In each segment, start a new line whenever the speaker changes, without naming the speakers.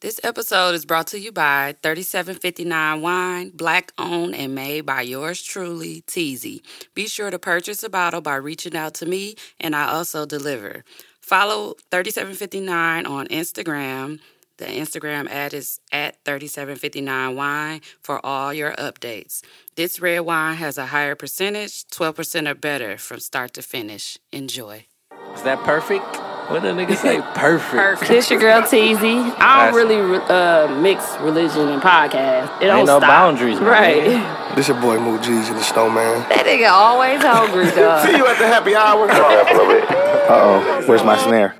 This episode is brought to you by 3759 Wine, black owned and made by yours truly, Teasy. Be sure to purchase a bottle by reaching out to me, and I also deliver. Follow 3759 on Instagram. The Instagram ad is at 3759wine for all your updates. This red wine has a higher percentage, 12% or better from start to finish. Enjoy.
Is that perfect? What the nigga say? Perfect.
This your girl Teasy. I
That's-
don't really re- uh, mix religion and podcast. It don't
Ain't no
stop.
boundaries, my
right?
This your boy Moo G's and the Snowman.
That nigga always hungry, dog.
See you at the happy hour.
Uh oh, where's my snare?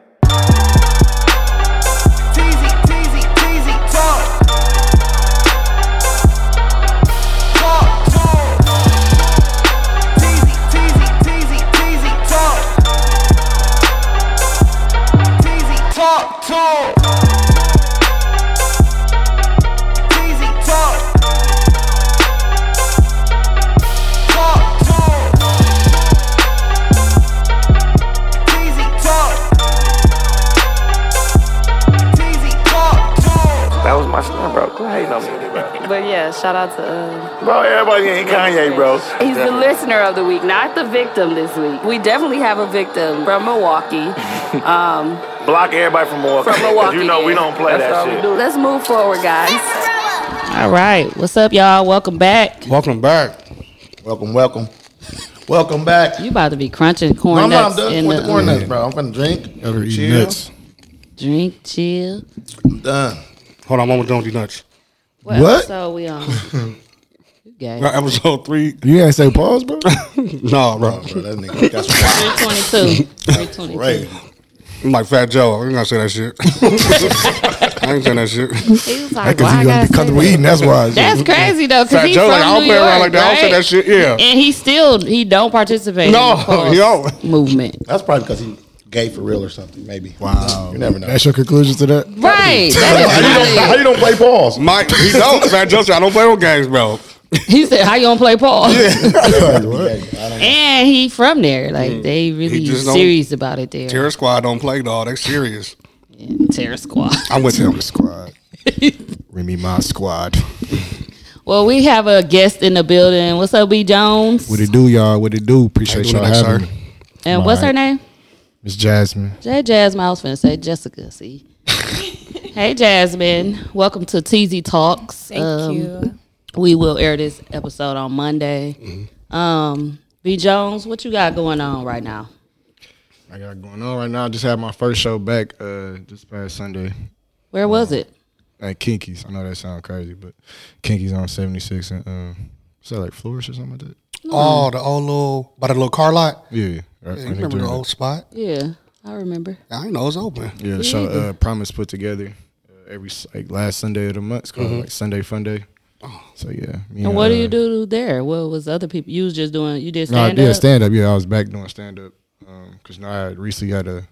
Teasy, teasy, teasy, talk. Talk, talk. Teasy, teasy, teasy, teasy, talk. Teasy, talk, talk. Teasy, talk. Talk, talk. Teasy, talk. Teasy, talk, talk.
That was my snare, bro. Quit hating on me.
But yeah, shout out to uh,
Bro, everybody ain't Kanye, bro.
he's the listener of the week, not the victim this week. We definitely have a victim from Milwaukee.
Block everybody from Milwaukee.
From
'cause
Milwaukee,
You know we
yeah.
don't play that shit.
Let's move forward, guys. All right, what's up, y'all? Welcome back.
Welcome back.
Welcome, welcome. Welcome back.
You about to be crunching corn
My mom
nuts
done
in
with
the,
the corn nuts, bro. I'm finna drink.
Gotta eat
Chill.
nuts.
drink, chill.
I'm done.
Hold on, I'm almost done with these nuts.
Well,
What?
So we on. Okay.
Right, episode three.
You ain't say pause, bro?
Nah, Oh, bro.
bro, that nigga, that's wild.
322. 322.
Crazy.
I'm like Fat Joe. I ain't gonna say that shit. I ain't saying that shit.
He was like,
Because
why
you
I gotta
gonna be
say
cutting
that?
weed, and that's why. it's
That's
just-
crazy though, because
Fat
he's
Joe,
from
like, I don't
New
play
York,
around like that. I
Right?
don't say that shit. Yeah.
And he still he don't participate.
No,
in the cause
he don't.
movement.
That's probably because he gay for real or something, maybe. Wow. You never know.
your conclusion to that?
Right.
how, you
That
don't, how you don't play balls?
Mike, he don't. Fat Joe said, I don't play no games, bro.
is, he said, "How you gonna play Paul?"
I don't know.
And he from there. Like they really
He just don't-
serious about it there.
Terror Squad don't play, dog. They serious.
Terror squad.
I'm with him.
Squad. Remy my squad.
Well, we have a guest in the building. What's up, B Jones?
What it do, y'all? What it do? Appreciate
Doing
y'all
it, sir.
having me.
and what's her name?
Miss Jasmine.
J Jasmine. I was finna say Jessica. See. hey Jasmine, welcome to TZ Talks.
Thank
Um,
you.
We will air this episode on Monday.
Mm-hmm.
Um, B Jones, what you got going on right now?
I got going on right now. I just had my first show back uh this past Sunday
Where was it?
at Kinky's. I know that sounds crazy, but Kinky's on 76 and um is that like Flourish or something like that?
Oh, the old little, by the little car lot.
Yeah, yeah. Right,
You
right
remember
there.
the old spot?
Yeah, I remember.
I didn't know it's open.
Yeah, the show uh Promise put together uh, every s- like last Sunday of the month. It's called
Mm-hmm.
like Sunday Fun Day.
Oh.
So yeah. me
And what do
uh,
you do there? What was other people? You was just doing. You did
No, I
stand
did
up.
stand up. Yeah, I was back doing stand up because now I had recently had a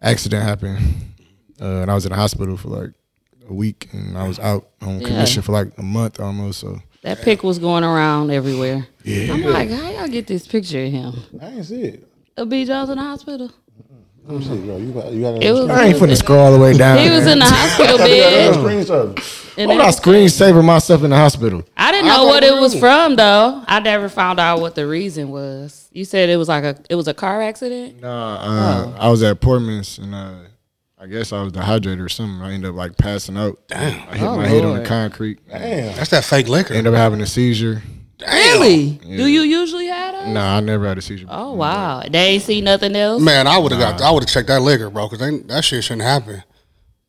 accident happen, uh, and I was in the hospital for like a week, and I was out on
Yeah.
commission for like a month almost. So
that pic was going around everywhere.
yeah,
I'm like, how y'all get this picture of him?
I ain't see it.
Of B Jones in the hospital.
Let me see, bro. You got, you got
It was.
I ain't finna scroll all the way down.
he was in the hospital
a
bed.
screenshot.
and
I'm not
everything.
screensaving myself in the hospital.
I didn't know what it was from though. I never found out what the reason was. You said it was like a it was a car accident.
Nah,
Oh.
uh, I was at Portman's and uh, I guess I was dehydrated or something. I ended up like passing out. Damn, I hit
Oh,
my head on
Lord.
the concrete. Damn,
That's that fake liquor.
ended up having a seizure.
Really? Do you usually have those?
Nah, I never had a seizure.
Oh wow! They ain't see nothing else.
Man, I would have got. I would have checked that liquor, bro, because that shit shouldn't happen.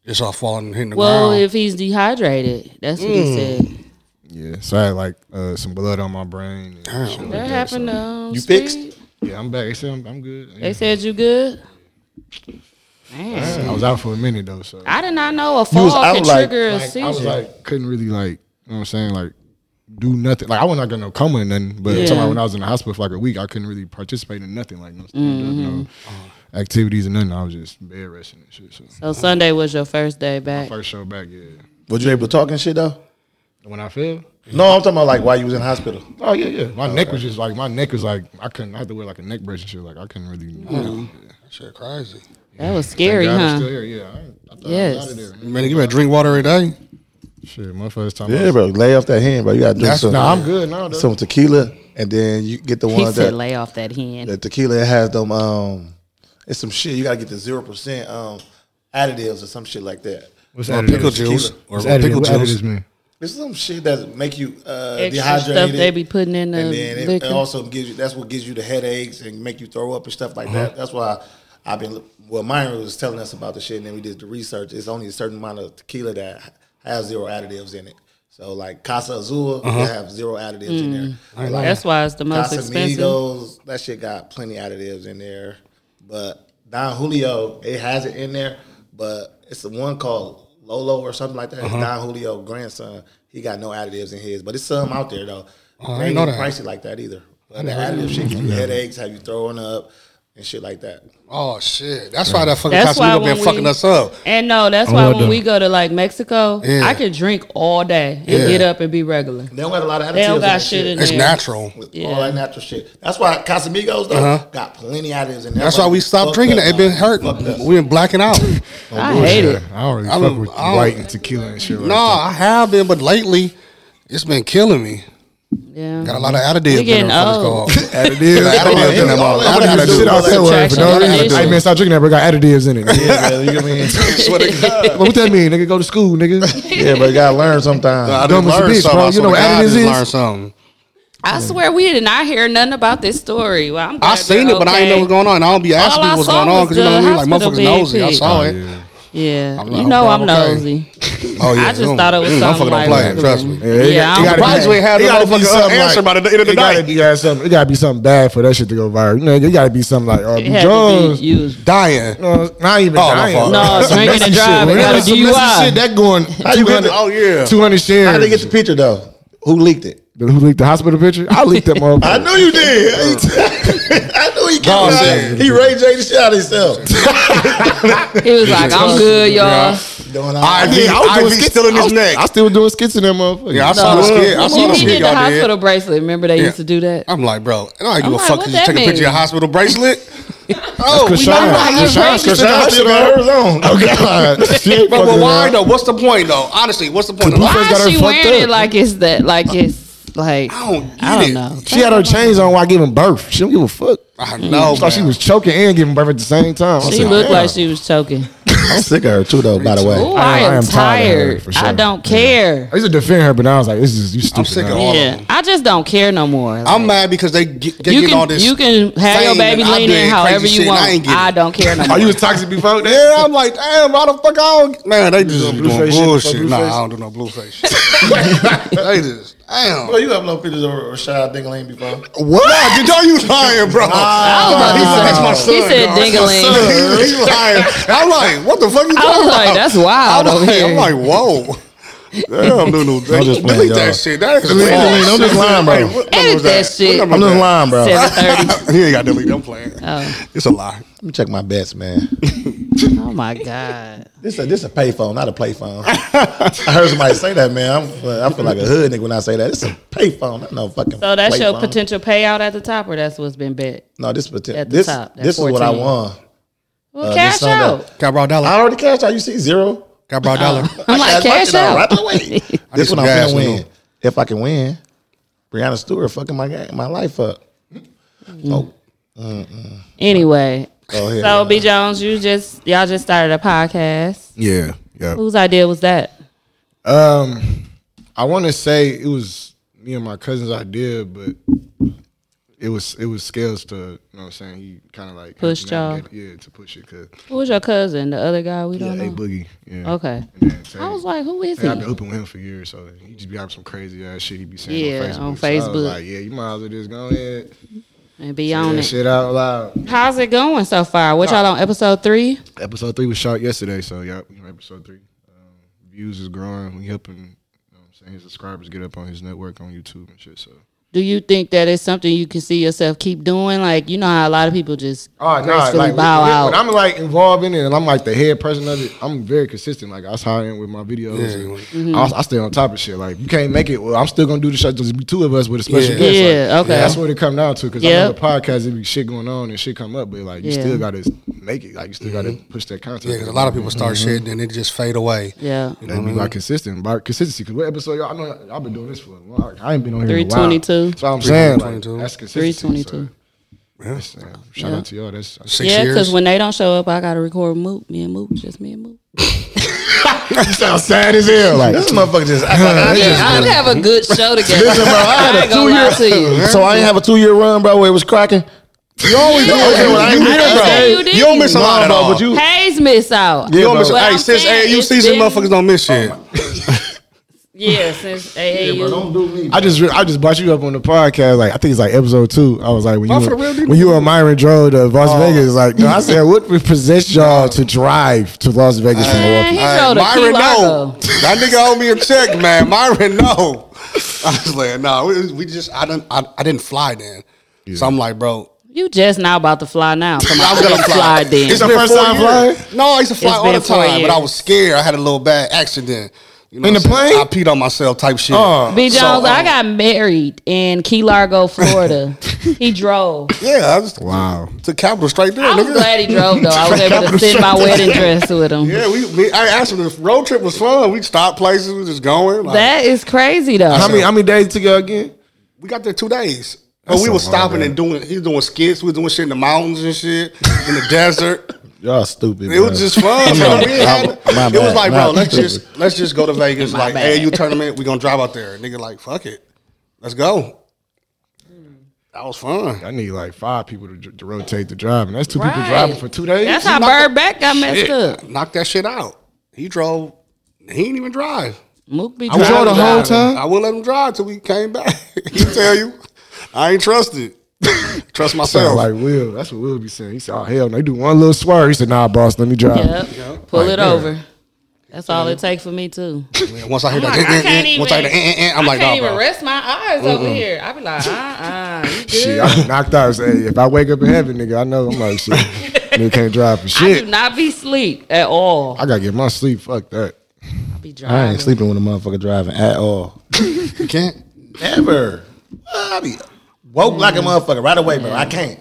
It's all falling and hitting the
Well,
ground.
if he's dehydrated, that's what
Hmm.
he said.
Yeah, so I had like uh, some blood on my brain. And shit like
That
that.
happened. Um,
You
Speed?
fixed?
Yeah, I'm back. They said I'm, I'm good. Yeah.
They said you good. Man,
I was out for a minute though, so
I did not know a
You
fall
was out
could
like-
trigger a
I was
seizure.
like couldn't really like you know what I'm saying like do nothing. Like I wasn't like, in no coma or nothing, but
Yeah.
I'm talking about when I was in the hospital for like a week, I couldn't really participate in nothing like no, stand-up, no
Mm-hmm.
activities and nothing. I was just bed resting and shit. So
so Sunday was your first day back.
first show back, yeah.
Was you able to talk and shit, though?
When I fell,
No, I'm talking about like while you was in hospital.
oh yeah, yeah. My neck was just
Mm-hmm.
like my neck was like I couldn't. I had to wear like a neck brace and shit. Like I couldn't really.
shit, crazy.
That was scary,
God it's
huh?
still here. Yeah, I, ain't- I thought I was
Yes.
out of there.
Man, you better drink water every day.
Shit, my first time. I
Yeah,
was-
bro. Lay off that hand, bro. You gotta drink
That's,
some.
nah, I'm good now. though.
Some tequila, and then you get the
He
one
said,
that
"Lay off that hand."
the tequila has them. Um, it's some shit. You gotta get the zero percent um additives or some shit like that.
What's
Or
additives?
pickle
What's
juice.
Or pickle juice.
It's some shit that make you uh,
Extra
dehydrated.
stuff they be putting in the
and then it, it
liquor.
also gives you that's what gives you the headaches and make you throw up and stuff
Uh-huh.
like that. That's why I've been well Myron was telling us about the shit and then we did the research. It's only a certain amount of tequila that has zero additives in it. So like Casa Azul, they have zero additives in there. Like,
Uh-huh. Mm. That's why it's the most expensive.
Casamigos, that shit got plenty additives in there. But Don Julio, it has it in there, but it's the one called Lolo or something like that.
Uh-huh.
It's Don Julio grandson. He got no additives in his, but it's some out there though.
Oh, I
they
ain't
ain't
know that.
price it like that either. But the additive shit give you headaches, have you throwing up and shit like that.
Oh shit! That's why that fucking
That's why
Casamigos
when
been
we,
fucking us up.
And no, that's why
well
when
done.
we go to like Mexico,
Yeah.
I can drink all day and
Yeah.
get up and be regular.
They don't got a lot of additives.
They don't
in
got
that
shit in
It's
Yeah.
natural.
With
Yeah.
all that natural shit. That's why Casamigos though
Uh-huh.
got plenty additives in there.
That's why we stopped drinking it. It been hurting. We been blacking out.
I hate it.
I don't really
I
fuck
don't-
with
I don't-
white and tequila and shit. like
No, I have been, but lately it's been killing me.
Yeah.
Got a lot of additives.
We getting
in there,
old.
fuckers go off.
Additives.
Additives in them all.
I'm gonna have to sit out that word for no
Subtraction.
reason. Hey man, stop drinking that, bro. Got additives in it. nigga.
Yeah, bro, you know what I mean?
what that mean, nigga? Go to school, nigga.
yeah, but you gotta learn sometimes.
I
Dumb
done
as a
learned
bitch,
something.
bro.
I
You
swear
know
to
what
God, I
additives
just
is?
learned something.
I swear we did not hear nothing about this story. Well, I'm glad
I seen
you're
it, but I ain't know
okay.
what's going on. I don't be
All
asking
I
people what's
saw
going on
was
because you know what I
the
mean. Like
hospital
motherfuckers
bed
nosy. I
pic.
saw it.
Yeah,
I'm
you
like,
know
oh,
I'm
okay.
nosy.
Oh yeah,
I just thought it was
Mm, I'm
something
fucking
like
playing.
that.
Trust me.
Yeah, it-
Yeah,
it
I'm
gotta be
surprised we ain't had
it
the
gotta be
motherfucker
something
answer by the end of the
it Gotta
night.
be, gotta something, it gotta be something bad for that shit to go viral. You know, it gotta be something like uh,
It had to
Jones.
be used.
Dying.
No, not even
Oh, my
dying.
fault.
No,
That's some
drinking
messy
and driving,
Shit.
got a
That's some messy
DUI.
shit that going
you get
200,
the- oh, yeah.
200 shares.
How did they get the picture though? Who leaked it?
Who leaked the hospital picture? I leaked that motherfucker.
I knew you did. I knew he came
Dog
out.
said-
He Ray J the shit out of himself.
He was like, "I'm good, y'all."
Doing all
I
right.
did. I was doing
skits-
still in
I
his
was-
neck.
I still doing skits in that motherfucker.
Yeah, I saw the skit. I saw
You
the
needed
shit
the
y'all did.
hospital bracelet. Remember they
Yeah.
used to do that.
I'm like, bro, I don't give
I'm
a
like,
fuck
what
because you
that
take a picture of
mean?
your hospital bracelet. oh,
Krishan.
we know
That's
how
Krishan.
you-
Krishan.
I still got hers on.
Oh, Shit,
Bro, but
fucking
why
up.
though? What's the point though? Honestly, what's the point?
Why
Blueface got
is
her
she
fucked
wearing
up.
it like it's that? Like it's like I
Uh, don't
don't,
get it.
know.
She had her chains on while giving birth. She don't give a fuck.
I know,
I thought she
man.
was choking and giving birth at the same time. I
She
said,
looked
"Damn."
like she was choking.
I'm sick of her too, though. By the way,
Oh,
I
I,
am- I
am
am tired of her,
tired.
for sure.
I don't care.
I used to defend her, but now I was like, "This is you stupid."
I'm sick of
now.
all of
Yeah,
them.
I just don't care no more. Like,
I'm mad because they get, they
you
get
can
all this.
you can have your
fame
baby
and I
lean
did
in however
crazy
you
shit and I
want.
ain't get it.
I, don't care no more.
Oh, you was toxic before that?
yeah, I'm like, damn, why the fuck I don't? Man, they just
doing
doing
blue face shit?
bullshit.
Blue
nah,
face?
I don't do no blue face. they just, damn.
bro, you upload pictures of Rashad Dinglane before.
What? Nah, did- are you lying, bro? Nah, he said, that's my son.
He said
dog. That's my
dingling.
son. He lying. I'm like, what the fuck you talking
I was
about?
like, that's wild
I'm
over
like,
here.
I'm like, whoa. Damn, little no,
I'm just playing,
delete
y'all.
that shit. That is
Delete,
wild.
delete. I'm just lying, bro.
Hey, what number
Edit
was
that
What
shit.
number
I'm just
was
lying, bro.
Seven
Let
thirty.
that? He ain't got delete. I'm playing.
Oh.
It's a lie.
me check my bets, man.
Oh my god.
This a this a payphone, not a payphone. I heard somebody say that, man. I'm, I feel like a hood nigga when I say that. It's a payphone, not no fucking.
So that's your
playphone.
potential payout at the top, or that's what's been bet.
No, this potential.
at the
This
top, that
this is what I
14.
won.
Well,
Uh,
this
cash
Sunday.
out.
Got brought dollar.
I already cashed out. You see zero.
Got brought dollar.
I'm like
That's my
cash
shit out
out.
Right away. this
some
one I'm
gas,
gonna win.
nigga.
If I can win, Brianna Stewart fucking my game, my life up. Oh,
Anyway,
go ahead.
so B Jones, you just y'all just started a podcast.
Yeah, yeah.
Whose idea was that?
Um, I want to say it was me and my cousin's idea, but it was it was scales to you know what I'm saying he kind of like
Pushed y'all.
navigate- Yeah, to push it because
Who was your cousin? The other guy we
yeah,
don't
a
know.
boogie. Yeah.
Okay.
And then Tay.
I was like, who is
Hey, I've been
he?
hooping with him for years, so he just be having some crazy ass shit he be saying
Yeah,
on
on
Facebook. So I was
Facebook.
like, yeah, you might as well just go ahead
And be on
that
it.
shit out loud.
How's it going so far? What y'all on episode three?
Episode three was shot yesterday, so yeah, we on episode three. Um, views is growing. We helping, you know what I'm saying, his subscribers get up on his network on YouTube and shit. So
Do you think that it's something you can see yourself keep doing? Like you know how a lot of people just
Oh, no,
gracefully
like,
bow
when,
out.
when I'm like involved in it and I'm like the head person of it, I'm very consistent. Like that's how I am with my videos. and
Mm-hmm.
I, I stay on top of shit. Like you can't make it. Well, I'm still gonna do the show. Just be two of us with a special
Yeah.
guest.
Yeah,
Like,
okay.
That's what it come down to. Because I know
Yep.
the podcast, it be shit going on and shit come up, but like you
Yeah.
still gotta make it. Like you still gotta push that content.
Mm-hmm. Yeah, because a lot of people start
Mm-hmm.
shit and it just fade away.
Yeah.
They be like consistent, by consistency. Because what episode y'all? I know y'all been doing this for a long. I ain't been on here in a while.
322.
So I'm saying, like,
322.
that's consistency.
322.
So, that's, uh, shout out to y'all. That's
Six
Yeah,
years.
because when they don't show up, I gotta record Moot. Me and Moot, just me and Moot.
you sound sad as hell. Like
This motherfucker just act like I
Yeah,
just-
I'd have a good show together.
Listen, bro, I had
I
a
ain't gonna lie to you.
So I ain't have a two year run, bro, where it was cracking. You always
Yeah.
okay. Well, I ain't
I
miss
don't
bro.
say you did.
you don't miss a
Nah,
lot,
bro,
bro.
but
But you,
Hayes miss out.
you
don't
don't
miss-
miss.
But
Hey,
I'm
since
saying
AAU
it's
season,
been-
motherfuckers don't miss shit.
Yeah, since AAU.
do me.
I just re- I just brought you up on the podcast. Like I think it's like episode two. I was like when you
Motherfucker really
were,
did
when you were on Myron Drove to Las Vegas. Like no, I said, what would possess y'all to drive to Las Vegas from
Man, he
Milwaukee?
showed a Key
Myron, no.
Largo.
That nigga owe me a check, man. Myron, no. I was like, nah, we, we just, I didn't, I, I didn't fly then. So I'm like, bro,
You just now about to fly now. Come on,
I was gonna
let's
fly.
then.
It's
Your
been
first
four
time
years.
flying?
No, I used to fly
It's
all
been
the
four
time, but I
years.
was scared. I had a little bad accident. You know
In
what
the
I'm saying?
plane?
I peed on myself, type shit.
Oh.
B.
So,
Jones, I
um,
got married in Key Largo, Florida. he drove.
Yeah, I was
Wow.
to Capitol straight there.
I was
nigga.
glad he drove though. I was able to send my wedding dress with him.
Yeah, we. Me, I asked him. The road trip was fun. We stopped places. We just going. Like,
That is crazy though.
How many how many days took y'all again?
we got there two days. But we
so
were
hard,
stopping
man.
and doing. He was doing skits. We was doing shit in the mountains and shit in the desert.
Y'all stupid.
It was just fun. bro. We had-
my
it was
bad.
like,
My
bro, let's
stupid.
just let's just go to Vegas.
My
like
bad.
AU tournament, we gonna drive out there. Nigga, like fuck it, let's go. That was fun.
I need like five people to, dr- to rotate the drive, and that's two people
Right.
driving for two days.
That's how Bird Beck got messed up.
Knock that shit out. He drove. He didn't even drive.
Mook be
I was y'all
driving.
the whole time.
I would let him drive till we came back. he tell you, I ain't trusted. Trust myself.
Sound like Will. That's what Will be saying. He said, "Oh hell, no, they do one little swerve." He said, "Nah, boss, let me drive."
Yep. Pull it over. That's all
Mm-hmm.
it takes for me too.
Man, once I hear that,
Like, Oh I can't
eh, eh, eh, once I hear that, eh, eh, eh, I'm
I
like,
can't
nah,
even
bro.
rest my eyes over here. I be like, uh uh you
Shit,
good?
I was knocked out. I said, hey, if I wake up in heaven, nigga, I know I'm like shit. nigga can't drive for
I do
shit. I,
not be sleep at all.
gotta get my sleep. Fuck that.
I be driving.
I ain't sleeping when a motherfucker driving at all.
You can't.
Ever. I be woke like a motherfucker right away, bro. I can't.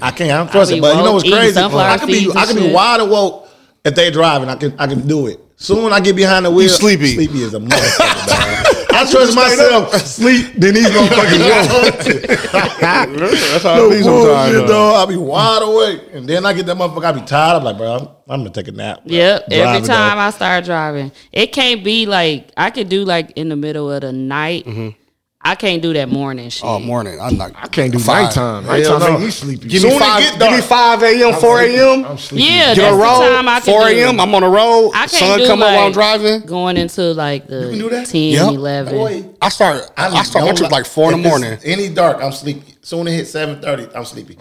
I can't. I don't trust
I be
it. But you know
woke,
what's
eating
crazy?
sunflower
I can be
seeds
I
and
can be
shit.
wide and woke if they driving. I can I can do it. Soon I get behind the wheel.
sleepy.
Sleepy as a motherfucker, dog. I trust myself. Sleep. Then these motherfuckers go.
That's how
No
it be sometimes.
bullshit, though. I'll be wide awake. And then I get that motherfucker. I'll be tired. I'm like, bro, I'm, I'm going to take a nap. bro.
Yep.
Driving,
Every time
though.
I start driving, it can't be like I could do like in the middle of the night. I can't do that morning shit.
Oh, morning. I'm like,
I can't do
Five.
nighttime.
Hell
Nighttime
no.
make me sleepy.
Give me,
Soon it
five,
get
give me
dark.
5 a.m., 4 a.m.
I'm sleepy.
yeah, that's
Get a
the time
roll.
I can
4
do.
a.m. I'm on the road.
I can't
Sun
do
come up while I'm
like-
driving.
Going into like the
can do that?
10,
Yep.
11.
Boy,
I start. I, I start my
don't
trip like four in
if
the
it's
morning.
Any dark, I'm sleepy. Soon it hit 7.30, I'm sleepy.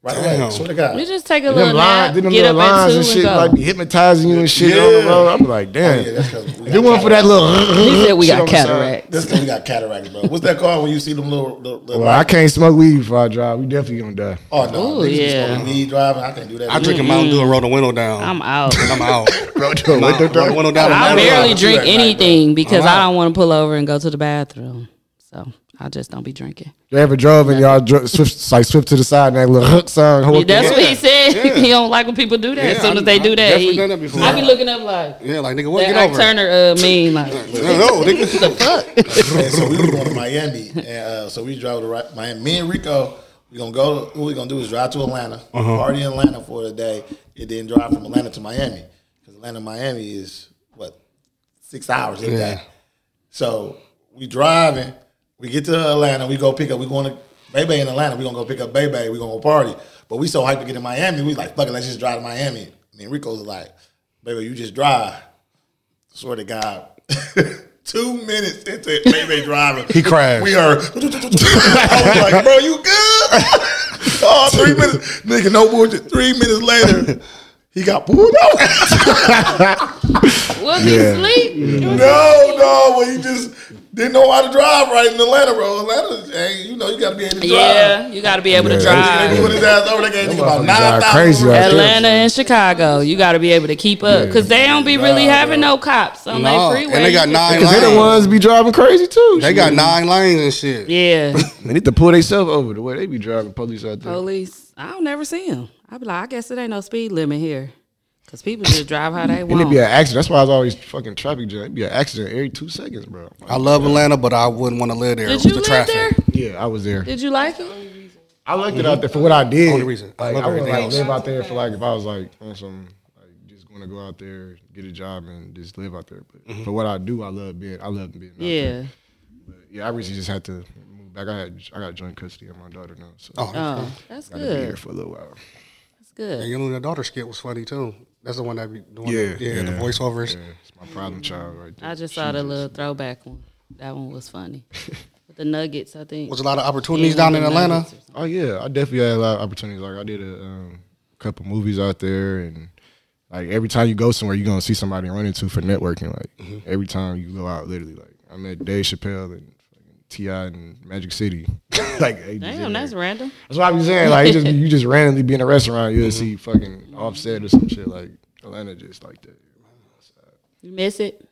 Right away.
Damn.
Swear to
We
God.
just take a
Them
little
lines,
nap,
them
get
little
up at
lines
two
and
and,
shit
go.
like be hypnotizing you and shit on the
Yeah.
road. I'm like, damn.
Yeah, that's 'cause we
If it
got
wasn't for that
cataracts.
little, uh,
he said we
shit
got
on the side.
cataracts.
That's 'cause we got cataracts, bro. What's that called when you see them little... little, little
uh, Well, I can't smoke weed before I drive. We definitely gonna die.
Oh, no.
Ooh,
niggas just
yeah.
smoking weed driving. I can't do that.
I drink a Mountain Dew and roll the window down.
I'm out.
I'm out. roll the
window down.
window down.
I
I'm
barely
out.
drink
at night, bro.
anything because I don't want to pull over and go to the bathroom. So I just don't be drinking.
You ever drove and y'all dr- swift, like swift to the side and that little hook sound?
Yeah, that's what he
Yeah,
said.
yeah.
he don't like when people do that.
Yeah,
as soon
I-
as they
I
do that,
definitely
he-
done that before.
I be looking up like
Yeah, like nigga, what?
that
Get
Ike
over. it.
Turner uh, mean like
No, no, nigga.
the fuck.
And so we were going to Miami, and uh, so we drove to Ri- Miami. Me and Rico, we gonna go. What we gonna do is drive to Atlanta, party in Atlanta for the day, and then drive from Atlanta to Miami because Atlanta, to Miami is what six hours every day.
Yeah.
So we driving, we get to Atlanta, we go pick up. We going to Bebe in Atlanta. We gonna go pick up Bebe. We gonna go party. But we so hyped to get in Miami. We like fuck it, let's just drive to Miami. Me and Rico's like, baby, you just drive. Swear to God. Two minutes into it, baby driving. He
crashed.
We are. I was like, bro, you good? oh, three minutes. Nigga, no bullshit. Three minutes later, he got pulled over.
Was he
Yeah.
asleep?
no, no, but he just didn't know how to drive right in Atlanta, bro. Atlanta, hey, you know, you got to be able to drive.
Yeah, you got to be able to
They
drive.
put his ass over. They gave him about
motherfuckers drive
9,000.
crazy out there.
Atlanta and Chicago, you got to be able to keep up because they don't be really having no cops on
No,
their
and
freeway.
they got nine
Cause they the
lanes.
ones be driving crazy too.
They got nine lanes and shit.
Yeah,
They need to pull themselves over the way they be driving police out there.
police. I don't never see them. I'd be like, I guess it ain't no speed limit here. Cause people just drive how they
And
want.
it'd be an accident. That's why I was always fucking traffic jam. It'd be an accident every two seconds, bro.
I love Atlanta, but I wouldn't want to live there.
Did
It's
you
the
live
traffic.
there?
Yeah, I was there.
Did you like it?
I liked it out there for what I did.
Mm-hmm.
Only reason. I
Like,
love
I would
everything
like
else.
live out there for like if I was like on some like just going to go out there, get a job, and just live out there. But for what I do, I love being. I love being. Out there.
Mm-hmm. Yeah.
Yeah, I recently just had to move back. I had I got joint custody of my daughter now, so
Oh,
Oh, that's
I gotta be
good.
here for a little while.
That's good.
your little daughter skit was funny too. That's the one that be doing.
Yeah,
yeah, the
yeah,
voiceovers.
Yeah, it's my problem child right there.
I just saw the little throwback one. That one was funny. With the Nuggets, I think.
Was a lot of opportunities down in Atlanta.
Oh yeah, I definitely had a lot of opportunities. Like I did a um, couple movies out there, and like every time you go somewhere, you're gonna see somebody run into for networking. Like every time you go out, literally, like I met Dave Chappelle and fucking Ti and Magic City. like they just in
Damn, that's
there.
random.
that's what I'm saying. Like you just you just randomly be in a restaurant, you'll see fucking Offset or some shit. Like Atlanta just like that.
You miss it?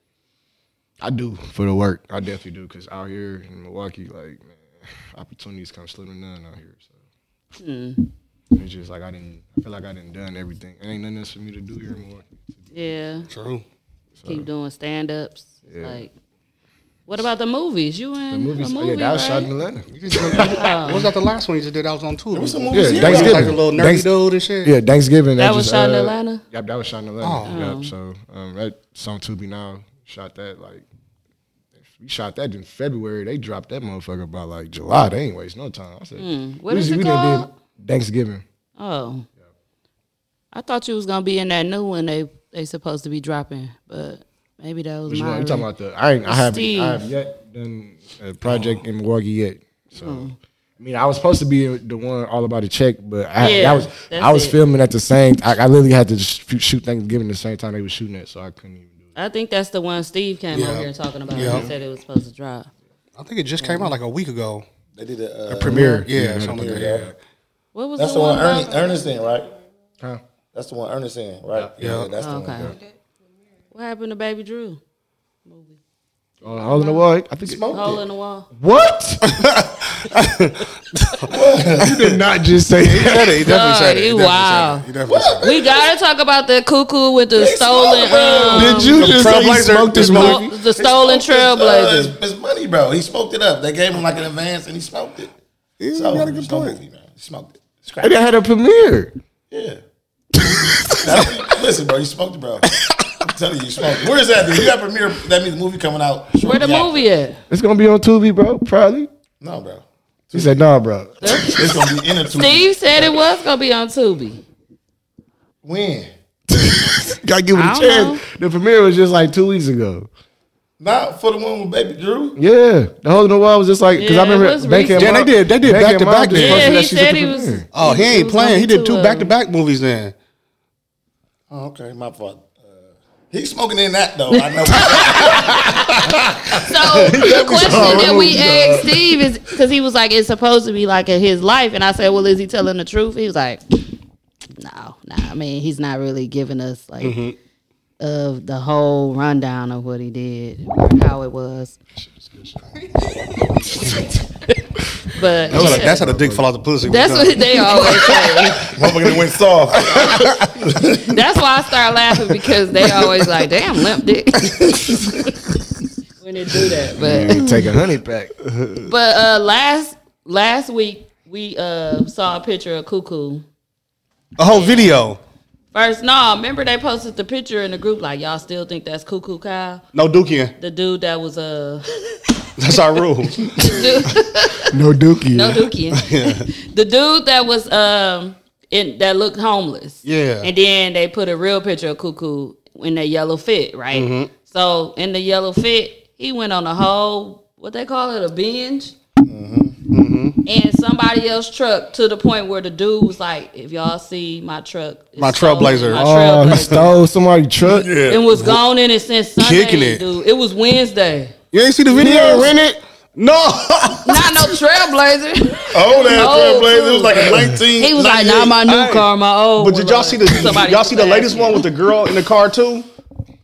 I do for the work. I definitely do because out here in Milwaukee, like man, opportunities come slim to none out here. So Mm. it's just like I didn't. I feel like I didn't done everything. It ain't nothing else for me to do here in Milwaukee.
Mm, Yeah.
True.
Keep doing stand ups.
Yeah.
Like, what about the movies? You in
The movies, oh,
a movie,
yeah, that was shot
right?
in Atlanta.
what was that the last one you just did? I was on tour. There was some
Yeah, Thanksgiving.
Like the little nerdy
Thanks-
dude and shit.
Yeah, Thanksgiving.
Oh, That
I
was
just,
shot in
uh,
Atlanta?
Yep, that was shot in Atlanta. Yep. So um, that song "To Be Now" shot that like we shot that in February. They dropped that motherfucker by like July. They ain't waste no time. I said,
Hmm, What
we-
is it
we done did
called?
Thanksgiving.
Oh. I thought you was gonna be in that new one they they supposed to be dropping, but maybe that was
Which
my
one? You talking about the? I ain't, I haven't.
Steve. Oh.
I have yet done a project in Milwaukee yet. So
Hmm.
I mean, I was supposed to be the one all about a check, but I,
Yeah,
that was
that's
I was
it.
filming at the same. I, I literally had to sh- shoot Thanksgiving the same time they were shooting it, so I couldn't even do it.
I think that's the one Steve came
Yeah.
on here talking about.
Yeah.
He said it was supposed to drop.
I think it just came out like a week ago.
They did a, uh,
Premiere,
Yeah,
I had
something
to-
like
yeah.
that.
What was
That's
the
the one
one?
Ernie,
about-
Ernest in, right?
Huh?
That's the one Ernest in, right? Yeah, that's the
Oh, okay.
one.
What happened to Baby Drew?
Uh, Hole in the wall. I think. It,
Hole in the wall.
what? you did not just say
He said it. He definitely
God,
said it. He
Uh, you
definitely
wild.
said it. He definitely said it.
We gotta talk about the cuckoo with the stolen. Um,
Did you just say you
Trailblazer.
smoked this
It's
movie?
called-
mo- the stolen trailblazer?
Uh, It's, money, bro. He smoked it up. They gave him like an advance, and he smoked it.
Yeah, you
So,
got a
there's
good
no
point.
movie, man. He smoked it.
And it had a premiere.
Yeah. That's- listen, bro, you smoked it, bro. I'm telling you, you smoked it. Where is that? Dude? You got premiere. That means the movie coming out. shortly
Where the
after.
movie at?
It's gonna be on Tubi, bro. Probably.
No, bro.
He said, "Nah, bro."
It's gonna be in a two.
Steve said it was gonna be on Tubi.
When?
Gotta give it a
I
chance.
don't
The premiere was just like two weeks ago.
Not for the one with Baby Drew.
Yeah, the hole in the wall was just like because
Yeah,
I
it was
remember Becky
recent.
and
Yeah, they
Mom-
did- they did
Becky
back
and
to
Mom
back
just
then.
posted
Yeah,
that
he
she took
said
the
he was.
premiere.
Oh, he
It
ain't
was
playing.
gonna
He did
be two
two
of
back to
them.
back movies then.
Oh, okay, my fault. Uh, he's smoking in that though. I know.
So the question that we asked Steve is because he was like, it's supposed to be like in his life, and I said, well, is he telling the truth? He was like, no, no. I mean, he's not really giving us like of the whole rundown of what he did, like how it was. but
That's, how, that's how the dick fall out the pussy.
that's what they always say.
Motherfucker done went soft.
That's why I start laughing because they always like, damn, limp dick. when they do that, but.
Take a honey back.
But uh, last last week we uh saw a picture of Cuckoo.
a whole video.
First, no, remember they posted the picture in the group like y'all still think that's Cuckoo Kyle,
No dookie.
the dude that was uh
That's our rule.
dude,
No dookie.
no Dookie, the dude that was um in that looked homeless.
Yeah.
and then they put a real picture of Cuckoo in that yellow fit, right?
Mm-hmm.
So in the yellow fit, he went on a whole what they call it a binge.
Mm-hmm.
And somebody else truck to the point where the dude was like, "If y'all see my truck, it's
My
stolen,
Trailblazer.
my
Oh, he
Trailblazer."
stole somebody's truck. Yeah.
and was gone in it since Sunday,
Kicking it.
dude. It was Wednesday.
You ain't see the video?
didn't rent it?
No.
Not no Trailblazer.
Oh, that
No,
Trailblazer. It was
dude.
like a 19.
He was like, "Not my new
Hey.
car, my old."
but did
one."
y'all see the
Somebody
y'all
was
see the latest
asking.
one with the girl in the car too?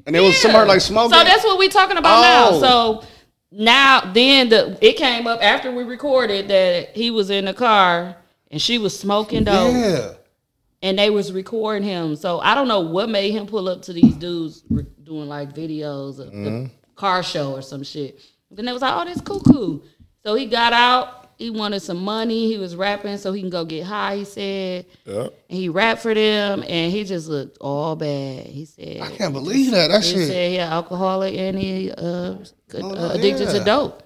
And there was somebody like smoking.
So that's what we're talking about now.
Oh.
So now, then the it came up after we recorded that he was in the car and she was smoking dope.
yeah.
and they was recording him. So I don't know what made him pull up to these dudes re- doing like videos of
Mm-hmm.
the car show or some shit. Then they was like, "Oh, this cuckoo." So he got out. He wanted some money. He was rapping so he can go get high. He said.
Yep.
And he rapped for them, and he just looked all bad. He said.
I can't believe that. That
He
shit.
said he an alcoholic and he uh, could-
Oh,
uh, addicted to
yeah.
dope.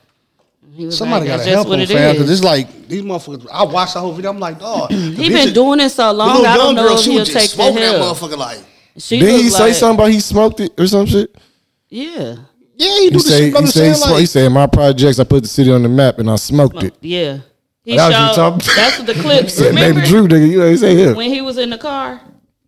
He was
Somebody
like,
gotta
"That's
help
just what
him,
it
fam. Because
is."
it's like these motherfuckers. I watched the whole video. I'm like, dog.
He been doing it so long. I don't know if
she
he'll
was
take
just
the
smoking that
help.
motherfucker. Like,
She
Did he
looked
say
like-
something about he smoked it or some shit?
Yeah,
yeah, he do
He
this shit.
said,
but
he,
I'm
said he,
saying,
smoked, he
like,
said, my projects, I put the city on the map and I smoked it.
yeah. He
That was you
showed.
talking-
that's what the clip.
Said,
Remember
Baby Drew, nigga, you know he said here.
when he was in the car?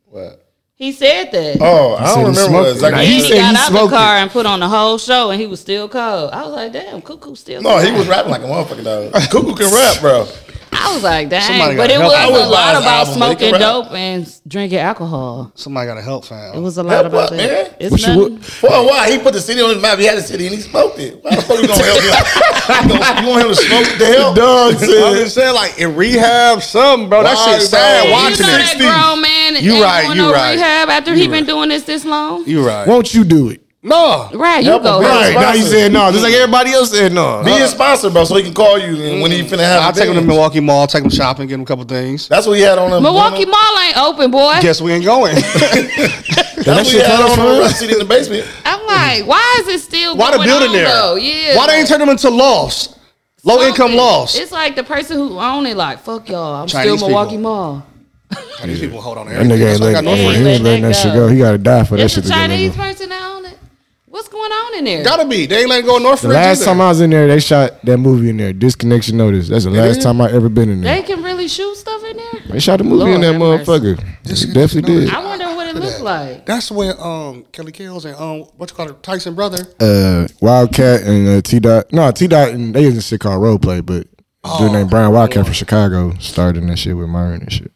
What?
He said that.
Oh, I
said he
don't remember
smoked it.
what exactly.
Nah,
And
he
he,
said
got
he
out the
smoked
car and put on the whole show, and he was still cold. I was like, "Damn, Cuckoo still."
no, he
cold.
was rapping like a motherfucker though. Cuckoo can rap, bro.
I was like, "Dang,"
Somebody
but
gotta
it was
help him. I
would
a
buy
lot
his
about
album, make
smoking
it rap.
dope and drinking alcohol.
somebody gotta help, fam.
It was a lot
Help
about that.
what, man?
It's
What you-
nothing.
For a while, he put the city on his map. He had the city and he smoked it. Why the fuck you gonna help him? you, gonna, you want him to smoke the hell?
Dog I'm just saying, like in rehab, something, bro.
Why,
that shit sad.
bro?
Watching
you know that
it.
grown man
You
ain't
right,
going
you
no
right.
rehab after he been doing this this long.
You right.
Won't you do it?
No.
right, you
Help
go.
him,
Right, now you
Sponsor.
said no. Just like everybody else said no.
Be his sponsor, bro, so he can call you and when he finna have.
Mm. I'll
a
take him to
thing.
Milwaukee Mall, take him shopping, get him a couple things.
That's what he had on him.
Milwaukee Mall ain't open, boy.
Guess we ain't going.
That's what he
shit
had
closed
on
for
him.
real?
Right City in the basement.
I'm like, why is it still
Why the
going
building
on,
there?
Though? Yeah,
Why they ain't turn them into loss? Low income loss.
It's like the person who own it, like fuck y'all. I'm
Chinese
still Milwaukee
people.
Mall.
These people hold on to
That nigga
That's
ain't
why I
letting,
got no
yeah,
friends.
he ain't
Let
letting
that
that shit
go.
go. He gotta die for that
It's a
shit to go.
Chinese
nigga.
person that own it. What's going on in there?
Gotta be. They ain't letting go of North
The
Ridge
last
either.
time I was in there, they shot that movie in there, Disconnection Notice. That's the last time I ever been in
They
there.
can really shoot stuff in there.
They shot a movie
Lord
in that
have mercy.
motherfucker. It definitely did.
I wonder what it looked like.
That's when um Kelly Kills and um what you call it Tyson brother.
uh, Wildcat and uh, T Dot. No, T Dot and they used this shit called Role Play, but a dude named
Oh,
Brian Wildcat from Chicago started that shit with Myron and shit.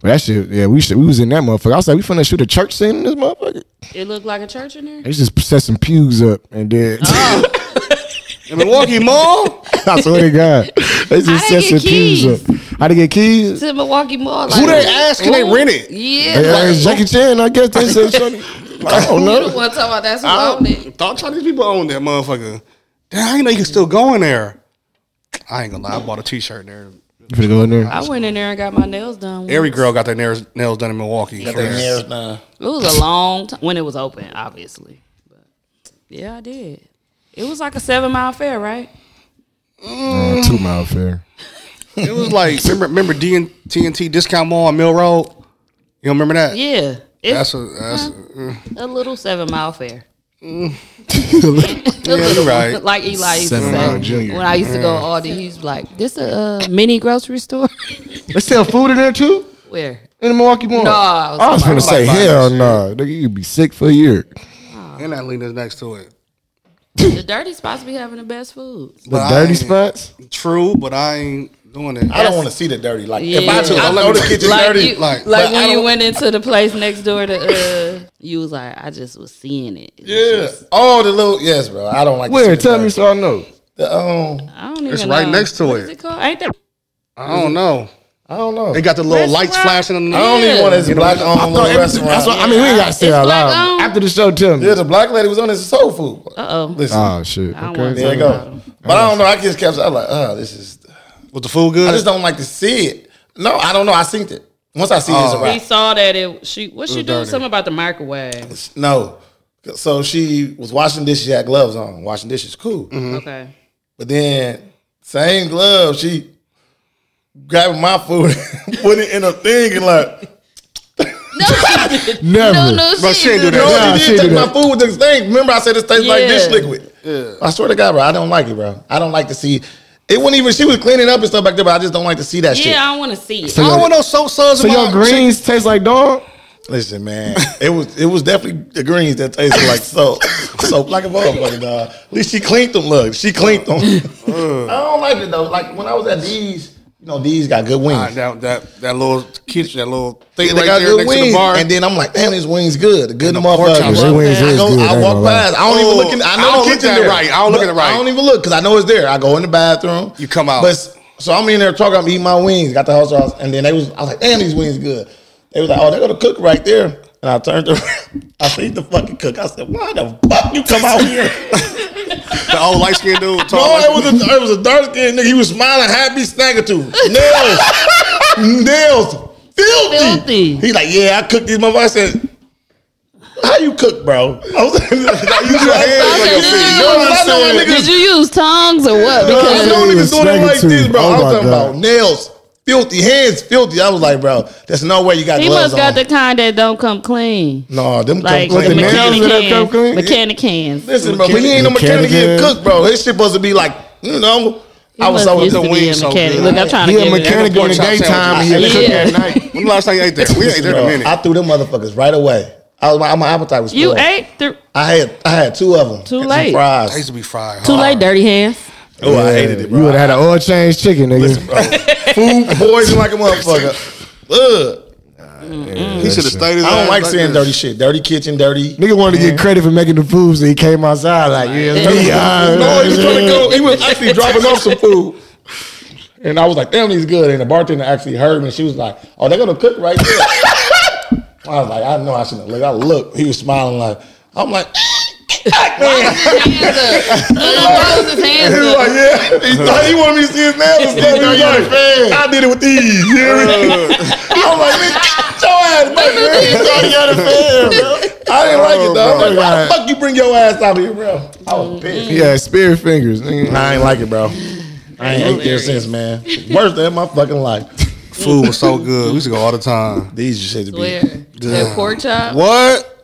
But that shit, yeah, we should, we was in that motherfucker. I was like, we finna shoot a church scene in this motherfucker.
It looked like a church in there.
They just set some pews up and then
Oh.
In Milwaukee Mall?
I swear to God, they just
How they
set
get
some pews up. How to get keys?
To the Milwaukee Mall.
Who
like,
they ask? Can they rent it?
Yeah,
Yeah,
like,
it's Jackie Chan, I guess they said something. I don't
you the
know.
one talking about that's who
I
owned it.
thought Chinese people own that motherfucker. Damn, I didn't know you could still go in there. I ain't gonna lie, I bought a t shirt there.
You finna go in there?
I went in there and got my nails done. once.
Every girl got their nails, nails done in Milwaukee. for
They
that.
nails, nah.
It was a long time when it was open, obviously. But yeah, I did. It was like a seven mile fair, right? Mm.
Uh, two mile fair.
It was like remember remember D and TNT discount mall on Mill Road? You don't remember that?
Yeah, Uh-huh. it's
That's a that's a,
a little seven mile fair.
yeah, you're right.
Like Eli used
Seven
to
Mile
say
Junior.
when I used to go to Aldi, he was like, "This a uh, mini grocery store."
They sell food in there too?
Where?
In the Milwaukee Mall?
No, I was
I was
talking
gonna
about-
say, hell no. Nigga, you be sick for a year.
And Atlena's next to it.
The dirty spots be having the best food.
The
I
dirty
ain't-
spots?
True, but I ain't doing it.
I don't want to see the dirty. Like if
Yeah.
I took,
I
I know
love
the
it.
kitchen
Like
dirty.
you,
like-
like,
like, I
when you
don't-
went into the place next door to, uh, you was like, "I just was seeing it." It was
yeah.
just-
Oh, the little yes, bro. I don't like. to see
Where?
the
Tell me
dirty.
so I know.
The, um,
I don't even.
It's right
know.
next to
What
it.
is it called? Ain't that
I don't know.
I don't know.
They got the little lights
Restaurant?
flashing on the
I don't even want this black owned little restaurant.
That's what, I mean, we ain't gotta say
It's
out
black
loud.
owned.
After the show, tell me.
There's a black lady was on this soul food.
Uh oh.
Listen,
Oh shit.
I don't
Okay.
there you go. But I don't know. I just kept. I'm like, oh, this is.
with the food
I
good.
just don't like to see it. No, I don't know. I seen it. Once I see it, it's
Oh.
a
He
wrap.
saw that it. She what she doing
dirty.
something about the microwave.
No. So she was washing dishes. She had gloves on. Washing dishes, cool.
Okay.
But then same glove, she grabbing my food, put it in a thing, and like
No, she didn't.
Never.
No, no,
Bro, she ain't do
no,
that.
Nah,
she
she
did
do
take my
that.
food with this thing. Remember, I said this tastes like dish
Yeah.
liquid. I swear to God, bro, I don't like it, bro. I don't like to see. It wasn't even. She was cleaning up and stuff back there, but I just don't like to see that shit.
Yeah, I want to see it.
So
I don't
your,
want no soap suds.
so
in
your
my-
greens taste like dog?
Listen, man, it was it was definitely the greens that tasted like soap, soap like a motherfucker. Dog. At least she cleaned them. Look, she cleaned them.
Mm.
I don't like it though. Like when I was at these, you know, these got good wings.
Ah, that, that that little kitchen, that little thing
They
right
got
there
good
next to
wings,
the bar.
and then I'm like, damn, these wings good, the good motherfucker.
chops are wings
I,
is
go,
good, I
I
ain't
walk
gonna lie.
past. I don't
Oh,
even look. In, I
I
know
don't
the
look
kitchen
at
there.
it right. I don't look at it right.
I don't even look because I know it's there. I go in the bathroom.
You come out.
But s- so I'm in there talking. I'm eating my wings. Got the house sauce, and then they was. I was like, damn, these wings good. They was like, "Oh, they're gonna cook right there." And I turned around. I seen the fucking cook. I said, "Why the fuck you come out here?"
The old light skinned dude.
no,
tall
Oh, it
Oh,
light-
was a it was a dark skinned nigga. He was smiling, happy, snagger tooth. Nails, nails, filthy.
Filthy.
He like, "Yeah, I cooked these." My I said. How you cook, bro? I was like, you use your hands like
Okay,
a
did
fish.
you
You know what I'm
use-
saying?
Did you use tongues or what?
I know
Because
niggas doing it like
Snagger
this,
tooth.
bro. I
Oh my
was talking
God.
about nails, filthy hands, filthy. I was like, bro, there's no way you got
he
gloves
must got
on.
the kind that don't come clean.
no, them
Like
come
the
clean.
nails
mechanic
that don't come
hands.
clean?
Mechanic hands.
Listen, bro, when he ain't no mechanic,
Mechanic
he a
head.
cook, bro. His shit supposed to be like, you know, I was
He must
so
used to
the
be a
wings.
so
mechanic.
good.
Look, I'm trying to
He
give
a
you that.
mechanic in the
Pork chop
daytime.
sandwich.
He a
Yeah.
cook at night.
When the last time you ate that? We ain't there in a minute.
I threw them motherfuckers right away. I was, my, my appetite was
You
full.
ate th-
I had I had two of them.
Too
and
late.
Some
I
fries.
used to be fried.
too late, dirty hands.
Oh, I hated it,
You
bro.
would have had an oil change chicken, nigga.
Food poison like a motherfucker. Ugh.
He should have stayed his
I don't
ass
like saying
this.
dirty shit. Dirty kitchen, dirty.
Nigga wanted to get credit for making the food, so he came outside like, yeah, me, all right.
No, he was trying to go. He was actually dropping off some food. And I was like, damn, he's good. And the bartender actually heard me. she was like, oh, they're going to cook right there. I was like, I know I shouldn't look. I looked. He was smiling like, I'm like,
Throws his hands
he was
up.
like, yeah. He thought he wanted me to see his nails and stuff. He was like, I did it with these. You hear me? I was like, man, get Oh your ass back here. He thought he had a fan, bro. Oh, I didn't like it, though. I'm like, why the fuck you bring your ass out here, bro? I was pissed.
Yeah, spear fingers, nigga.
I ain't like it, bro. I ain't ate there since, man. Worst day of my fucking life.
Food was so good. We used to go all the time.
These shit to be.
Where? That pork chop.
What?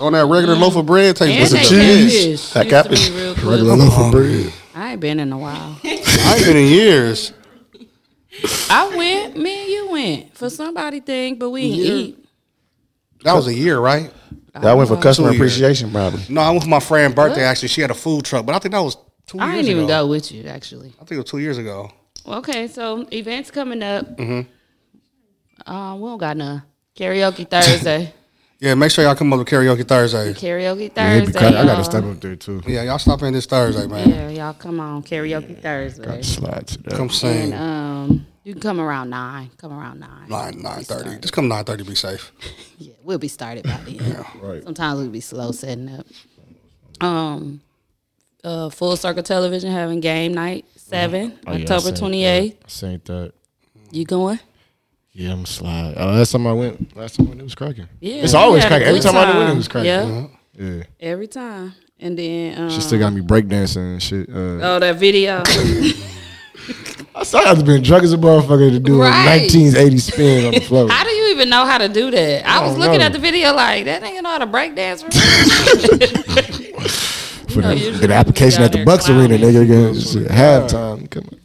On that regular loaf of bread
And
tastes
they
like cheese.
catfish.
That
Used to be
catfish.
real good. I ain't been in a while.
I ain't been in years.
I went. Me and you went for somebody thing, but we didn't eat.
That was a year, right?
That went for customer
Two years.
appreciation, probably.
No, I went for my friend's birthday. Actually, she had a food truck, but I think that was two years
I didn't even
ago.
go with you actually.
I think it was two years ago.
Okay, so events coming up.
Mm-hmm.
Uh, we don't got none. Karaoke Thursday.
Yeah, make sure y'all come up to karaoke Thursday.
karaoke
Yeah,
Thursday.
because I got
y'all.
to step up there too.
Yeah, y'all stop in this Thursday, man.
Yeah, y'all come on karaoke Thursday.
Slide to that.
Come sing.
Um, you can come around nine. Come around nine.
Nine nine thirty. Just come nine thirty. Be safe.
Yeah, we'll be started by then. Sometimes we'll be slow setting up. Um, uh, Full Circle Television having game night seven October twenty eighth.
I seen that.
You going?
Yeah, I'm slide. Uh, last time I went, last time I went, it was cracking.
Yeah,
it's
we
always
had a
cracking. Every
good
time, I went,
time.
it was cracking.
Yeah.
yeah.
every time. And then um,
She still got me breakdancing and shit. Uh,
oh that video.
I saw I've been drunk as a motherfucker to do
Right.
a 1980 spin on the floor.
How do you even know how to do that? I, was
don't
looking
know.
at the video like that nigga know how to break dance. for real."
for
know,
the,
usually
for the
we
application
out
at the
there
Bucks
clowning.
Arena, nigga. again, It's at halftime. Come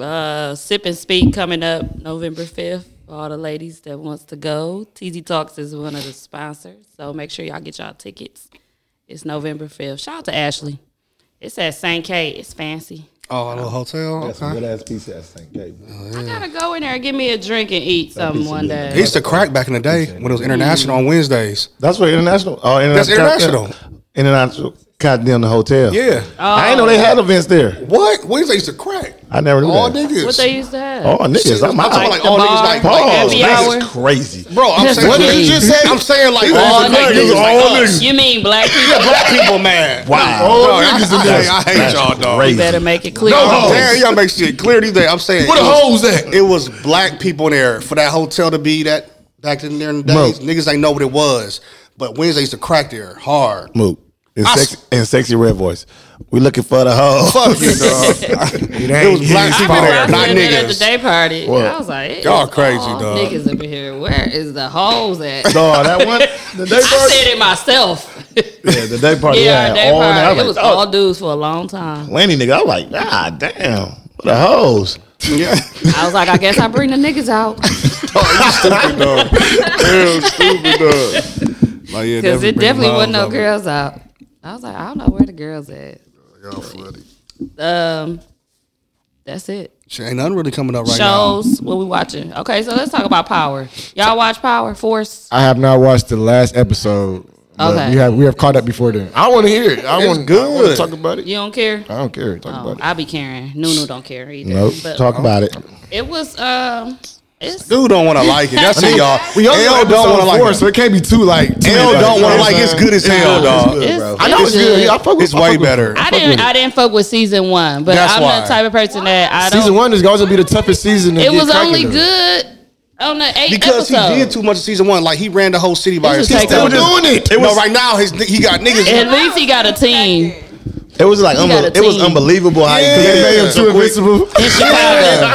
on.
uh, Sip and Speak coming up November 5th. For all the ladies that wants to go, TZ Talks is one of the sponsors. So make sure y'all get y'all tickets. It's November 5th. Shout out to Ashley. It's at St. Kate. It's fancy.
Oh, a little hotel.
That's a
Okay.
good ass piece of ass thing, Gabe.
I gotta go in there and get me a drink and eat something one
It
day.
used to crack back in the day when it was international on Wednesdays.
That's what international. Oh,
That's
international.
international.
International. Goddamn the hotel.
Yeah.
I didn't know they had events there.
What? Wednesday used to crack.
I never knew
All
that.
niggas.
What they used to have.
Oh, niggas,
Shit,
I'm
I'm talking
out.
like all
The
niggas
bar,
like,
like
like
Pause.
happy
man,
hour.
That's crazy.
Bro, I'm saying
What did you just say?
I'm saying like
These
all
niggas
niggas,
is
like
all
us.
You mean black people?
Yeah, black people mad.
Wow.
Bro,
All
I,
niggas in
I,
there.
I, hate
That's
y'all, dog.
crazy.
You better make it clear.
Oh, damn, y'all make shit clear these days. I'm saying
Where the
it was-
hoes at?
It was black people in there for that hotel to be that back in there in the days. Niggas ain't know what it was, but Wednesday used to crack there hard.
Moot. And
I
sexy, and sexy red voice. We looking for the hoe.
Fuck you, dog. it was black
I
people in
remember
there,
I said
not
that at the
niggas.
day party. I was like, it
Y'all
is
crazy,
all
dog.
Niggas up in here. Where is the hoes at?
No, that one. The day
I
party.
said it myself.
Yeah, the day party.
yeah, our
Yeah,
day
all night. I
party.
was
It was
like,
all dudes for a long time.
plenty nigga. I was like, ah, damn. What the hoes.
Yeah.
I was like, I guess I bring the niggas out
stupid, dog. Damn, stupid, dog. Like, yeah,
because it
bring
definitely
miles
wasn't no
of it.
girls out. I was like, I don't know where the girls at.
Y'all funny.
Um, that's it.
Shit, ain't nothing really coming up right now.
Shows. What we watching? Okay, so let's talk about Power. Y'all watch Power Force?
I have not watched the last episode. but
Okay.
We have we have caught up before then. I want to hear it. I
It's
want
good.
to talk about it.
You don't care?
I don't care. Talk
Oh,
about it.
I be caring. Nunu don't care either.
Nope.
Oh. But
Talk about it.
It was um It's
Dude don't want to like it. That's it, y'all.
We only
L don't want
on
to
episode
like
four,
it.
so it can't be too like.
L don't want to like. It's
it's
good as hell, dog.
it's,
I know it's good. Yeah, I fuck with,
It's
I fuck
way
with-
better.
I didn't. I didn't fuck with season one, but
That's
I'm
why.
the type of person that I don't.
Season one is going to be the toughest season. to
it
get
was
cracking
only
in.
good on the eight
Because he
episode.
did too much in season one. Like he ran the whole city by
This is
himself.
He's still
doing it.
It was right now. His he got niggas.
At least he got a team.
It was like
got
unbe-
a
it was
team.
unbelievable how he
They made him
could
too invincible.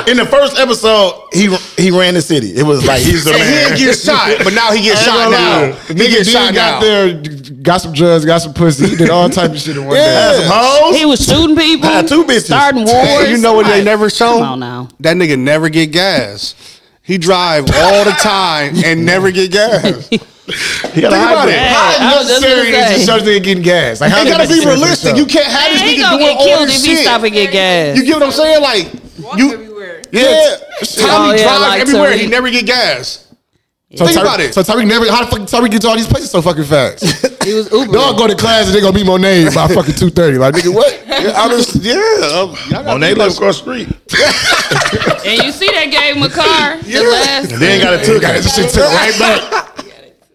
In the first episode, he he ran the city. It was like he's the
and he
man.
didn't get shot, but now he gets shot now. He
Nigga
gets
D
shot now.
got there, got some drugs, got some pussy. He did all type of shit in one
Had
day.
some hoes.
He was shooting people,
Had two bitches.
starting wars.
You know what they
Like,
never show?
Come on now.
That nigga never get gas. He drive all the time and never get gas.
He got a
Think about
hybrid.
it.
Yeah, I
How
was just gonna
necessary is
say.
this church nigga getting gas? Like, how
It gotta
necessary
be
is this
realistic.
show?
You can't have this
Man, he
nigga
gonna
doing
get
all
killed if
this
he
shit.
stop and get gas.
You get what I'm saying? Like you,
everywhere.
yeah. Tommy
Oh, yeah,
drives
like
everywhere. He
Tariq.
never get gas.
So
Think
Tyreek-
about it.
So Tyreek never. How the fuck Tyreek get to all these places so fucking fast?
He was Uber.
Dog go to class and they gonna be Monet by fucking two thirty. Like nigga, what?
I was yeah. um, y'all gotta
Monet
be like-
live across the street.
And you see they gave him a car. The last.
And then got a took.
That shit took right back.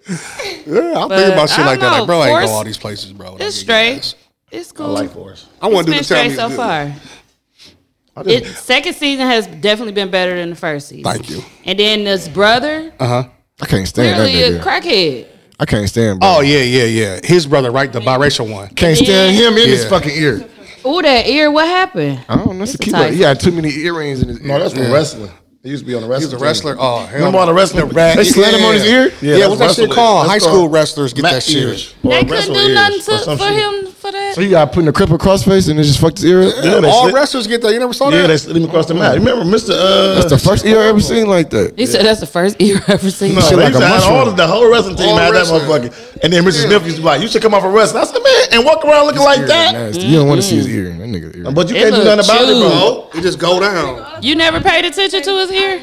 Yeah, I'm thinking about
I
shit
don't
like that. Like,
know.
bro, I ain't
Force-
go all these places, bro. Don't
It's
get
straight.
gas.
It's cool.
I like Forrest.
I want to do
It's been
the
straight
tell
so
me good.
far.
I
It
just-
second season has definitely been better than the first season.
Thank you.
And then this brother,
I can't stand
clearly a
that nigga.
crackhead.
I can't stand. Bro.
Oh yeah, yeah, yeah. His brother, right? The biracial one.
can't stand him in his
Yeah.
fucking ear.
Ooh, that ear. What happened?
I don't know. That's
It's
a
a
key.
type.
He had too many earrings in his. Ear.
No, that's from wrestling. He used to be on the wrestling.
He's a wrestler.
team.
Oh, hell
Remember all the wrestling?
They slammed him on his ear?
Yeah,
that's
what's that shit
wrestling.
called?
That's
High school wrestlers get
Mac
that shit.
ears or
They couldn't
wrestle
do
ears
nothing
or
to,
some
for
shit.
him for that.
So you got putting a cripple crossface and it just fucked his ear up.
Yeah, they
All
slid-
wrestlers get that. You never saw
Yeah, they
that.
slid him across the mouth. Remember, Mister. Uh,
That's the first ear I ever seen like that.
he said that's the first ear I ever seen.
No,
Shit
they
like
used
a
to have all
mushroom.
of the whole wrestling team
All
had that
wrestling.
motherfucker. And then Mr. Smith used to be like, "You should come out for wrestling." I said, "Man, and walk around looking like that."
Nasty. You don't want to see his ear. That nigga ear.
But you
It
can't do
look
nothing about it, bro.
He Oh, just go down.
You never paid attention to his ear.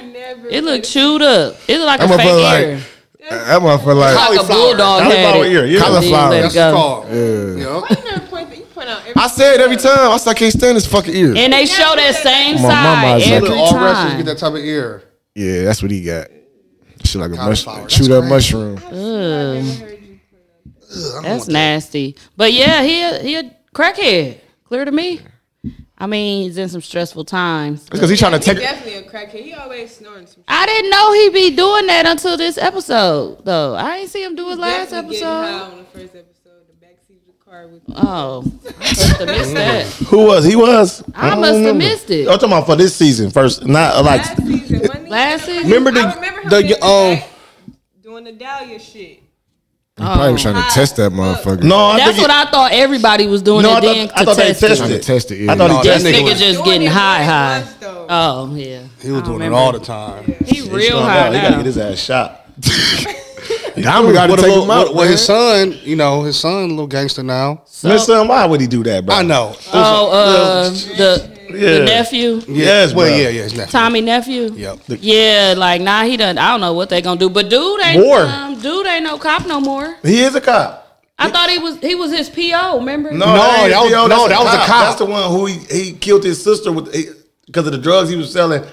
It looked chewed up. It looked like
I'm
a
a
fake
feel like
ear.
that motherfucker
Like a
like
cauliflower.
bulldog had
Cauliflower
it. And
ear, yeah.
then let it
Cauliflower.
That's
go.
called.
Yeah.
Yeah.
You point, you point out every
I say it every time. I said I can't stand this fucking ear.
And they show that same
My mama
side
is like-
every
All wrestlers get
time.
that type of ear.
yeah, that's what he got. Shit like a
Cauliflower.
mushroom.
That's
Chewed up
crazy.
mushroom.
That's nasty. But yeah, he a, he a crackhead. Clear to me. I mean, he's in some stressful times.
Because he trying to take.
definitely a crackhead. He always snoring some
I didn't know he be doing that until this episode, though. I ain't see him do it last
Definitely getting high
episode.
on the first episode, the backseat of the car with
Oh, I must have missed that.
Who was he? Was
I
don't
must have
remember.
missed it.
I'm talking about for this season first, not uh, like.
last season. wasn't he?
Last season?
Remember the-
I remember him
the-
being
oh.
um,
back doing the Dahlia shit.
He probably was trying
Oh,
to test that motherfucker.
No, I
That's
think
what I thought everybody was doing.
No,
No,
I
and
thought-
then
I thought
to
they
test it.
tested
Trying to test it.
I thought he
This
just
nigga just
Doing
getting
it
high,
more than
high.
once, though.
Oh yeah,
He was doing it all the time.
he real high
He gotta
now.
get his ass shot.
Diamond got to
What a
take
little,
him out.
what, what his
man.
son, you know, his son, little gangster now.
Mister, why would he do that, bro?
I know.
Oh, uh, the,
Yeah.
the nephew,
Yes,
Well,
bro.
yeah, yeah, his nephew.
Tommy nephew.
Yep.
Yeah, like nah, he done. I don't know what they gonna do, but dude ain't
More.
um, dude ain't no cop no more.
He is a cop.
I thought he was he was his PO. Remember?
No,
that
ain't
was-
Theo,
no,
that's
that was a cop.
That's the one who he, he killed his sister with because of the drugs he was selling.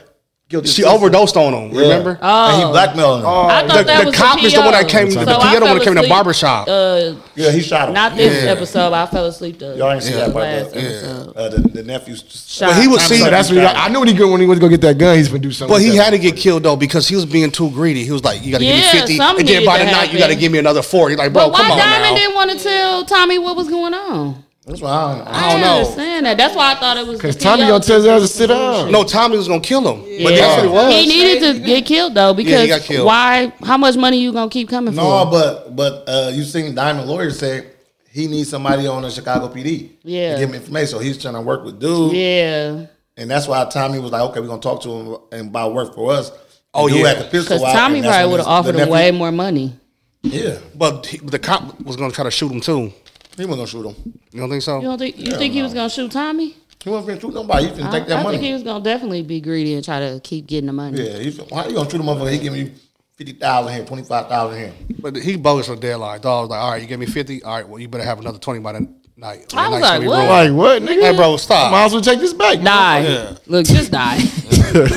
Killed his
She Oh.
sister.
overdosed on him. Remember?
And he blackmailed him.
Oh, I thought
the-
that
the
was
cop
PO.
is the one that came- the
So I
PO the one
fell
that came to
asleep,
barbershop.
Uh,
Yeah, he shot him.
not this episode. I fell asleep. The,
Y'all ain't see that
the
part,
last
though.
episode.
Uh, the, the nephew.
But he
Tommy
was see.
Sucker.
That's what he got. I knew when he go when he went to go get that gun, he's gonna do something.
But
with
he
that.
had to get killed though because he was being too greedy. He was like, "You got to
Yeah,
give me 50
something
and then by the
needed to
night you got to
happen.
give me another four. He's like, "Bro,
But why
oh, come on
Diamond
now."
didn't want to tell Tommy what was going on?
That's why I don't know.
I, don't understand that. That's why I thought it was
Cause
the
Tommy
PO.
gonna tell his ass to sit down.
No, Tommy was gonna kill him. But
Yeah.
that's what it was.
He needed to get killed though
Yeah,
because
he got killed.
why? How much money you gonna keep coming
No,
for?
but but uh, you seen Diamond Lawyer say he needs somebody on the Chicago PD.
Yeah.
To give him information. So he's trying to work with dude.
yeah,
And that's why Tommy was like, okay, we're going to talk to him and buy work for us.
Oh,
Dude
yeah.
had the pistol
because
out,
Tommy
and that's
probably
when
would
his-
have offered
the
him
nephew-
way more money.
Yeah.
But he, the cop was gonna try to shoot him too.
He wasn't going to shoot him.
You don't think
You
so?
don't think you think he was gonna shoot Tommy?
He wasn't going to shoot nobody. He finna
I,
take that
I
money.
think he was gonna definitely be greedy and try to keep getting the money.
yeah. He, fin- why you going to shoot a motherfucker? He giving you 50000 here, 25000 here.
But he bogus a deadline. Dog was like, "All right, you give me 50. All right, well, you better have another 20 by the night."
I was like,
Night's gonna be
what?
ruined.
Like what, nigga?
Hey, bro, stop.
Oh,
Might as well take this back.
Die. Look, just die.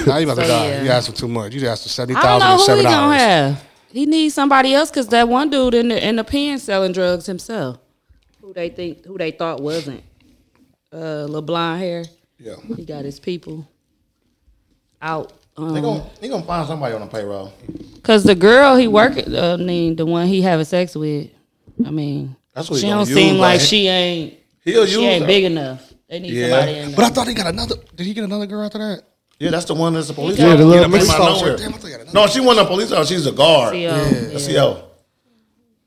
now you about to
So,
die.
yeah.
You asked for too much. You just asked for seventy
I don't
thousand
know
in
who he
seven
gonna
hours.
have. He needs somebody else because that one dude in the in the pen selling drugs himself, who they think who they thought wasn't, uh, little blonde hair.
Yeah.
he got his people out.
they gonna
Um,
they gonna find somebody on the payroll.
Cause the girl he working, uh, I mean the one he having sex with, I mean
That's what
she
he
Oh,
don't
gonna
seem
use,
like
like-
she ain't
He'll
she
use
ain't
her.
big enough. They need
Yeah.
somebody in
But I
there.
thought he got another. Did he get another girl after that?
Yeah, that's the one that's a police.
Yeah, the
officer.
little
Came
police
out of
officer.
nowhere.
Damn, I thought I
No, she wasn't a police officer. She's a guard.
CO,
A
yeah.
CO.
E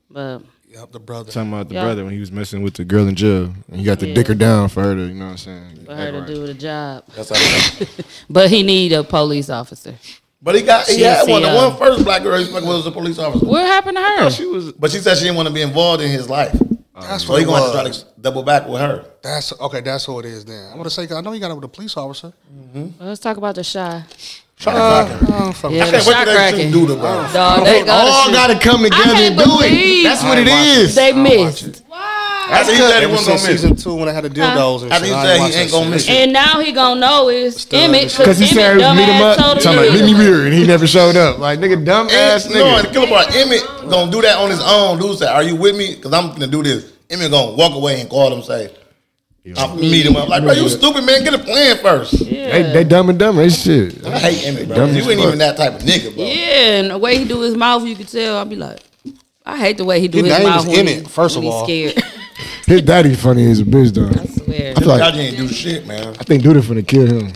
But
Yep, the brother.
Talking about the
Yeah.
brother when he was messing with the girl in jail, and he got to
Yeah.
dick her down for her to, you know what I'm saying?
for her to do the job.
That's how it
but he need a police officer.
But he got he
She a
had one. The
CO.
one first black girl he fucked with was a police officer.
What happened to her?
She was
But she said she didn't want to be involved in his life.
That's
So
what
he
it
gonna have to try
was.
to double back with her.
That's okay. That's who it is. Then I'm gonna say 'cause I know he got it with a police officer.
Well, let's talk about the shy.
Uh, I
Yeah,
yeah.
the shot
What did that shit
cracking. Oh.
do to her?
Dog, they
all
gotta,
gotta come together
can't
and do it.
believe-
That's what it
I watch
is.
they missed.
That's he said he
Ever
wasn't gonna
since
miss.
season two when I had the dildos and
After
shit,
he
I
said
watched
he ain't
that
gonna
shit.
miss it.
And now he gonna know it's Emmett
Cause he said it was meet him up.
Told
Talking about meet me here, and he never showed up. Like nigga, dumb ass
And, no, and
nigga.
the killer part, Emmett gonna do that on his own. Dude said, "Are you with me? Because I'm gonna do this." Emmett gonna walk away and call him say, "I'm meet him up." Like, bro, you stupid man, get a plan first.
They, they dumb and dumber. It's shit.
I hate Emmett, bro.
Dumb
You
as
ain't
fuck.
even that type of nigga, bro.
Yeah, and the way he do his mouth, you could tell. I'd be like, I hate the way he do
His
his
name
mouth
is
when
in
he-
it, first
when
of
he's
all.
scared.
His daddy funny as a bitch though.
I swear.
I feel
Y'all
like
ain't do shit, man.
I think Duda finna kill him.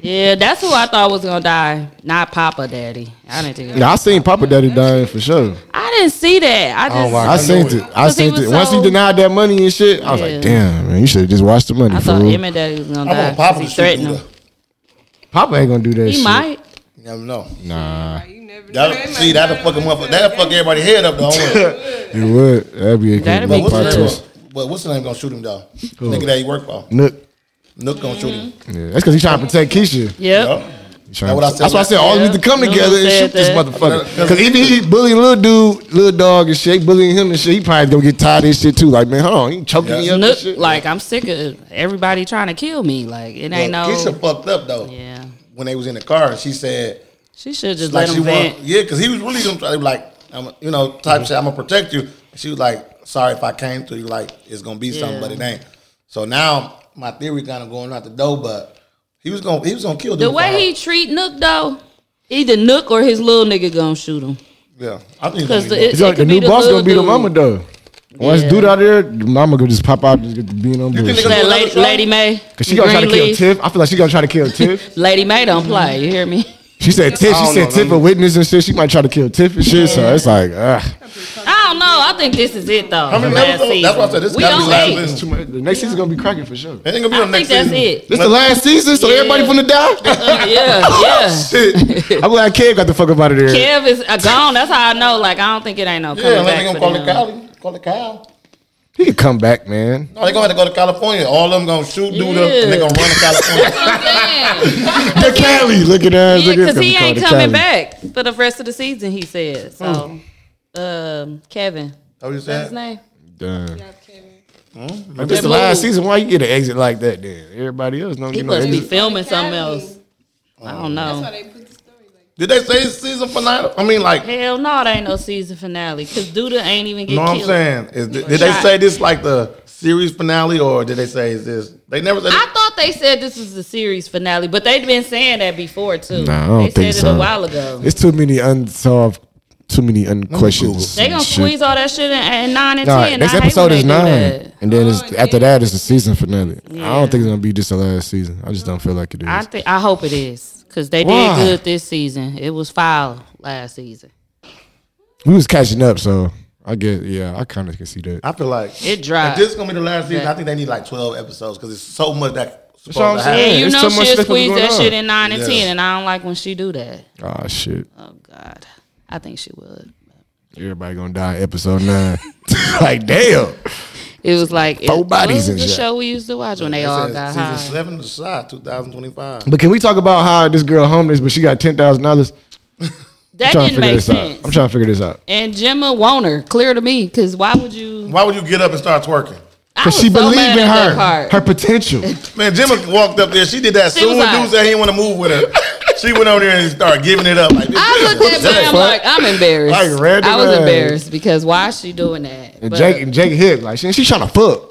Yeah, that's who I thought was gonna die, not Papa Daddy. I didn't think.
Yeah, I seen Papa Daddy dying for sure.
I didn't see that. I just.
Oh, I seen it. I
Cause he
seen
was
it. Once he
so-
denied that money and shit, I was
Yeah.
like, damn, man, you should have just watched the money.
I
for
thought
real.
Emmett Daddy was gonna
I
die.
want
'cause
Papa
he
to shoot
threatened
Duda.
him.
Papa ain't gonna do that.
He
shit.
might.
You never know.
Nah,
You never know.
That, see, that'll fuck him up. That'll fuck everybody head up, though.
it would. That'd be a
That'd
good
be
but
little
what's
plot
the name?
twist.
of- But what's the name gonna shoot him though? Nigga that he worked for.
Nook.
Nook gonna shoot him.
Yeah, that's because he's trying to protect Keisha.
Yep.
Yup.
He trying
what I
to-
said.
that's why I said all
Yeah.
need to come
Nook
together and
said
shoot this
that.
motherfucker. Because even he bullying little dude, little dog and shit, he bullying him and shit, he probably gonna get tired of this shit too. Like, man, hold on, he choking me up. and
Look,
shit.
like I'm sick of everybody trying to kill me. Like it ain't
But Keisha
no.
fucked up though.
Yeah,
When they was in the car, and she said,
she should just
like
let
she
him vent.
want, yeah, because he was really gonna try to be like, I'm, you know, type shit. I'm gonna protect you. And she was like, sorry if I came to you, like it's gonna be something,
Yeah.
but it ain't. So now my theory kind of going out the door, but he was gonna he was gonna kill
The
dude for her.
way he treat Nook though, either Nook or his little nigga gonna shoot him.
yeah, I think he's
Because
gonna
the,
be
it,
It's like
it
the
could
new
be the
boss
little
gonna be the
dude.
mama though. Once
Yeah.
dude out of there, the mama gonna just pop out, just get to being on
think
bullshit.
they
That
Another
lady,
show?
lady May.
Cause she gonna try to kill
Greenleaf.
Tiff. I feel like she gonna try to kill Tiff.
Lady May don't play. You hear me?
She said Tiff. She
don't
said
know,
Tiff
man.
a witness and shit. She might try to kill Tiff and shit. So it's like, ah.
I don't know. I think this is it though.
many
for last
episodes? That's why I said this
we
gotta be
don't
last
hate.
season.
It's too much. The next season's gonna be cracking for sure.
It ain't gonna be
I
on
think
next
that's
season.
it.
This the last season, so
Yeah.
everybody finna die.
yeah,
Oh,
yeah.
Shit. I'm glad Kev got the fuck up out of there.
Kev is uh, gone. That's how I know. Like I don't think it ain't no coming
Yeah, they
back.
gonna
for
call it
them.
Cali. Call it Cal.
He could come back, man.
No, they gonna have to go to California. All of them gonna shoot dude up and they gonna run to California.
I'm saying.
The Cali, look at that.
Yeah,
look at
because he
him,
ain't
called the
coming
Cali.
back for the rest of the season. He said so.
Hmm.
Um, Kevin,
What you
what's his
saying?
name?
Damn.
Hmm?
If this the last season, why you get an exit like that? Then everybody else don't
He
get no
must be
exit.
filming something else. I don't
Um,
That's why
know.
they put the story like
Did they say it's season finale? I mean, like, you
Hell no, it ain't no season finale because Duda ain't even get
know what I'm
killed.
saying? Is th-
Or
did they
shot.
say this like the series finale, or did they say is this? They never said.
I thought they said this was the series finale, but they've been saying that before too.
Nah, I don't
they
think
said
so.
it a while ago.
It's too many unsolved, too many unquestions.
They gonna
and shit.
squeeze all that shit in at nine and
Nah,
ten.
next
I hate when
episode
they
is
do
nine,
that. Oh,
and then it's, after that is the season finale. I
Yeah.
don't think it's gonna be just the last season. I just don't feel like it is.
I think I hope it is because they
Why?
did good this season. It was foul last season.
we was catching up, so I get yeah. I kind of can see that.
I feel like
It
if
dropped.
this is gonna be the last season. I think they need like 12 episodes because it's so much that supposed
what I'm
to
saying.
happen.
Yeah, you
it's
know
so much
she'll
stuff
squeeze
going
that
on.
shit in nine and
Yes.
ten, and I don't like when she do that.
Ah shit,
Oh God, I think she would.
everybody gonna die. in Episode nine. like damn,
It was like it,
Four bodies
what was
in
the
shot.
show we used to watch when they
It
all
says
got
season
high.
seven to side 2025.
but can we talk about how this girl homeless, but she got ten thousand dollars?
That
I'm
didn't
trying to figure
make
this
sense.
out. I'm trying to figure this out.
And Gemma Woner, clear to me, because why would you?
Why would you get up and start twerking?
Because
was
she
so
believed
mad
in
at that
her,
part.
her potential.
Man, Jimmy walked up there. She did that
She
soon.
was like-
dude said he didn't want to move with her. She went over there and started giving it up. Like,
I looked at
Jake,
him like I'm embarrassed.
Like, random
I was
ass.
embarrassed because why is she doing that?
And
But
Jake and Jake hit like she, she trying to fuck.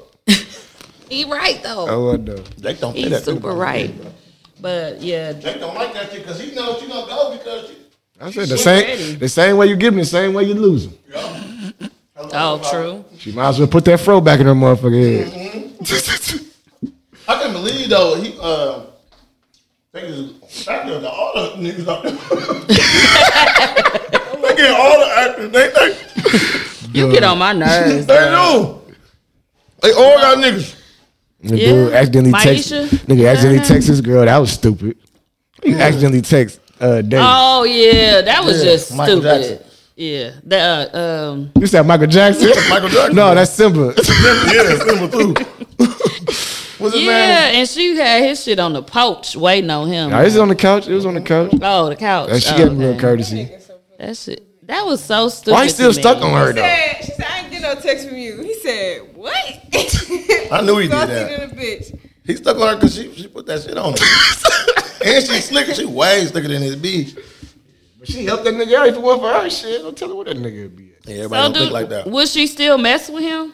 he right though.
Oh no.
Jake don't
He's super right. But yeah,
Jake don't like that shit because he knows she gonna go because she.
I said the same the same way you give them, the same way you lose them.
oh true.
She might as well put that fro back in her motherfucking head.
I can believe though he. Uh, I think it's actor, the all the niggas out there. They get all the actors. They think
You get on my nerves.
they do. They all got niggas.
The
Yeah.
dude accidentally text
Maisha? Uh-huh.
nigga accidentally text this girl. That was stupid. He accidentally text uh Dave.
Oh yeah, that was
Yeah,
just
Michael
stupid.
Jackson.
Yeah, that uh, um,
You said Michael Jackson?
Michael Jackson.
no, that's Simba.
yeah, that's number two. What's his
yeah, and she had his shit on the pouch waiting on him.
Nah, it's on the couch. It was on the couch.
oh, the couch.
And she
oh,
gave me real
okay.
courtesy.
That shit. That was so stupid.
Why you still
to me.
stuck on her
She
though?
said, she said, I ain't get no text from you. He said, what?
I knew he did
Saucy
that.
than a bitch.
name? He stuck on her because she, she put that shit on him. and she slicker. She way slicker than his B.
She helped that nigga out if it wasn't for her shit. Don't tell her what that nigga would be at.
Yeah, everybody
So
don't think
do,
like that.
would she still mess with him?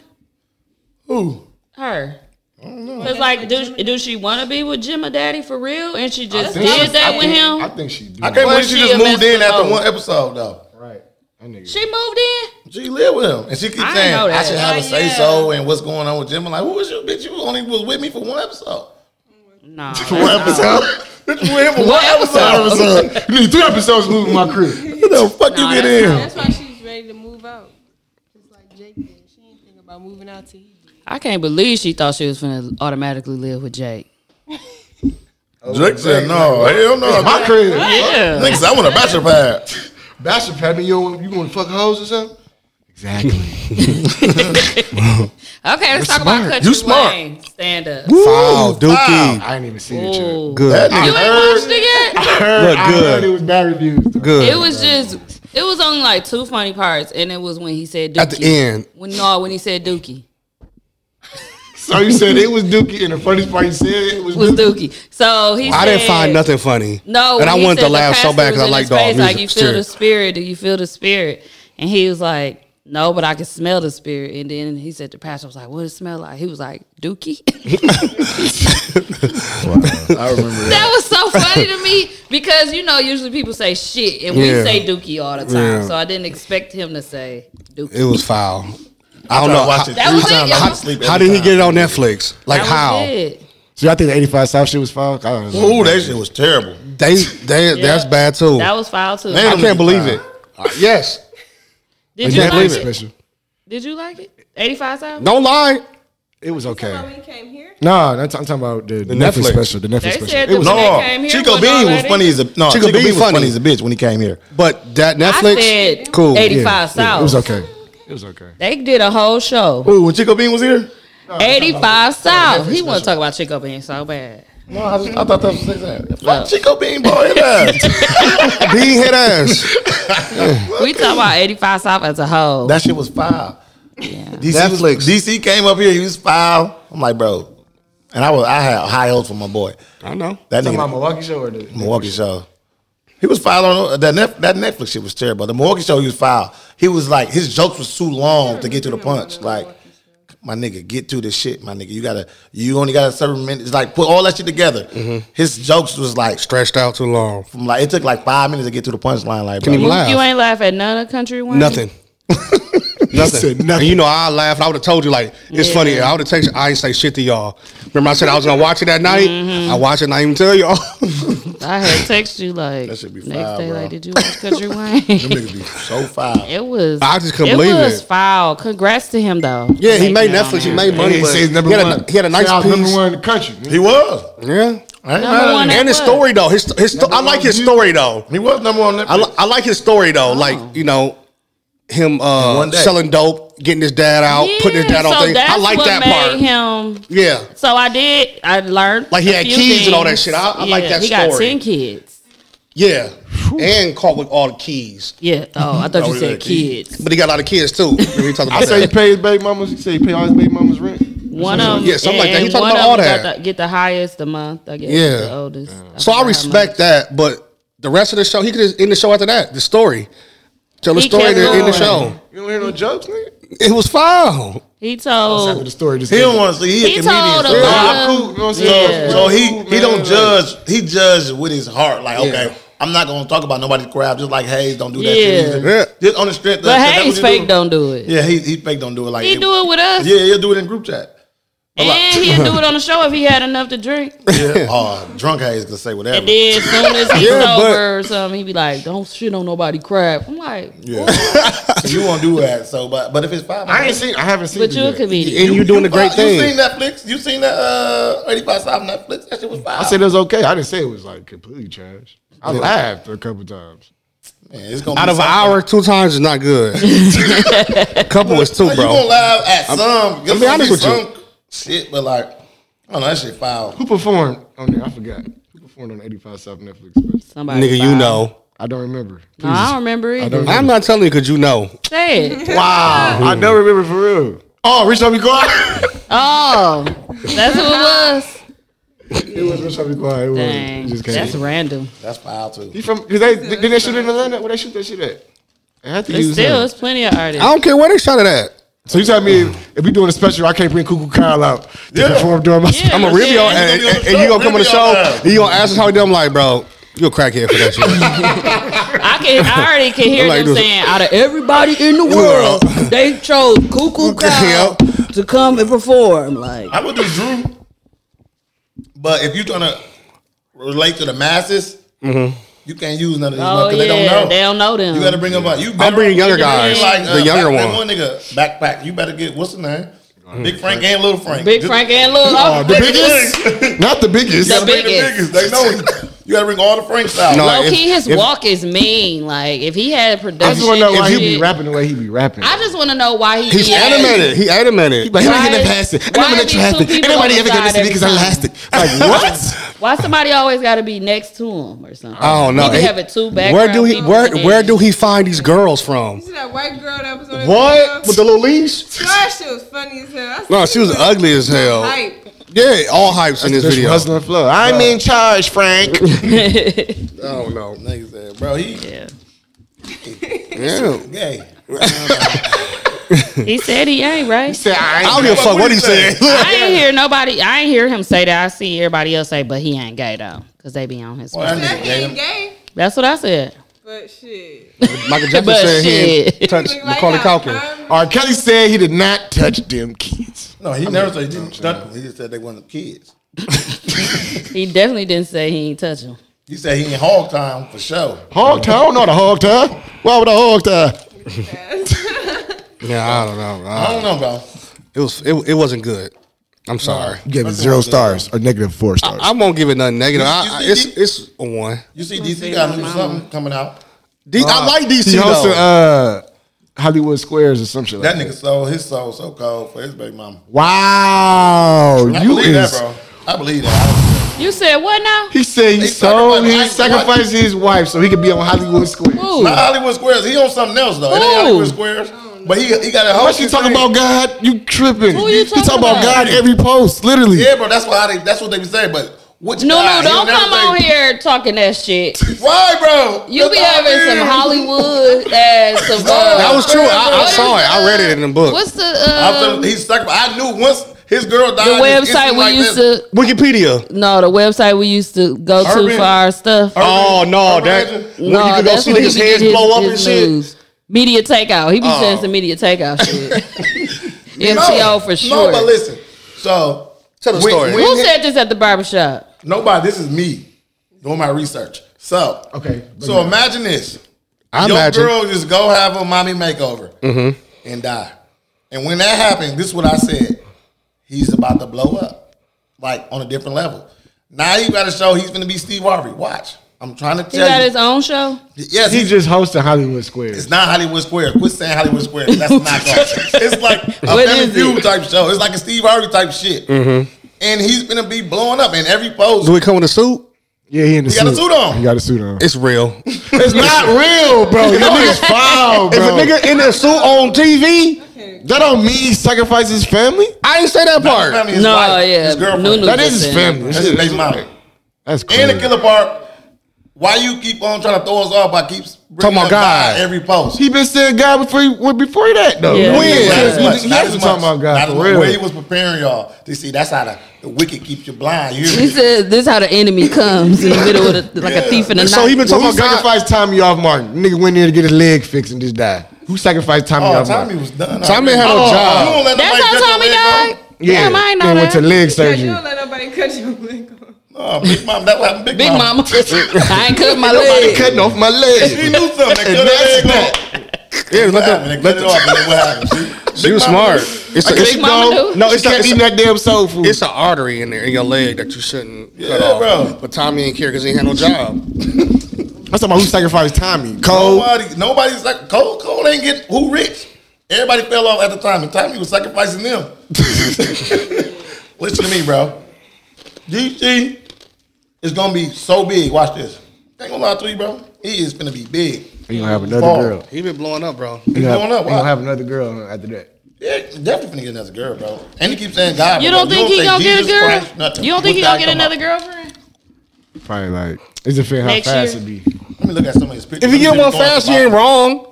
Ooh.
Her. Cause like, do do she want to be with Jim or Daddy for real? And she just
think
did
she-
that
I
with him.
I think she do.
I can't
Well,
believe she,
she
just
a
moved in
messed up
after
hoe.
one episode though.
right. That nigga.
she moved in.
She lived with him, and she keeps
I
saying,
know
"I
that.
should have
Oh,
a say
yeah.
so." And what's going on with Jim? I'm like, who was your bitch? You only was with me for one episode.
No.
One episode. Bitch, you with him for one
All of a
episode.
sudden, you need three episodes moving my crib.
What the fuck you
Nah, that's
get in?
That's why she's ready to move out. Just like Jake did. She ain't thinking about moving out till he did.
I can't believe she thought she was gonna automatically live with Jake.
Jake said, "No, hell no,
My crib.
Yeah.
Niggas, I want a bachelor pad.
Bachelor pad me. You want- you going to fuck hoes or something? Exactly.
Okay, let's talk about country
You smart.
Wayne. Stand up.
Foul, Dookie.
I ain't even see the
Ooh.
trip.
Good.
You ain't watched it yet.
Look
I heard it
good.
was bad reviews. though.
Good.
It was just. It was only like two funny parts, and it was when he said Dookie.
At the end.
When no, when he said Dookie
So you said it was Dookie, and the funniest part you said it was
was
Dookie.
Dookie. So he.
I didn't
said-
find nothing funny.
No,
and I
when he
wanted
said
to
the
laugh so
pastor
bad
was
because I like dog
in his face,
music.
Like you feel
too.
the spirit? Do you feel the spirit? And he was like, "No, but I can smell the spirit." And then he said, "The pastor was like, what does it smell like?" He was like, "Dookie."
I remember that.
that was so funny to me because you know usually people say shit and we
Yeah.
say Dookie all the time,
Yeah.
so I didn't expect him to say Dookie.
It was foul. I don't know.
watched it
How,
That
three
was it,
times. I
y'all.
couldn't sleep
how
every
did he
time.
get it on Netflix? Like
That was
how?
it.
So y'all think the 85 South shit was foul? I don't know.
Ooh, that shit was terrible.
They, they, That's bad too.
That was foul too.
I can't believe it.
Yes.
Did you like it?
special.
Did you like it? Eighty five thousand.
Don't lie.
It was
When
okay.
he came here,
Nah, that's, I'm talking about the, Netflix.
Netflix.
special. The Netflix
They
special.
said
it
the
was
When they
No,
came here,
Chico
wasn't
Bean
all
was
that
funny as a no.
Chico
Chico,
Bean
Bean was
funny.
funny as a bitch when he came here.
But that
I
Netflix,
said
cool.
Eighty
yeah,
five
yeah,
South.
It was okay. It was okay.
They did a whole show.
Ooh, when Chico Bean was here,
85 South. He want to talk about Chico being so bad.
no, I, just, I thought that was that. Fuck Chico Bean, boy, his ass.
Bean hit ass.
We talk about 85 South as a whole.
that shit was foul.
yeah.
DC, was-
Netflix.
DC came up here. He was foul. I'm like, bro, and I was I had high hopes for my boy.
I know.
That
Talking about
nigga,
Milwaukee show or the
Milwaukee show. He was foul on that. Net, that Netflix shit was terrible. The Milwaukee show, he was foul. He was like his jokes was too long to get to the punch. Like, my nigga, get to the shit, my nigga. You gotta, you only got a certain minutes. Like, put all that shit together.
Mm-hmm.
His jokes was like
Stretched out too long.
from like it took like five minutes to get to the punchline. Like,
Can
bro,
you laugh?
You ain't laugh at none of Country Wayne?
Nothing. nothing.
said nothing.
And you know, I laughed. I would have told you, like, it's
Yeah.
funny. I would have texted, I ain't say shit to y'all. Remember, I said I was going to watch it that night? I watched it and I didn't even tell y'all.
I had text you like
That should be
next
foul,
day,
bro.
like, did you watch Country
them
Wayne?
niggas be so foul.
it was.
I just couldn't
it
believe
was
it.
foul. Congrats to him though.
yeah, he
Making
made
it on
Netflix. He
there.
made money.
He
but
said number
he, had
one.
A, he had a nice
Said I was
piece.
number one in the country.
He was.
Yeah.
I ain't
Number
mad at
one
him.
at
And his
what?
story, though. His, his sto- I like his story, though.
He was number one. on
I,
Netflix.
li- I like his story, though. Like, you know, him uh,
One day.
selling dope, getting his dad out,
Yeah,
putting his dad on
so
things. I
that's
like
what
that
made
part.
Him.
Yeah.
So I did. I learned
Like, he
a
had
few
kids and all that
things.
shit. I- I like
Yeah,
that
He got
story.
ten kids.
Yeah. And caught with all the keys.
Yeah. Oh, I thought you
yeah,
said kids.
But he got a lot of kids too. We talk about
I say he
that.
paid his baby mamas. He said he paid all his baby mamas rent.
One of them,
yeah, something like that. He talking about all that.
get the highest a month. I guess.
Yeah.
The oldest.
So I respect that, but the rest of the show, he could just end the show after that. The story, tell the
He
story,
kept
then end the
going.
show.
You don't hear no jokes, nigga.
It was foul.
He told.
story
he don't want to see. He,
He
a comedian.
told a
so-
lot of- I'm cool, you know what I'm saying?
so, so
Cool,
he he
man,
don't
like-
judge. He judges with his heart. Like
Yeah.
okay, I'm not gonna talk about nobody's crap. Just like Hayes, don't do that.
Yeah.
shit. Just on the strength. of-
But
that's what
Hayes
you
fake don't do it.
Yeah, he he fake don't do it. Like
He do it with us.
Yeah, he'll do it in group chat. I'm like-
And he'd do it on the show if he had enough to drink.
Yeah, uh, drunk Hayes can say whatever.
And then as soon as he's
Yeah, but-
sober or something, he'd be like, "Don't shit on nobody crap." I'm like,
Yeah. so you won't do that. So, but but if it's five, Oh,
I ain't seen- I haven't seen But you you a do that. comedian.
And you doing the great
you
thing.
seen Netflix? You seen that uh, eighty five South Netflix? That shit was five.
I said it was okay. I didn't say it was like completely trash. I
Yeah.
laughed a couple times.
Man, it's gonna
Out of an hour, two times is not good. Couple is two,
you
bro.
gonna laugh at
I'm-
some?
I'm,
There's
be
gonna
honest
be
with you.
some Shit, but like, I don't know. That shit foul.
Who performed on there? I forgot. Who performed on 85 South Netflix? First?
Somebody
Nigga, you foul. know.
I don't remember.
No, I don't remember either.
I'm not telling you because you know.
Say it.
Wow. I don't remember for real. Oh, Rich Homie Quad?
Oh, that's who it was.
it was Rich Homie Quad. It was.
Dang,
It just came.
that's random.
That's foul too.
He from, did they, did they shoot in Atlanta? Where they shoot that shit at? It had to
But
use
still,
him.
it's plenty of artists.
I don't
care where they shot it at.
So you tell me if, if we doing a special, I can't bring Cuckoo Kyle out to perform during my.
I'm gonna rip y'all, and, and, and you gonna come on the show, and you gonna ask us how we did. I'm like, bro, you a crackhead for that shit.
I can. I already can hear
I'm like
them
this.
saying, out of everybody in the
In the
world, they chose Cuckoo Cow to come and perform. Like
I would do Drew, but if you're gonna relate to the masses, you can't use none of these
Oh,
because they
yeah,
don't know.
they don't know them.
You gotta bring them up. You
I'm
better,
bringing younger
you better
guys,
be
the younger
uh, back,
one.
That one nigga backpack. You better get what's the name? Big Frank and Little Frank.
Big Frank and Lil-
Oh, the biggest? Not the biggest.
You gotta
The
bring
biggest.
They know it. You gotta bring all the Franks out.
No,
low
if-
key, his
if-
walk is mean. Like if he had production,
I just want to know why
and
he be
shit-
rapping the way he be rapping.
I just want to know why he.
He's
be-
animated.
He animated.
He like, he
Why
didn't get
is-
that past it. And
why
I'm in the
is these two
traffic.
people
Ain't nobody
on
ever
the
gave this to
side
me because
every
I'm
time?
elastic. Like, what?
Why somebody always got to be next to him or something?
I don't know.
He be
He-
having two background
Where do he
people
where
today.
where do he find these girls from?
That white girl that was on that
What with the little leash?
video. Gosh, she was funny as hell. I said,
No, she was ugly as hell.
Hype.
Yeah, all hypes in this
That's
video.
Hustling flow. I'm in charge, Frank.
I don't know.
Niggas said, bro, he
yeah.
Yeah.
Gay.
He said he ain't right. He
said I,
ain't- I don't give a fuck what he said.
I ain't hear nobody. I ain't hear him say that. I see everybody else say, but he ain't gay though, because they be on his.
Well, that
phone.
nigga ain't gay,
That's what I said.
but shit.
Michael Jackson
But
said he
shit.
didn't touch
Look like
Macaulay
that,
Culkin.
R. Kelly said he did not touch them kids.
No, he never said he didn't touch them. He just said they wasn't kids.
He definitely didn't say he ain't touch him.
He said he in hog time for sure.
Hog tie. I don't know the hog tie. Why would I hog tie?
Yeah, I don't know.
I don't know, bro.
It was it, it wasn't good. I'm sorry.
You gave it zero stars or negative four stars.
I won't give it nothing negative.
You-
I,
you
I-
see
it's it's a one.
You see, DC got a new something coming out.
D- I like DC
Uh, He hosted
though.
uh, Hollywood Squares or some shit like
That
that.
nigga sold his soul so cold for his baby mama.
Wow,
I
you
believe
is.
that, bro. I believe that.
You said what now?
He said he sold. He sacrificed his wife so he could be on Hollywood Squares.
Ooh.
Not Hollywood Squares. He on something else though. It ain't
Who?
Hollywood Squares. But he he got a whole.
What you talking about God? You tripping?
Who you
he
talking
talking about
about?
God every post, literally.
Yeah, bro. That's why they. That's what they be saying. But which
No,
guy?
no,
He
don't
never
come
say-
on here talking that shit.
Why, bro?
You be having some Hollywood ass. Some, uh,
That was true. I, I
what
saw
is-
it. I read it in the book.
What's the
I'm
uh,
telling- he's stuck. I knew once his girl died.
the
it's
website
instant
we
like
used
this.
to?
Wikipedia.
No, the website we used to go to
Urban-
for our stuff.
Oh no, that when
No,
you could go
that's
see
where he
niggas'
be
heads
getting
blow up and
his
shit.
news. Media takeout. He be
Oh.
saying some media takeout shit. MTO for sure.
No, but listen. So tell
the story.
Who said this at the barbershop?
Nobody. This is me doing my research. So okay. So
yeah.
imagine this.
I
Your
imagine.
girl just go have a mommy makeover
Mm-hmm.
and die. And when that happened, this is what I said. He's about to blow up, like on a different level. Now you got to show he's going to be Steve Harvey. Watch. I'm trying to
He
tell
got
you.
his own show.
yes,
he just hosted Hollywood
it's
Squares.
not Hollywood Square. Quit saying Hollywood Square. That's not going. It's like a
What
Family
is
Feud
it?
type show. It's like a Steve Harvey type shit.
Mm-hmm.
And he's going to be blowing up in every post.
Do we come with a suit?
Yeah, he in the
He got a suit on.
He got a suit on.
It's real.
It's not real, bro. Your nigga's foul,
If
bro.
a nigga in a suit on TV,
That don't mean he sacrificed his family.
I didn't say that part.
His family, his
No,
wife,
yeah,
his girlfriend.
Nunu's That is his just family. saying.
That's his baby mama.
That's
And the killer part. Why you keep on trying to throw us off? I keep
Talking about God.
every post.
He been saying God before he, well, before that though.
Yeah.
When?
Not as much,
He
not as
has been
much.
talking about
Not
God
as
for
much.
real.
Where he was preparing y'all. You see, that's how the, the wicked keeps you blind. You hear
He
me?
said, "This how the enemy comes in the middle of the, like a thief in the night."
so he been talking about God. sacrificed Tommy off Martin. Nigga went in to get his leg fixed and just died. Who sacrificed Tommy
Oh,
off
Tommy
Martin?
was done.
Tommy had no
Oh,
job.
You don't let
That's
nobody
how
cut your
Tommy
leg off.
died. Yeah, Damn, I ain't know
then
that.
went to leg
Yeah, you
surgery.
don't let nobody cut you. Lincoln.
Oh, Big Mama, that's what happened. Big,
Big
Mama.
Mama, I ain't cut my
Nobody
leg.
cutting off my leg.
She knew something. They cut her
And
leg
that's
off.
that.
Yeah,
What happened? They cut it off. And then what happened? See?
She
Big
was
Mama
smart.
was-
It's a,
Big Mama
no,
do?
no,
She
it's not.
kept
It's,
eating
a,
that damn soul food.
it's an artery in there in your leg that you shouldn't cut
Yeah,
off.
bro.
But Tommy ain't care because he ain't had no job.
I'm talking about who sacrificed Tommy. Cole.
Nobody, nobody's like Cole. Cole ain't get who rich. Everybody fell off at the time. The time he was sacrificing them. Listen to me, bro. DC is gonna be so big. Watch this. Ain't gonna lie to you, bro. He is gonna be big.
He gonna have another
Fall.
girl.
He been blowing up, bro.
He
He's
gonna,
going
have,
up.
he gonna
Wow.
have another girl after that.
Yeah, definitely finna get another girl, bro. And he keeps saying God.
You
bro.
don't think he
say
gonna get a
Jesus Christ,
girl?
nothing.
You don't
What
think he
the
gonna
heck
get
am I-
another girlfriend?
Probably like it's a fair how
Next
fast
year.
it be.
Let me look at some of his pictures.
If you
Let me
get one
see what's going
fast, you
on.
ain't wrong.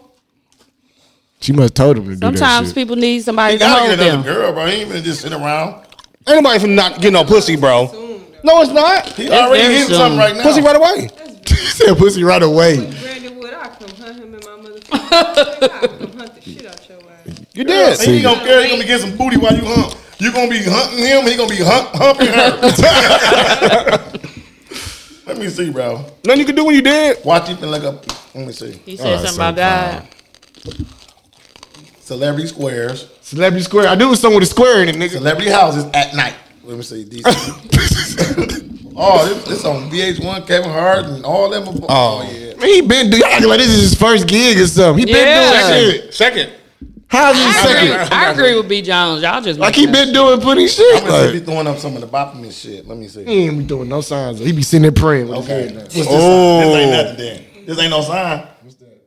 She must have told him to do that
Sometimes
shit.
people need
He
somebody to
gotta
hold
get
them.
another girl, bro. He ain't finna just sit around.
Anybody from not getting no pussy, bro. No, it's not.
He already
very
getting
soon.
something right now.
Pussy right away.
She said pussy right away.
Brandon Wood, I come hunt him in my motherfucking. I come hunt the shit out your ass.
You did.
He ain't gonna care. He gonna be getting some booty while you hump. You gonna be hunting him. He gonna be hump, humping her. Let me see, bro.
Nothing you can do when you did.
Watch you and look up. Let me see.
He
Oh,
said something about God.
Celebrity squares,
Celebrity Square. I knew it was someone with a square in it, nigga.
celebrity houses at night. Let me see. DC. oh, this, this on VH1. Kevin Hart and all them. Oh, yeah.
Man, he been doing. Y'all acting like this is his first gig or something. He
Yeah.
been doing shit.
Second.
How's he
I agree,
second?
I agree with B. Jones. Y'all just
Like
make
he
sense.
been doing putting shit.
I'm gonna be
Like, Mm.
throwing up some of the bopping and shit. Let me see.
he ain't be doing no signs. He be sitting there praying. With
Okay.
okay.
What's this? sign? This ain't nothing. Then this ain't no sign.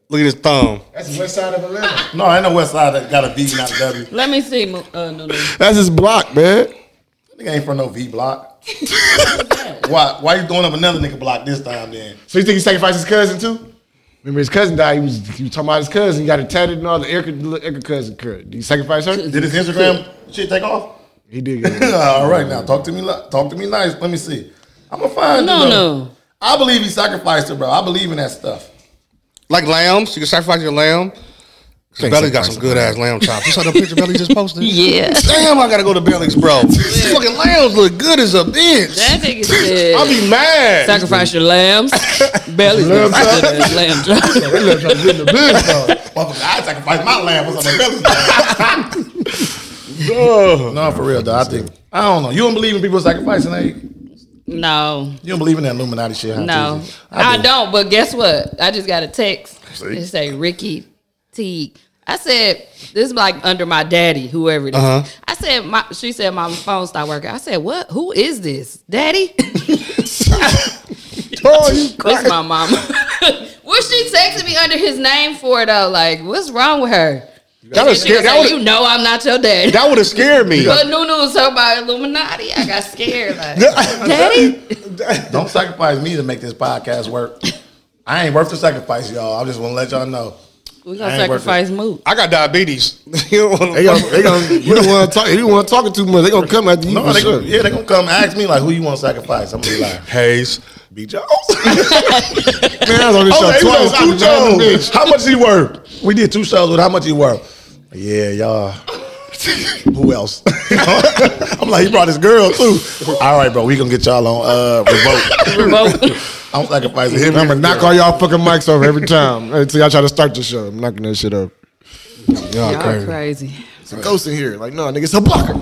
Look at his thumb.
That's the west side of Atlanta.
No, ain't no West Side that got a V, not a W.
Let me see. Mo- Uh, no, no.
That's his block, man.
Nigga ain't from no V block. why why you throwing up another nigga block this time then?
So you think he sacrificed his cousin too? Remember his cousin died. He was he was talking about his cousin. He got it tatted and all the Erica, little Erica cousin. Did he sacrifice her?
Did his Instagram shit take off?
He did. get it.
All right now, talk to me li- talk to me nice. Let me see. I'm gonna find
No,
you, though.
no.
I believe he sacrificed her, bro. I believe in that stuff.
Like lambs. You can sacrifice your lamb.
Can't
Belly got
sacrifice
some good ass lamb chops. You saw the picture Belly just posted?
Yeah.
Damn, I gotta go to Belly's, bro. These fucking lambs look good as a bitch.
That nigga said.
I'll be mad.
Sacrifice your lambs. Belly's lamb lamb chop.
That little brother getting the business, though.
Motherfucker, I sacrificed my lamb for something else. no, for real though. I think I don't know. You don't believe in people sacrificing, eh? You
No,
don't believe in that Illuminati shit. huh,
no,
Tuesday?
I, don't. But guess what? I just got a text. It say Ricky Teague. I said this is like under my daddy, whoever it is. I said my. She said my phone stopped working. I said what? Who is this, Daddy?
Oh, you
It's my mama. what she texted me under his name for though? Like what's wrong with her?
That would
She gonna
scare. That
say, you
would.
know I'm not your daddy.
That would have scared me.
But Nunu was talking about Illuminati. I got scared. Like, Daddy?
Don't sacrifice me to make this podcast work. I ain't worth the sacrifice, y'all. I just want to let y'all know.
We
I
gonna
ain't worth
sacrifice Moot.
I got diabetes. you don't
They
wanna
gonna, they gonna, you don't want to talk. You don't want talking too much. They gonna come after you.
No,
for
they
sure.
gonna, yeah, they gonna come ask me like, who you want to sacrifice? I'm gonna be like,
Hayes.
B. Jones.
Man, I was on this
Oh,
show
they was
twice.
on two
I'm a
shows. How much he worth? We did two shows with how much he worth. Yeah, y'all. Who else? I'm like, he brought his girl too. All right, bro, we gonna get y'all on uh revoke.
Revoke.
I'm sacrificing him.
I'm gonna knock all y'all fucking mics over every time until y'all try to start the show. I'm knocking that shit up. Y'all,
Y'all
crazy.
crazy.
It's a ghost in here. Like, no, nigga, it's a blocker.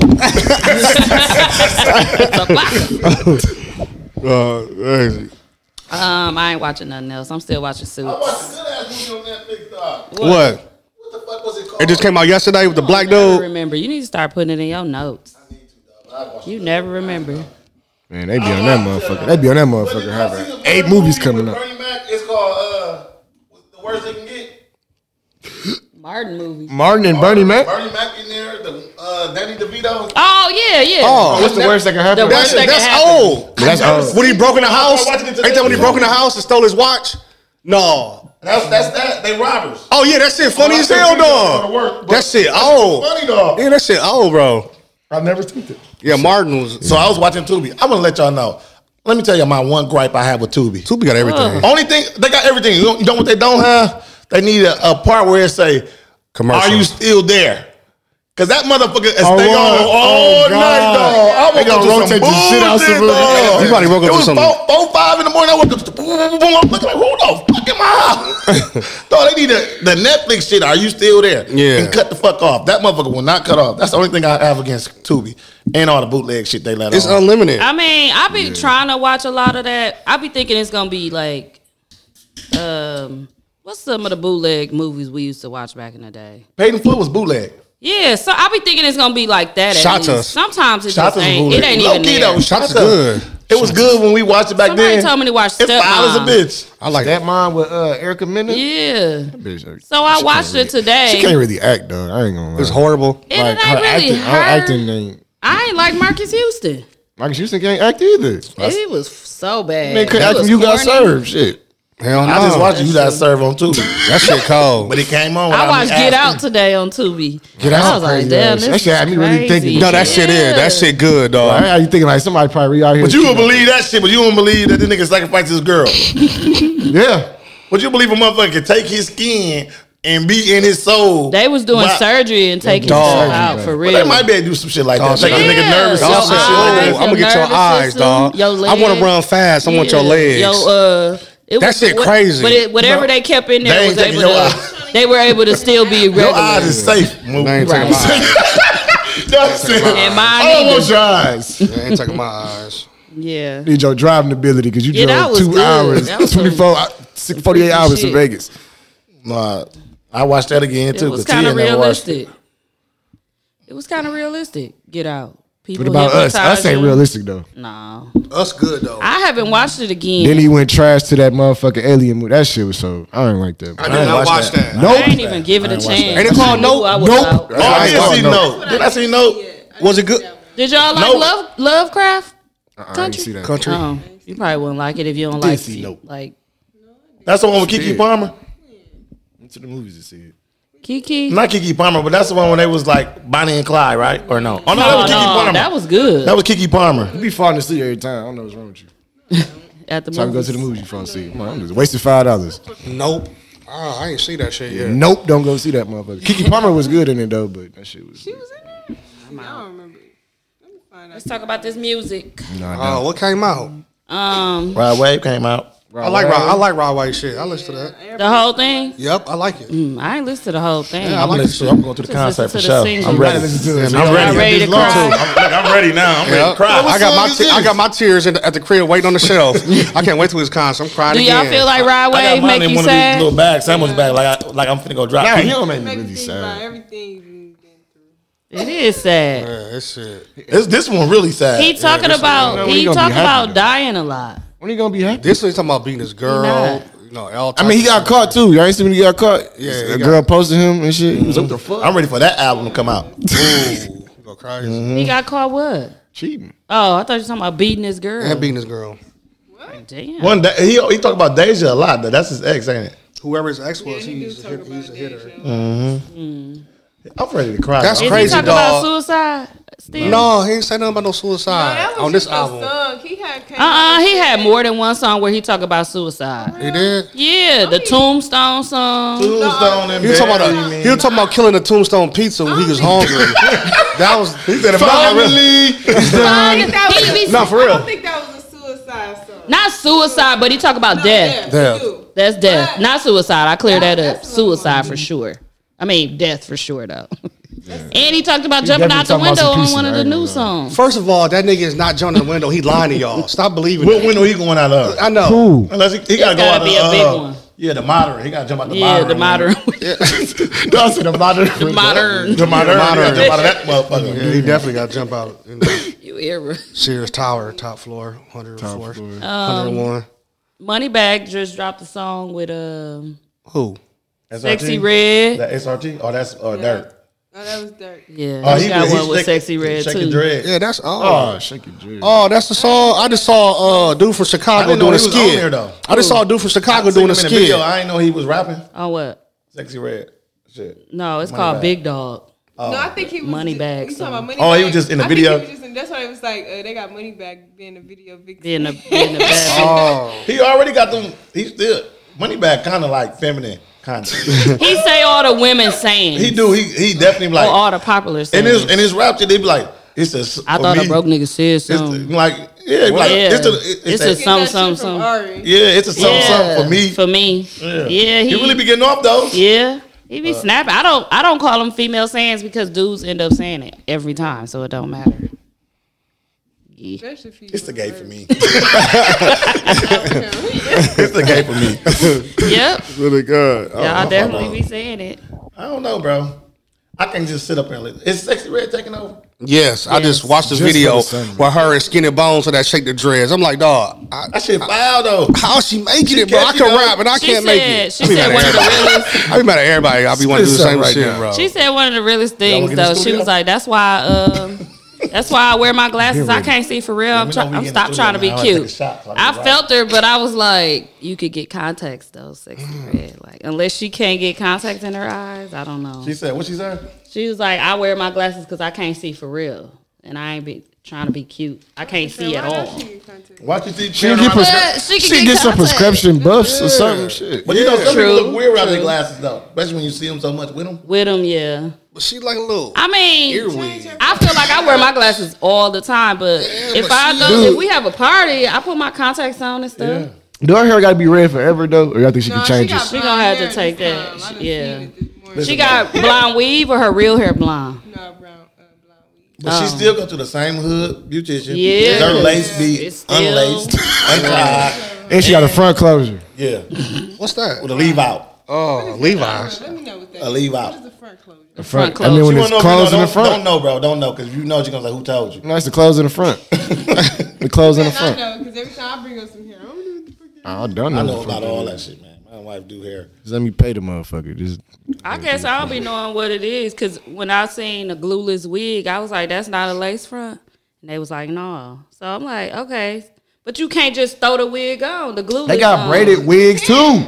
Uh, crazy.
Um, I ain't watching nothing else. I'm still watching Suits.
ass movie on Netflix. Dog.
What?
What the fuck was it called?
It just came out yesterday with the black
Never
dude.
remember. You need to start putting it in your notes. You never remember.
Man, they be on that motherfucker. They be on that motherfucker. Harvard. Eight movies coming up.
Bernie Mac. It's called uh, the worst they can get.
Martin movie.
Martin and Bernie Mac.
Bernie Mac in there. uh, though?
Oh yeah, yeah.
Oh, what's the worst that can happen?
The worst that
That's-
can
that's
happen.
old.
But that's old.
When he broke in the house,
watching it
ain't
today.
that when he broke in the house and stole his watch? No.
That's that's that. They robbers.
Oh yeah, that shit funny
Oh, I
as hell,
think we gotta go to
dog.
work,
That shit old.
funny, dog.
Yeah, that shit old, bro.
I've never seen it.
Yeah, Martin was.
So I was watching Tubi. I want to let y'all know. Let me tell you my one gripe I have with Tubi.
Tubi got everything.
Only thing they got everything. You don't, you know what they don't have? They need a, a part where it say,
Commercial.
"Are you still there?" Because that motherfucker is
Oh,
stay on
wow.
all
Oh,
night, dog.
God.
I woke
They
up
gonna
to some
rotate the shit out
bullshit,
some-
dog.
You probably woke up
it
to
was
some-
four, four, five in the morning. I woke up to boom, boom, boom, boom. I'm looking like, who the fuck am I? dog, they need the, the Netflix shit. Are you still there?
Yeah.
And cut the fuck off. That motherfucker will not cut off. That's the only thing I have against Tubi and all the bootleg shit they let
It's
on.
unlimited.
I mean, I be trying to watch a lot of that. I be thinking it's gonna be like, um, what's some of the bootleg movies we used to watch back in the day?
Peyton Foot was bootleg.
Yeah, so I be thinking it's gonna be like that. At
Shotas.
least. Sometimes it just
Shots was
ain't. It
bootleg.
ain't
Low
even
key
there.
though, shots
Shots
was-
good.
It was good when we watched it back
Somebody
then.
told me to watch
It's foul as a
Stepmom.
bitch.
I like
That mine with uh, Erica Mena.
Yeah.
Bitch,
So I
she
watched
can't
it
really-
today.
She can't really act though. I ain't gonna lie.
It's horrible.
It ain't really
acting, her
her.
acting ain't.
I ain't like Marcus Houston.
Marcus Houston can't act either.
It was f- so bad.
Man, could
It
act
was
you got
corny.
served. Shit.
Hell no.
I just watched you guys serve on Tubi,
that shit cold.
but it came on.
I
without me
watched Get
asking.
Out today on Tubi.
Get
I
Out
was
crazy
like, damn,
ass.
this
That shit had me really
crazy.
thinking-
no, that shit is. That shit good,
Like,
dog.
how you thinking like somebody probably out here?
But you will believe that shit, but you won't believe that the nigga sacrificed his girl.
Yeah.
But you believe a motherfucker can take his skin and be in his soul.
They was doing
Why-
surgery and taking
dog.
stuff out for
But
real.
they might be able to do some shit like that. Make a
yeah.
nigga nervous.
Your
or
Dog,
some shit
eyes,
like that.
I'm gonna "Oh, get your
nervous
eyes,
system,
dog.
your
I want
legs.
to run fast. I want your
Yeah.
legs.
Yo, uh, it
That
was-
shit
what-
crazy.
But it, whatever they kept in there
They
was
ain't taking
able
your
to. They were able to still be
Your eyes
regular.
is safe. Move.
I ain't taking
Right.
my eyes.
That's it.
And mine
I don't want
either.
your eyes.
I ain't taking my eyes.
Yeah.
Need your driving ability because you
Yeah, that
drove
was
two
good. That was
hours,
some
24, hou- six- 48 hours
shit.
to Vegas.
Nah, I watched that again
It
too.
was
but Tia
kind of
never watched
realistic. It was kind of realistic. Get out. People
What about us? Us
hypnotize
ain't
you.
realistic though.
No.
it. Us good though.
I haven't watched it again.
Then he went trash to that motherfucking alien movie. That shit was so. I ain't like that.
I
bro.
did not watch that.
I
Nope.
ain't even give it a chance.
Ain't it called
I knew
Nope?
I was
Nope.
out.
Oh, I
I
did
thought
see
no.
no. Did I see no?
Was it good?
Did y'all like
Nope.
Love Lovecraft?
Uh-uh, I didn't see that.
Country.
Oh, you probably wouldn't like it if you don't like
see
it.
Nope.
Like
That's the one with Kiki Palmer.
Went to the movies to see it.
Kiki.
Not Kiki Palmer, but that's the one when they was like Bonnie and Clyde, right? Or no? Oh no, that was
No,
Kiki
no,
Palmer.
that was good.
That was Kiki Palmer.
You be falling asleep every time. I don't know what's wrong with you.
At the
Time to go
movies.
to the movies, you fall asleep. Come on, I'm just wasting five dollars.
Nope. Ah, I ain't see that shit yet.
Nope, don't go see that motherfucker. Kiki Palmer was good in it though, but that shit was.
She was in there. I don't remember. Let me find out.
Let's talk about this music.
Oh, what came out?
Um,
Rod Wave came out.
I like Rod. I like Rod White shit. I listen to that.
the whole thing.
Yep, I like it.
Mm, I ain't listened to the whole thing.
I'm,
like
gonna,
this
so I'm going to the
Just
concert for
listen to the
sure.
singles.
I'm ready.
Listen to it.
I'm
Y'all
ready.
ready to cry?
I'm, look, I'm ready now. I'm ready to
Yep.
cry.
I got my
te-
te- I got my tears in the, at the crib waiting on the shelf. I can't wait till his concert. I'm crying
Do y'all
again.
feel like Ride
I got
Wave
mine
make
in
you
one of these
sad?
little bags, sandwich bag, like I, like I'm finna go drop.
Nah,
it.
he don't make me
Make
really
you think about
sad.
everything you've been through.
It is sad.
Yeah, this shit.
This this one really sad.
He talking about
know
he
he gonna be
talking
happy
about
though.
dying a lot.
When you gonna be happy?
This is talking about beating his
Nah.
girl. You know, all
I mean, he got caught too. Y'all ain't see when he got caught.
Yeah,
Yeah,
he
a
got-
girl posted him and shit. He was up there
I'm ready for that album to come out.
Ooh, you go crazy.
He got caught what?
cheating.
Oh, I thought you were talking about beating this girl.
And beating his girl.
Damn.
One day, he he talk about Deja a lot. Though. That's his ex, ain't it?
Whoever his ex was, he's, a hit, he's a hitter.
I'm ready to cry.
That's
dog.
Is
crazy,
he talking about
dog.
suicide? Still?
No, he ain't say nothing about no suicide
That was
on this
just a
album.
song. He had came
Uh uh
out with
he
shit.
had more than one song where he talk about suicide.
He did.
Oh, Yeah, the Tombstone song.
Tombstone and
He was talking about
Barry,
a, he was talking about killing a tombstone pizza when he was hungry. that was he said
I don't think that was-
He be-
No, for
I don't
real.
think that was a suicide song.
Not suicide, but he talk about
No,
death.
Death.
You.
That's death,
But-
not suicide. I cleared that up.
That's what I
Suicide for sure. I mean, death for sure though. And he talked about jumping
definitely
out the
talking about
window
some
on
pieces,
one of
I
the
ain't
new
gonna lie.
songs.
First of all, that nigga is not jumping the window. He lying to y'all. Stop believing.
What
That.
window he going out of?
I know.
Who?
Unless he, he gotta go
gotta
out
be
the,
a big
uh,
one.
Yeah, the moderator. He gotta jump out the
Yeah, the
moderator.
modern,
That's the moderator.
the modern, Mm-hmm.
The moderator.
The moderator.
He gotta jump out of that motherfucker.
Yeah, he definitely got to jump out. You know.
you era.
Sears Tower, top floor, 104,
floor.
101.
Moneybag just dropped a song with um
Who?
SRT?
Sexy Red.
That SRT? Oh, that's uh, Dirt.
Oh, that was dirt.
Yeah,
Oh,
he
he
got
was-
one
he
with
shake-
sexy red
shake
too.
and dread.
Yeah, that's oh,
Oh,
shake your jig.
Oh, that's the song. I just saw uh dude from
I
Chicago
didn't know
doing a
he was on
skit.
there, though.
I just saw a dude from Chicago
I seen
doing
him
a
in the
skit.
video. I didn't know he was rapping.
On Oh, what?
Sexy red. Shit.
No, it's
Money
called
bag.
Big Dog.
no, I think he was
money Oh.
ju-
bag.
You talking about money
Oh, he
Bag?
was just in the
I think
video?
he was just in- that's why it was like uh, they got money back being the video big.
Being the-
being the bad-
oh.
He already got them. He still money back, kind of like feminine, kind of.
He say all the women saying. Oh,
he do. He he definitely like
all the popular.
in
Sayings.
his in his rap shit. They be like, it's a.
I thought a broke nigga said something.
Like yeah, like it's a. It's,
It's
that-
a some some some.
Yeah, it's a something, something for me.
For me, yeah.
He
he,
really be getting off though.
Yeah, he be
Uh,
snapping. I don't I don't call them female sayings because dudes end up saying it every time, so it don't matter.
It's the gay for me. it's the gay for me.
Yep.
Really good.
Uh,
Y'all definitely be saying it.
I don't know, bro. I can just sit up here and listen. Is sexy red taking over?
Yes, I just watched the
Just for
video
the summer.
where her and Skinny Bones and that shake the dreads. I'm like, dog, I,
that shit foul though.
How she making
She
it, bro? I
catchy,
can
though.
rap, and I
She
can't make
said-
it.
she
I be
said
mad
one
at
of the
everybody. I be mad at everybody. I be wanting to do the
Spit
same
something
shit,
right now,
bro.
She said one of the realest
wanna
things
get in
though.
the
She
studio?
was like, "That's why, um, that's why I wear my glasses. I can't see for real. I'm,
we
try-
know we
I'm
in the
stop
studio
trying to be
now. I take a
cute."
shot, so I be
I
right.
felt her, but I was like, "You could get contacts though, sexy
Mm.
red. Like, unless she can't get contacts in her eyes, I don't know."
She said, what she said?
She was like, "I wear my glasses because I can't see for real, and I ain't be trying to be cute. I can't see at all."
Why you see
She can get, pres- she can get, some prescription buffs or something. Shit.
But you know, some
True,
people look weird without their
true.
glasses though, especially when you see them so much with them.
With them, yeah.
But she like a little.
I mean,
Earwig.
I feel like I wear my glasses all the time, but if
but
I
she-
go,
Dude.
if we have a party, I put my contacts on and stuff.
Do her hair got to be red forever though, or y'all think she
No,
can change
she
it?
got She gonna have to take that. She- yeah. She got blonde weave or her real hair blonde?
But she
Oh.
still go to the same hood beautician.
Yes.
Her lace be
It's still-
unlaced, untied.
And she got a front closure.
Yeah.
What's that?
With a leave out.
Oh, Levi's.
A leave out.
The front I mean, when
You wanna know
it's
if you
closed
know,
in
don't-
the front.
Don't know, bro. Don't know, because you know you're gonna say who told you.
No, it's the clothes in the front. the clothes in the
I
front.
know, because every time I bring up some hair, I don't know what the fuck
I done
I
know
know
the
about
fuck
all
it
that
is.
shit, man. My wife do hair.
Just let me pay the motherfucker. Just
I guess I don't be knowing what it is because when I seen a glueless wig, I was like, "That's not a lace front," and they was like, "No." So I'm like, "Okay," but you can't just throw the wig on. The glue.
they got braided wigs too.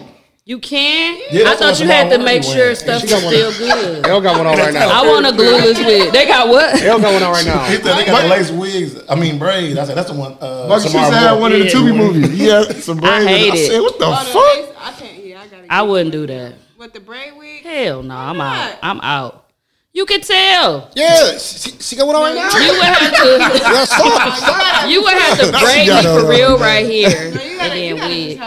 You can.
Yeah,
I
that's
thought
what
you had to
Samara
make
was
sure
wearing.
stuff
She
was
got one
still good.
L got one on right now.
I want a glueless wig. They got what?
L got one on right now.
Uh,
He said they got the lace wigs. I mean braids. I said that's the one. Uh,
Bucky Sheets
Samara
had
wore.
one in the Tubi movie. Yeah, some
I
braids.
hate it.
said, what
Oh,
the fuck?
I wouldn't do that. With the braid wig? Hell no, I'm out. I'm out. You can tell.
Yeah, she, she got one on right now.
You would have
Oh
Yeah, stop,
to.
stop.
you would have to
Now she
braid me
got her uh,
for
on.
real right here. and then wig.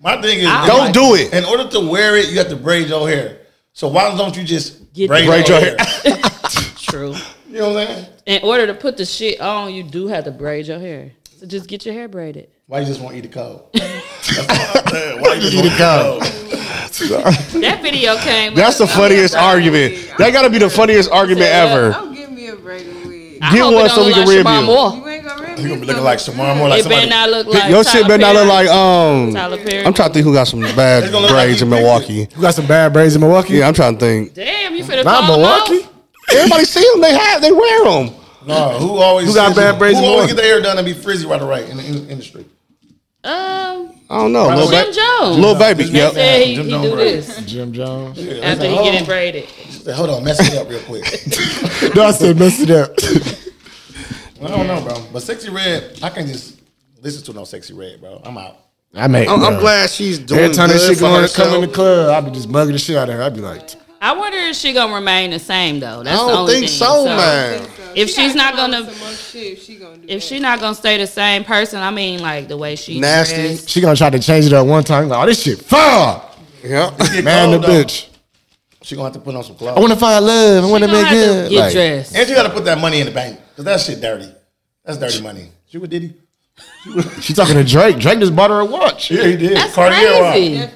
My thing is,
I
Don't like do
it. In order to wear it, you have to braid your hair. So why don't you just
Get
braid,
the- Braid
your
your
hair?
True.
You know what I'm saying?
In order to put the shit on, you do have to braid your hair. So just get your hair braided.
Why you just want to eat the cold? That's what I'm saying. Why you just want to eat the cold?
That video came.
That's the
I'm
funniest
like,
argument. That got to be the funniest argument ever.
I
Get
hope it
one
don't
so we
look
can
like
rib
Shamar
you.
Moore.
You gonna be looking like Shamar more like
It better
somebody.
not look like.
Your shit better not look like um.
Tyler Perry.
I'm trying to think who got some bad braids in Milwaukee.
You got some bad braids in Milwaukee?
Yeah, I'm trying to think.
Damn, you finna
Not
call
Milwaukee.
Milwaukee.
Everybody see them. They have. They wear them.
No, who always
Who got
frizzy?
bad braids
Who
in
always
Milwaukee?
get their hair done and be frizzy right away in the in- industry?
Um,
I don't know.
Right
Lil
away.
Ba-
Jim Jones.
Lil baby.
He said
Yep.
he, he do this
Jim Jones.
after he get it braided.
oh, Hold on, mess it up real quick.
no, I said mess it up.
I don't know, bro. But sexy red, I can just listen to no sexy red, bro. I'm out.
I mean,
I'm- I'm
bro.
glad she's doing
Every time
good
that shit
for
going to
herself.
come in the club, I'll be just bugging the shit out of her. I'll be like,
I wonder if she gonna remain the same though. That's
I
the
don't
only
think
thing.
so, man.
If she's not gonna, if she not gonna stay the same person, I mean, like the way she
nasty.
dressed.
She gonna try to change it up one time. Like, oh, this shit fire.
Yeah.
Man, the
cold, though.
bitch.
She gonna have to put on some clothes.
I want to find love. I want to make good. Like,
And you gotta put that money in the bank. Cause that shit dirty. That's dirty money. You with Diddy?
She talking to Drake. Drake just bought her a watch.
Yeah, he did.
That's
Cartier
crazy.
watch.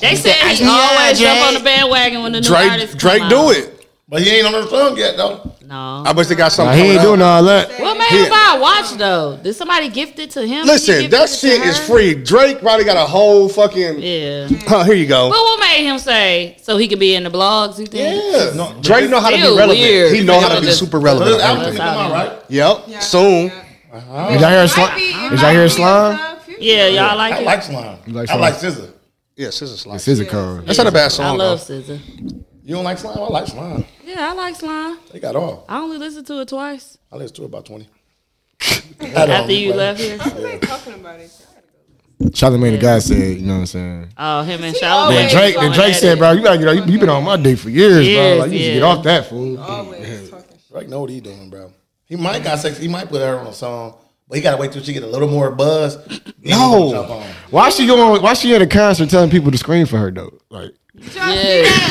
They said he
Yeah,
always jump
Drake.
on the bandwagon when the new artist
Drake.
come
Drake
out.
do it.
But he ain't on her song yet though.
No.
I bet they got something.
Nah, he ain't
coming
doing
up.
all that.
What made
He-
him buy a watch though? Did somebody gift it to him? Did you
Listen,
gift
that
it to
shit is
her?
free. Drake probably got a whole fucking.
Yeah.
Huh, here you
But
go.
what made him say so he could be in the blogs? You think?
Yeah. Drake know how to be
Still
relevant.
weird.
He know how
But
to be
it's-
super
but
relevant.
it's
I
out
think.
there, it's out there.
Yep. Soon.
Did y'all hear slime? Did y'all hear slime?
Yeah, y'all like
I
it.
like slime.
like
I
slime?
like scissor.
Yeah, SZA slime.
This is a code.
That's not a bad song.
I love
though.
Scissor.
You don't like slime? I like slime.
Yeah, I like slime.
They got all.
I only listened to it twice
I listened to about twenty.
after you left here.
Charlamagne the guy said, you know what I'm saying?
Oh, him and Charlamagne.
Then Drake, then Drake said, bro, you gotta get out. You, you been on my dick for years,
Years,
bro. Like, you need to get
yeah.
off that fool.
Drake know what he doing, bro. He might got sex. He might put her on a song, but he gotta wait till she get a little more buzz. then he gonna jump on.
Why she going? Why she at a concert telling people to scream for her though? Like,
Yeah,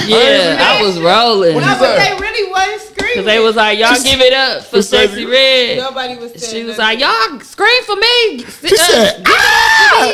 yeah, I was rolling.
No, but they really wasn't screaming.
Cause they was like, y'all give it up for sexy red.
Nobody was saying
She was
nothing.
like, y'all scream for me. uh,
She said,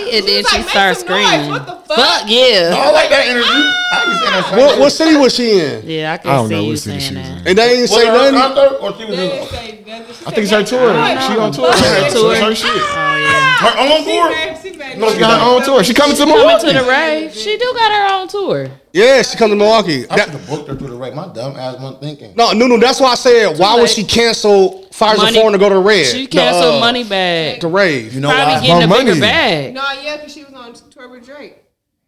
and then
was
she started
like, "Make some noise.
screaming.
What the
fuck?
fuck?"
yeah.
I like that interview. I can see that.
What, what city was she in?
Yeah, I can
I don't
see
know
you
what city
saying
she was
that.
in.
And they didn't say
Her
nothing.
concert, or she was
They didn't
just
say nothing. She
I
said,
think it's her
"Yeah,
tour.
I
She on tour.
Fuck her
Her
tour.
Her shit.
Oh yeah.
her own tour.
know." She made
No,
it.
She got her own tour. She coming to Milwaukee.
Coming to the rave. She do got her own tour.
Yeah, she come to Milwaukee. That-
The book her through the right. My dumb ass wasn't thinking.
no, no, no. That's why I said, why would
late.
she cancel Fires of
Money-
Foreign to go to the Red?
She canceled
the, uh,
money bag.
The rave.
You know
Probably
why?
getting a
My
bigger
money.
bag.
No, yeah, because she was on tour with Drake.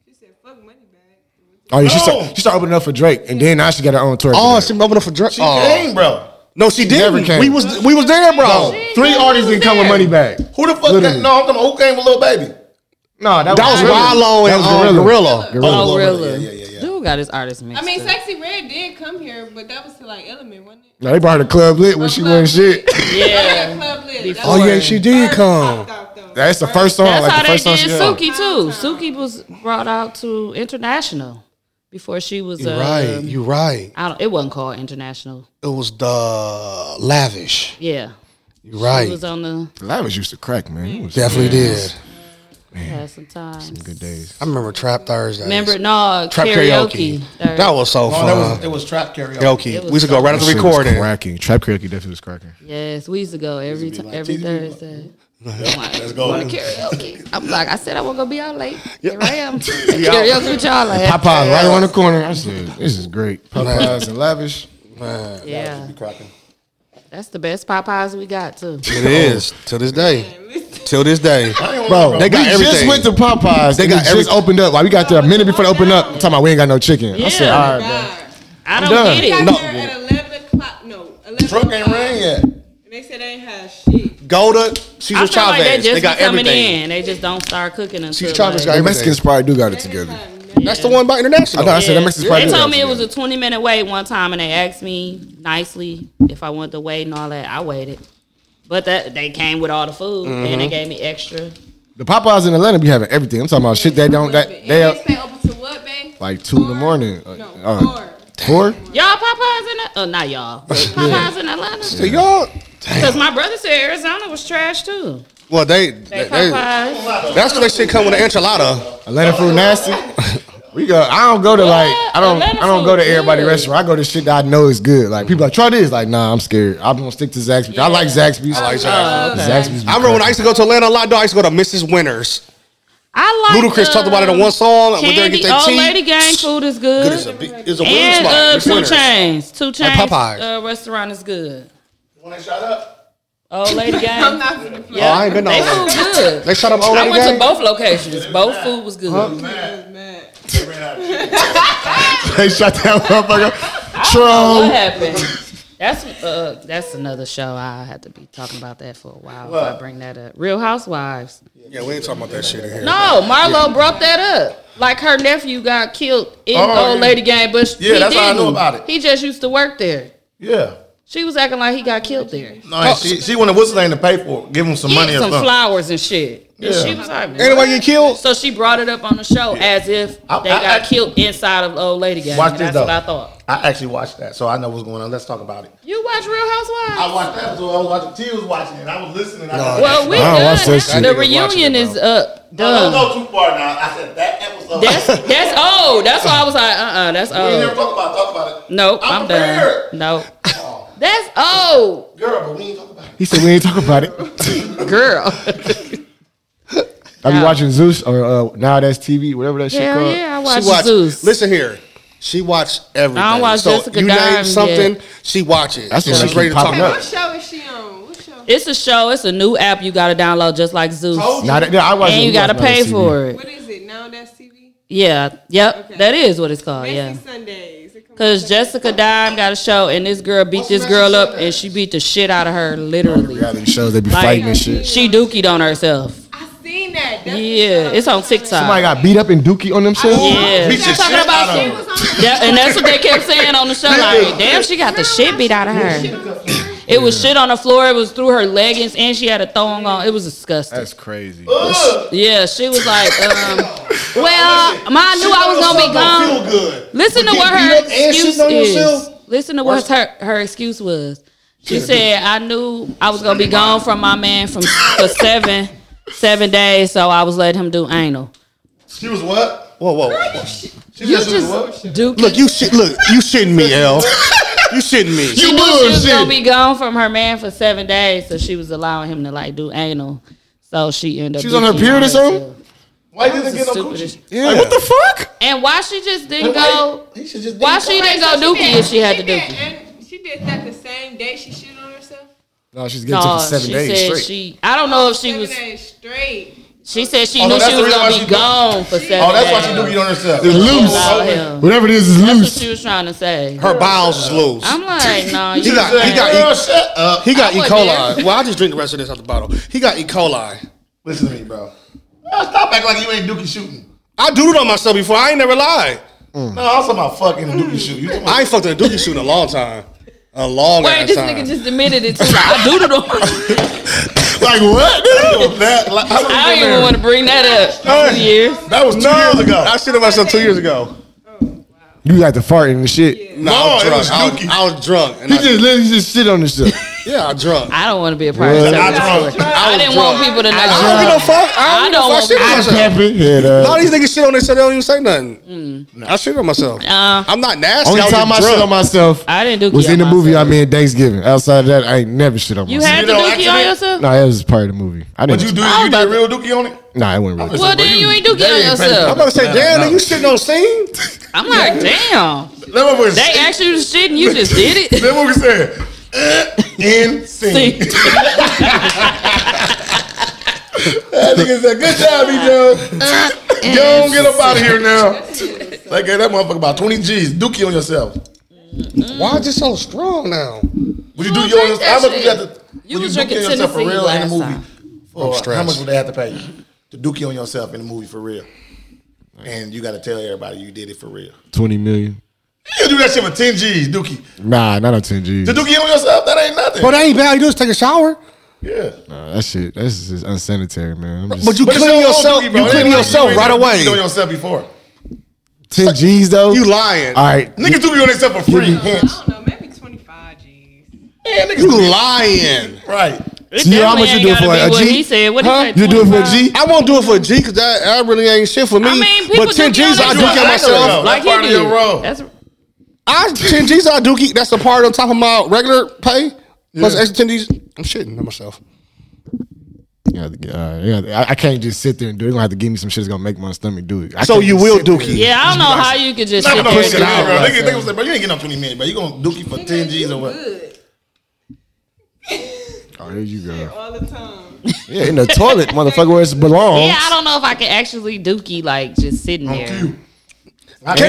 She said, "Fuck money bag."
Oh yeah, she start, she start opening up for Drake, and then now she got her own tour.
Oh,
she,
she opened up for Drake. Oh.
She came, bro.
No, she, didn't.
never came.
We was we was there, bro.
three artists didn't come with money back.
Who the fuck?
Literally.
Got, no, I'm talking. about Who came with little baby?
No, that,
That was Rilo and um, Gorilla.
Gorilla.
Oh,
Gorilla.
really?
Yeah, yeah, yeah, yeah.
Dude got his artist mixed
I mean,
up.
Sexy Red did come here, but that was to like Element, wasn't it?
No, they brought her to club lit when she wasn't shit.
yeah.
Club Lit. That
Oh,
was
yeah,
her
she did
first
Oh,
come.
popped out, though.
That's the first song.
That's
like
how
the
they
first song
did
she
Suki too. Suki was brought out to international before she was. Uh,
Right, you right.
I don't. It wasn't called international.
It was the lavish.
Yeah.
You right.
It was on the
Lavish used to crack, man. It was
Definitely did.
had some times.
good days.
I remember Trap Thursday.
Remember no
Trap
karaoke.
karaoke.
Third.
That was so
Oh,
fun.
that was it was trap karaoke.
karaoke.
It was
we used to go right
That
after
shit was
recording.
cracking. Trap karaoke definitely was cracking.
yes, we used to go every ti- every Thursday. Let's
go.
karaoke. I'm like, I said I won't go be out late. Here I am. Karaoke with y'all. Like,
Popeyes right around the corner. I said, this is great. Popeyes and Lavish.
yeah,
Cracking.
that's the best Popeyes we got too.
It is till this day. Till this day,
Bro,
They
they
got
got we
everything.
just went to Popeyes. They got
every-
just opened up. Like we got there a minute before they opened up. I'm talking about we ain't got no chicken. I said,
Yeah.
all right, bro.
I don't
done.
get
Got
it.
there at eleven o'clock. No, eleven.
Truck ain't
o'clock,
ran yet.
And they said they ain't had shit.
Golda, Cesar
I feel like they
Chavez.
just
they got
be coming
everything.
in. They just don't start cooking until.
Cesar Chavez
like-
got
The
everything.
Mexicans probably do got it together.
That's the one by international.
I know. I said the Mexicans probably
They
do
told
got
me it was a
together.
20 minute wait one time, and they asked me nicely if I wanted to wait and all that. I waited, but that they came with all the food and
Mm-hmm.
they gave me extra.
The Popeyes in Atlanta be having everything. I'm talking about shit they don't. That
And they
they
stay open to what, babe?
like two in the morning. Uh,
No,
uh,
four.
Four?
Y'all Popeyes in the, uh, not y'all, but Popeyes in Atlanta.
y'all.
Because my brother said Arizona was trash too.
Well, they,
They
they, they
Popeyes.
that's when they should come with an enchilada.
Atlanta food nasty. We go. I don't go to like. I don't.
Atlanta
I don't go to
food
everybody
good.
restaurant. I go to shit that I know is good. Like people like try this. Like nah, I'm scared. I'm gonna stick to Zaxby's. I like Zaxby's.
Oh,
I like Zaxby's. Zaxby's. be
I remember when I
cracking.
used to go to Atlanta a lot. Though I used to go to Mrs. Winters.
I like
Ludacris talked about it in
um,
one song. I went there and
Candy,
get their
old
tea.
lady gang food is good.
It's a big- it's a weird
and
spot.
uh,
It's
two
winners.
chains, two chains.
Popeyes.
Uh, restaurant is good.
When they shot up,
Old lady gang.
I'm not gonna play.
Oh, I ain't been to
They
all that.
food good.
They shut up all
I
that
went to
gang.
both locations. Both food was good.
Man.
they shot that motherfucker.
Um,
What
Trump.
happened? That's uh, that's another show. I had to be talking about that for a while. If I bring that up, Real Housewives.
Yeah, we ain't talking about that shit in here.
No, Marlo brought that up. Like her nephew got killed in
Oh,
old
yeah.
lady gang, but
Yeah,
he
that's how I
didn't.
know about it.
He just used to work there.
yeah.
She was acting like he got killed there.
No, and she she went to what's his name to pay for. it. Give him some
Yeah,
money or
some
something.
flowers and shit. And
Yeah.
she was like,
Anybody get killed?
So she brought it up on the show as if
I-
they
I-
got
I-
killed inside of old lady gang.
Watch
And
this
that's what
though.
I thought.
I actually watched that, so I know what's going on. Let's talk about it.
You watch Real Housewives?
I watched that, so I was watching. T was watching it. I was listening. I
well, we
I don't
done.
watch that
That's-
shit.
The
That nigga watching
reunion
it,
is up.
don't
Done.
go too far now. I said that episode.
That's that's old. That's why I was like, uh, uh that's
we ain't never
old.
talk about. it. Talk about it.
Nope, I'm,
I'm
done.
prepared.
Nope. That's oh,
Girl, but we ain't talking about
He said we ain't talking about it.
girl.
I be watching Zeus or uh, now that's TV, whatever that shit
Hell
called.
yeah, I
She
watch
watched-
Zeus.
Listen here. She watched everything.
I don't watch
so
Jessica
you name
Dimes
something,
yet.
she watch it.
That's
And
what
she's
she
ready to talk
popping
about
up.
What show is she on? What show?
It's a show. It's a new app you got to download, just like Zeus.
Now that, yeah, I watch
and you got to pay for it.
What is it? Now that's TV.
Yeah. Yep. That is what it's called.
Messy
Yeah.
Sundays. It come
Cause Jessica Dime got a show, and this girl beat this girl up, and she beat the shit out of her, literally.
Reality shows they be
Like-
fighting and shit.
She dookied on herself.
I seen that. That's
Yeah, it's on TikTok.
Somebody got beat up in Dookie on themselves.
yeah.
Beat the shit out of
She
him.
was on.
Yeah, and that's what they kept saying on the show. Like, damn, she got the shit beat out of her. It was shit on the floor. It was through her leggings, and she had a thong on. It was disgusting.
That's crazy.
Yeah, she was like, um, well, Ma knew I was gonna be gone.
Feel good.
Listen to
Get
what
beat
her
up and shitting
excuse
on
is.
yourself?
Listen to what her, her excuse was. She said, I knew I was gonna be gone from my man from for seven seven days, so I was letting him do anal.
She was what? Whoa, whoa. whoa. She
You
just, was what?
just duke.
Look, you shit. Look, you shitting me, L. You shitting me.
she
You
knew she was
bullshit.
gonna be gone from her man for seven days, so she was allowing him to like do anal. So she ended up.
She was on her
duking
period or
herself.
something?
Why didn't
This is
get no
stupid as-
coochie?
Yeah. what the fuck?
And why she just didn't
Why-
go?
he should just-
Why she didn't go dookie if she had to
did,
dookie?
and she did that the same day she shit on herself.
No, she's getting
No,
to seven
she
days
said
straight.
she. I don't know if she
Oh, Seven
was.
days straight.
She said she
Oh,
knew
that's
she
the
was
reason why
gonna
she
be
do-
gone for seven.
Oh, that's why she
days.
do it on herself.
Allow
loose.
him.
Whatever it is, is
That's what she
loose.
was trying to say.
Her bowels is loose.
I'm like, no, you
He got, he got,
Girl,
e-
shut up.
he got E.
wasn't
coli. Well, I just drink the rest of this out the bottle. He got E. coli.
Listen to me, bro. Girl, stop acting like you ain't dookie shooting.
I doodled on myself before. I ain't never lied.
No, I'm talking about fucking dookie shooting. You talking about
I ain't fucked in a dookie shoot in a long time. A long
Wait,
ass
this
time.
nigga just admitted it too. Like, I doodled on.
like what? that, like, how
I
many been
don't even
there?
want to bring that up. Two years.
That was two years ago.
I shit on myself two years ago.
You got to fart and the shit.
No, I was
No, it
drunk.
was
I, was,
dookie.
I was drunk. And
He
I,
just literally just sit on himself.
yeah, I was drunk.
I don't want to be a part of
I
that.
I was drunk.
I, didn't want people to know.
I don't give no fuck.
I
I don't,
don't
give a fuck.
want
Shit on
people-
myself.
Happy head
A lot
up.
of these niggas shit on themselves. They don't even say
Mm.
nothing. I shit on myself.
Uh,
I'm not nasty.
Only
I was
time I
just
shit on
drunk.
myself
I didn't do.
was
key
in the
on
movie I
myself.
made Thanksgiving. Outside of that, I ain't never shit on
You
myself.
had
You
the
know,
dookie on
accident-
yourself.
Nah, that was part of the movie. I didn't.
What you do? You did real dookie on it?
Nah, it wasn't really.
Well, then you ain't dookie on
They ain't
I'm
yourself.
about to say, damn, nigga, you shitting on scene?
I'm like, damn.
That motherfucker
They actually was shitting. You just did it.
That motherfucker said, in scene. That nigga said, good job, E. Jones. Yo, get up out of here now. Like, hey, that motherfucker about 20 G's. Dookie on yourself.
Why is it so strong now?
Would you,
You
do
don't
your
drink
own?
that
How much would you
shit.
have to?
You
would
was
dookie on
drinking
yourself for
Tennessee
real in
last
the movie?
time.
For how
stressed.
much would they have to pay you to dookie on yourself in the movie for real? And you got to tell everybody you did it for real.
Twenty million.
You do that shit for 10 G's, dookie.
Nah, not on ten G's.
To dookie on yourself, that ain't nothing.
But that ain't bad. You do is take a shower.
yeah.
Nah, that shit. That's just unsanitary, man. I'm just,
But you clean yourself. You clean yourself right away.
You on yourself before.
ten G's though.
You lying.
All right.
Niggas do be on themselves for free.
I
Hence.
don't know, maybe twenty five G's.
Yeah, niggas
You
do it.
lying.
Right.
It
Yeah, how
definitely
much you
ain't
do it
gotta
for
be
a
what
G?
He said, what did
Huh?
he say?
You do it for a
25?
G?
I won't do it for a G because that, that really ain't shit for me.
I mean, people
but ten
do get
G's, I
on
do
it.
get
That's
myself.
regular.
Like
That's part
he
of your
did.
role.
That's
I ten G's I do keep. That's a part on top of my regular pay plus extra ten G's. I'm shitting on myself.
You gotta get- all right, you gotta- I, I can't just sit there and do it. You're gonna have to give me some shit that's gonna make my stomach do it. I
So
can't
you
just
will
sit there.
dookie.
yeah. I don't know how you could just
Nah,
sit
no,
there
push
and
it
do
out, bro.
that.
Niggas, niggas say, bro, you ain't getting no 20 minutes, bro. You gonna dookie for 10 G's or what?
Good
Oh, there you go.
all the time.
Yeah, in the toilet, motherfucker, where it belongs.
Yeah, I don't know if I can actually dookie like just sitting there.
Can't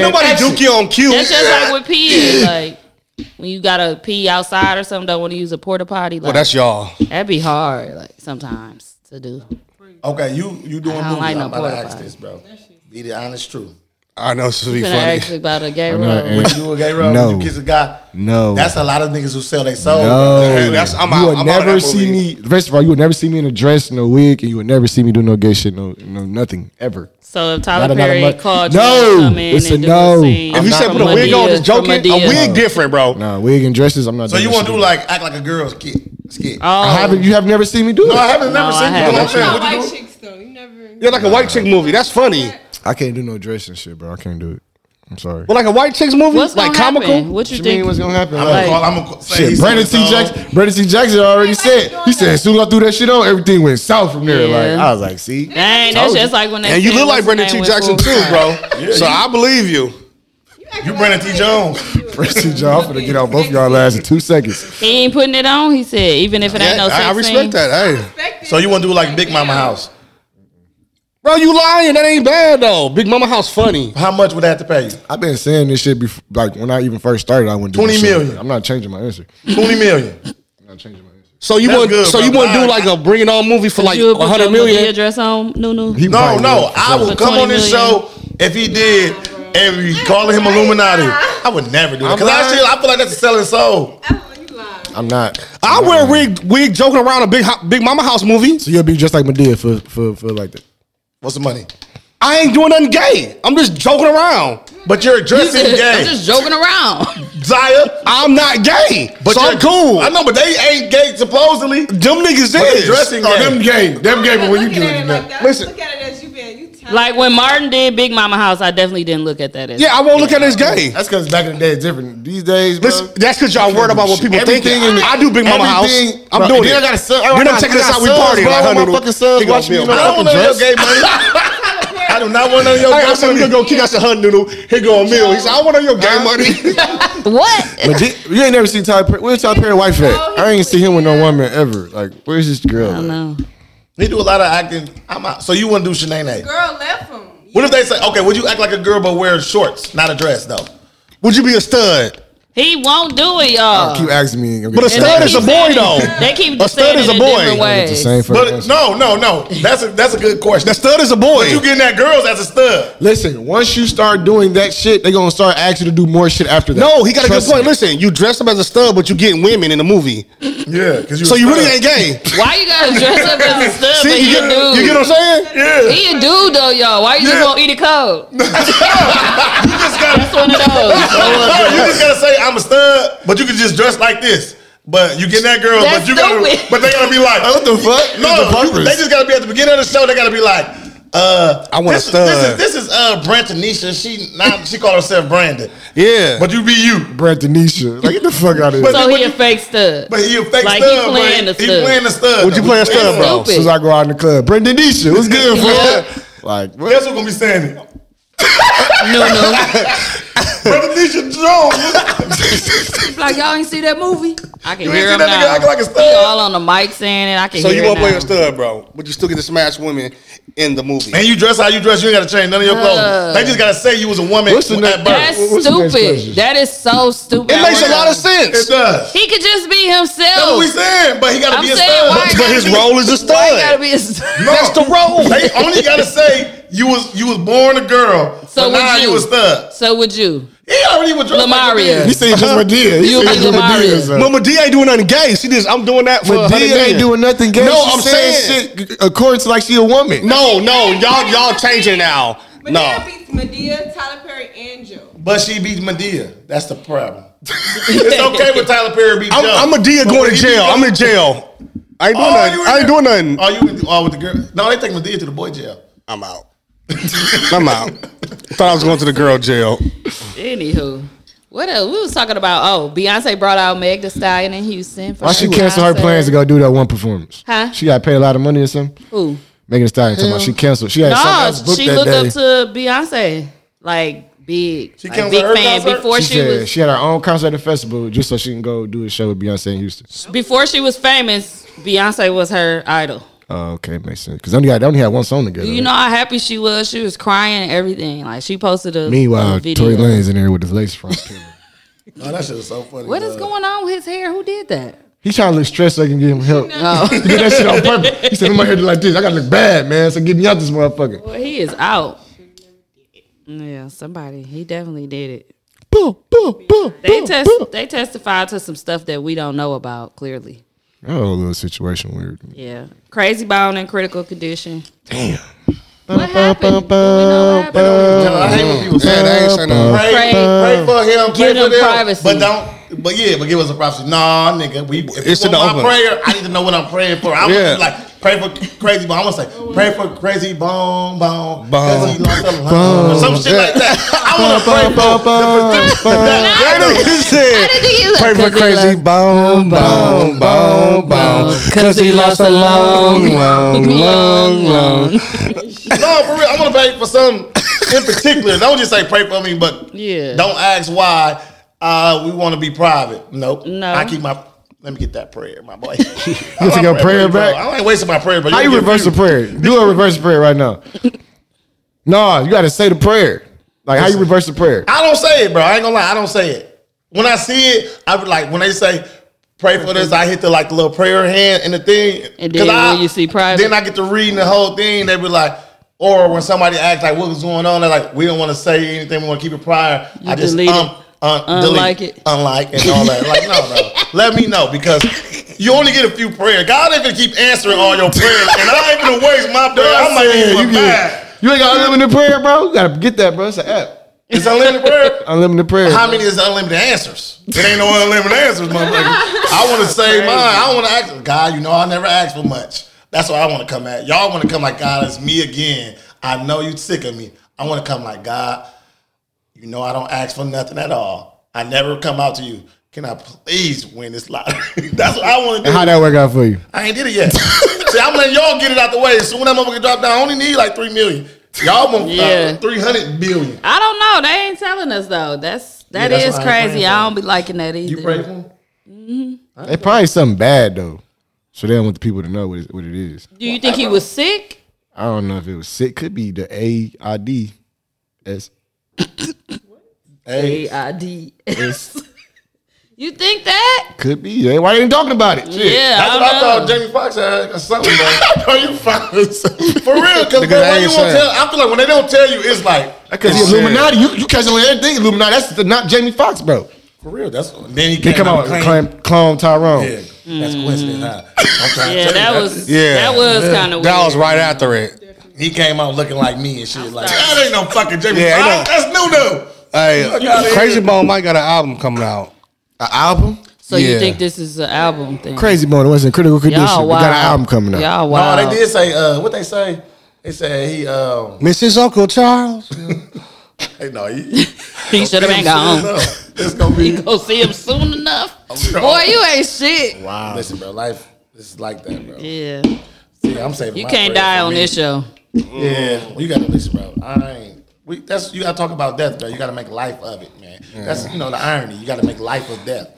nobody
exit.
dookie on cue.
That's just like with peeing, like when you gotta pee outside or something, don't want to use a porta potty.
Well,
Like
that's y'all.
that'd be hard, like sometimes to do.
Okay, you you doing
I don't
movies.
like
I'm
no
about to
porta
ask
potty.
this, bro. Be the honest truth.
I know this would be
Can I
funny.
ask you about a gay
I'm not
road?
answering.
You a gay rub?
No.
You kiss a guy?
No.
That's a lot of niggas who sell their soul.
no.
bro.
That's- I'm
you
out-
will
I'm out of
never
that
see
movie.
me. First of all, you will never see me in a dress, no wig, and you will never see me do no gay shit, no, no nothing ever.
So if
Not
Tyler
a lot of
Perry
money.
called
No,
you to come in
it's a
and do
no.
a scene,
If you said
from
put a wig on,
Madea-
just joking.
from Madea.
A wig different, bro.
Nah, wig and dresses. I'm not.
So
doing
you
that
want to
shit.
do like act like a girl skit? skit.
Oh,
I haven't. You have never seen me do it.
no, I haven't never
No, I
seen you.
haven't.
What I'm
What
saying,
about
what you
white
do?
chicks though? You never.
You're like a white chick movie. That's funny.
I can't do no dress and shit, bro. I can't do it. I'm sorry.
But like a white chicks movie,
What's
like
gonna happen?
comical.
What you
mean
think?
What's gonna happen?
I'm gonna call-
I'm gonna
say
Shit, Brandon T. Jackson. Brandon T. Jackson already said. He said, as soon as I threw that shit on, everything went south from there. Like
Yeah.
I was like, see,
Dang, that's
Told you.
just like when they
And you
said,
look like
what's his
Brendan T.
name,
Jackson
went
too,
full-
bro. so I believe you.
You Brandon T. Jones.
Brandon T. Jones, I'm finna get on both y'all ass in two seconds.
He ain't putting it on. He said, even if it ain't no sex scene.
that. Hey,
So you want to do like Big Mama House?
Bro, you lying. That ain't bad though. Big Mama House funny.
How much would that have to pay you?
I've been saying this shit before, like when I even first started, I wouldn't do
20
this
million.
Shit. I'm not changing my answer.
Twenty million.
So you
That's
want
good,
so
bro.
you want to do
I-
like a bring it on movie for like
you would put your
100
Madea
million?
dress on, no, no.
He
No,
probably
no.
would.
I
For
would come
20
on this
million.
show if he did and we calling him Illuminati. I would never do that. Because I, feel- I feel like that's a selling soul.
I'm not.
I wear a wig, wig joking around a big Ho- Big Mama House movie.
So you'll be just like Medea for for for like that.
What's the money?
I ain't doing nothing gay. I'm just joking around.
But you're addressing
I'm
gay.
just joking around.
Zaya.
I'm not gay, but
But
so I'm
you're-
cool.
I know, but they ain't gay supposedly.
Them niggas
But they
is.
dressing
Oh,
gay.
them gay, them gay. But when you
Look at
do
it
it,
like that.
Listen.
Look at it as you being you talented.
like when Martin did Big Mama House, I definitely didn't look at that as
Yeah, I won't look at it as gay.
that's because back in the day it's different. These days, bro.
Listen, that's because y'all worried about what people think.
Everything in the-
I do Big Mama House.
everything-
I'm
bro,
doing
then
it.
I got a son- I
then
got-
I'm taking
I
this
got
out. We
sons,
partying.
bro. I
Like,
want my
honey,
fucking sons
they gonna
watching me
be
in the
a-
I don't want none of your gay money. I do not want none of your
Hey, I
gay
said,
money.
nigga, go kick out your hun noodle. Here go a meal. He said, I want all your gay money.
what?
Medea- you ain't never seen Tyler Perry. Where's Tyler Perry wife at?
Oh,
I ain't seen him with no woman ever. Like, where's this girl?
I
at?
know.
He do a lot of acting. I'm out. So you wouldn't do Shanae?
girl left him.
What if they say, okay, would you act like a girl but wear shorts, not a dress though?
Would you be a stud?
He won't do it, y'all.
Oh, Keep asking me.
But a stud is a boy, though.
They keep
A stud
saying
is
it
a
in
boy.
different ways.
It's the same fucking
But
answer.
no, no, no. That's a that's a good question.
That stud is a boy.
But you getting that girls as a stud.
Listen, once you start doing that shit, they gonna start asking you to do more shit after that.
no, he got a good
Trust
point.
me.
Listen, you dressed up as a stud, but you getting women in the movie.
Yeah, because you.
So you really ain't gay.
Why you gotta dress up as a stud?
See,
but
you
he
get,
a dude.
you get what I'm saying?
Yeah,
he a dude though, y'all. Why you just
Yeah.
gonna eat it cold?
you just gotta. Oh,
That's one of those.
you just gotta say I'm a stud, but you can just dress like this. But you getting that girl,
That's
but you gotta.
stupid.
But they gotta be like,
What the fuck?
No,
What's the
you-
purpose?
they just gotta be at the beginning of the show. They gotta be like, uh,
I want a
this,
stud.
This is, this is uh Brent Tanisha. She now she called herself Brandon,
Yeah.
but you be you.
Brad Denisha. Like, get the fuck out of here.
But-
so
what
he a
you-
fake stud.
But he a fake
Like, he
stud.
playing
but
the
He
stud.
playing the stud.
Would you play a stud, bro?
As soon as I go out in the club, Brad Denisha, what's good, bro? Like, what?
Guess who's gonna be standing?
No, no.
Brother Nisha Jones.
Like y'all ain't see that movie? I can
You ain't
hear
see
him
that nigga
now.
act like a stud?
He all on the mic saying it. I can
So
hear
you won't
it
play
now.
a stud, bro, but you still get to smash women in the movie.
And you dress how you dress. You ain't gotta change none of your clothes.
Uh.
they just gotta say you was a woman
What's the
at
next-
birth.
That's
What's the
stupid.
next question?
That is so stupid.
It makes a
I
lot of
wonder-
It
sense.
does.
He could just be
That's what we
himself.
saying. But he gotta
I'm
be a
saying,
stud.
why it
But his role is a stud.
Why you gotta be a stud?
No.
That's the role.
They only gotta say you was you was born a girl.
So
So
would
now you
you.
a stud.
So would you?
He already was dressed
Lamaria.
He said just Medea. He
You'll
said
be
just
Lamaria.
Medea. so-
Mama D ain't doing nothing gay. She just, I'm doing that for
Medea
Medea
ain't doing nothing gay.
No,
She
I'm saying-
shit according to like she a woman.
No, no, y'all, y'all changing now.
Madea
No.
beats Medea, Tyler Perry, and Joe.
But she beat Medea. That's the problem. it's okay with Tyler Perry beat
I'm,
Joe.
I'm a Dia
But
going
when
to
he
jail.
beat
I'm
Joe-
in jail. I ain't doing
Oh, you
nothing.
in
I ain't
there?
doing nothing.
Oh, you in- oh with the girl? No, they take Medea to the boy jail.
I'm out. I'm out. Thought I was going to the girl jail.
Anywho. What else? We was talking about, oh, Beyonce brought out Meg Thee Stallion in Houston. For
Why she
her
cancel her
concert.
plans to go do that one performance?
Huh?
She got paid a lot of money or something.
Who?
Megan Thee Stallion talking about she canceled. She had something
No,
else booked
she
that
looked
day.
up to Beyonce. Like, big. She like,
canceled
big
her
fan.
concert?
Before
she,
she,
said
was
she had her own concert at the festival just so she can go do a show with Beyonce in Houston.
before she was famous, Beyonce was her idol.
Oh, okay, makes sense. Because only got they only had one song together.
You know how happy she was. She was crying and everything. Like she posted a a
Meanwhile,
video.
Tory Lane's in there with his lace front. too.
Oh, that shit is so funny.
What is going on with his hair? Who did that?
he trying to look stressed so he can get him help.
Oh,
He did that shit on purpose. He said, "I'm out here like this. I gotta look bad, man. So get me out this motherfucker."
well, he is out. Yeah, somebody. He definitely did it.
Boom, boom, boom.
They
boom,
test.
boom.
They testified to some stuff that we don't know about. Clearly,
That whole little situation weird.
yeah. Crazy bone in critical condition.
Damn.
What happened? What happened?
I hate when people say
Yeah,
that.
they ain't saying nothing.
Pray,
Pray.
pray for him. Pray
Give
for
them
them.
privacy.
But don't. But yeah, but give us a prophecy. Nah, nigga, we. If
It's
it's
in
you
the
want my
open.
prayer, I need to know what I'm praying for. I want
Yeah.
to like pray for crazy bone. I want to say pray for crazy bone, bone,
Bone.
cause he lost a lung, or some shit like that. I want to pray for.
Pray for crazy bone, bone, bone, bone. Cause he lost a long, long, long, long.
no, for real, I want to pray for some in particular. Don't just say pray for me, but
Yeah.
don't ask why. Uh, we want to be private. Nope.
No.
I keep my. Let me get that prayer, my boy.
You take your prayer
bro.
back?
I ain't wasting my prayer, but
How you reverse a prayer? Do a reverse prayer right now. No, you got to say the prayer. Like, how you reverse the prayer?
I don't say it, bro. I ain't gonna lie. I don't say it. When I see it, I would like when they say pray for this. I hit the like the little prayer hand and the thing.
And then
'Cause I,
when you see private-
then I get to reading the whole thing. They be like, or when somebody asks like what was going on, they're like, we don't want to say anything. We want to keep it prior.
You
I just
delete it.
um, un-
Unlike
delete,
it.
unlike and all that. Like no, bro. Let me know because. You only get a few prayers. God ain't gonna keep answering all your prayers, and I ain't gonna waste my prayer. I might
Yeah,
even
you,
mad.
get, you ain't got unlimited prayer, bro. You got to get that, bro. It's an app.
It's unlimited prayer.
Unlimited prayer.
How many is unlimited answers? It ain't no unlimited answers, motherfucker. I want to save mine. I want to ask God. You know, I never ask for much. That's what I want to come at. Y'all want to come like God. It's me again. I know you sick of me. I want to come like God. You know, I don't ask for nothing at all. I never come out to you. Can I please win this lottery? That's what I want to
And
do.
how that work out for you?
I ain't did it yet. See, I'm letting y'all get it out the way. So when that motherfucker drop down, I only need like three million. Y'all want
Yeah.
uh, three hundred billion.
I don't know. They ain't telling us though. That's that is
that's what I ain't
crazy.
praying
I don't be liking that either.
You pray for him?
It probably something bad though, so they don't want the people to know what it, what it is.
Do you think he was sick?
I don't know if it was sick. Could be the A I D S.
A I D S. You think that?
Could be. Yeah, Why they ain't talking about it? Shit.
Yeah,
That's
I
what
don't
I
know.
thought Jamie Foxx had or something, bro. Bro, you fucking- For real, because
Nigga, I
why you
ain't
won't
saying.
tell? I feel like when they don't tell you, it's like
Because
it's
the Illuminati, you you catching on everything Illuminati. That's the, not Jamie Foxx, bro.
For real, that's then he
They come out with clone, clone Tyrone.
Yeah, that's coincidence. Huh? I'm trying
Mm. Yeah,
to tell
that
you,
was- that was kinda weird.
That was right after it.
He came out looking like me and shit. Like that ain't no fucking Jamie
Yeah, I
Foxx. That's new though. Fuck outta
Hey,
here.
Crazy Bone might got an album coming out.
An album?
So
Yeah.
you think this is an album thing?
Crazy Bone it was in critical condition.
Y'all
We got an
wild.
album coming out.
Y'all wow.
No, they did say uh, what they say. They said he um.
Mrs. Uncle Charles.
Hey, no, he,
He should have been gone.
It's gonna be.
Go see him soon enough. Boy, you ain't shit.
Wow. Listen, bro, life is like that, bro.
Yeah.
See, I'm saving.
You
my
can't
prayers
die
for
on
me.
this show.
Yeah, well, you gotta listen, bro. I ain't. We, that's you gotta talk about death, bro. You gotta make life of it, man. That's you know the irony. You gotta make life of death.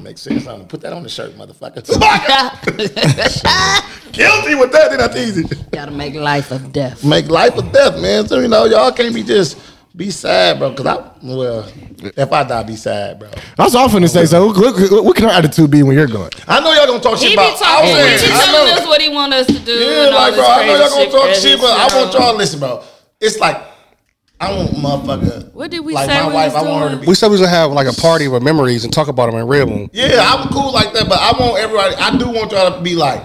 Makes sense. I'm gonna put that on the shirt, motherfucker. Guilty with that, then that's easy.
Gotta make life of death.
Make life of death, man. So you know y'all can't be just be sad, bro. Cause I well, if I die, be sad, bro.
I was often to say so. Look, look, what can our attitude be when you're gone?
I know y'all gonna talk shit
He be
about.
talking. He
outfits.
be
I
telling
know.
us what he want us to do.
Yeah,
and all
like,
this
bro, I know y'all
crazy
gonna talk
at
shit,
this
but I
show.
want y'all to listen, bro. It's like, I want motherfucker.
What did we
like,
say
my
we
wife,
was
I want her
doing?
to be.
We said we was gonna have like a party with memories and talk about them in real room.
Yeah, I'm cool like that, but I want everybody, I do want y'all to be like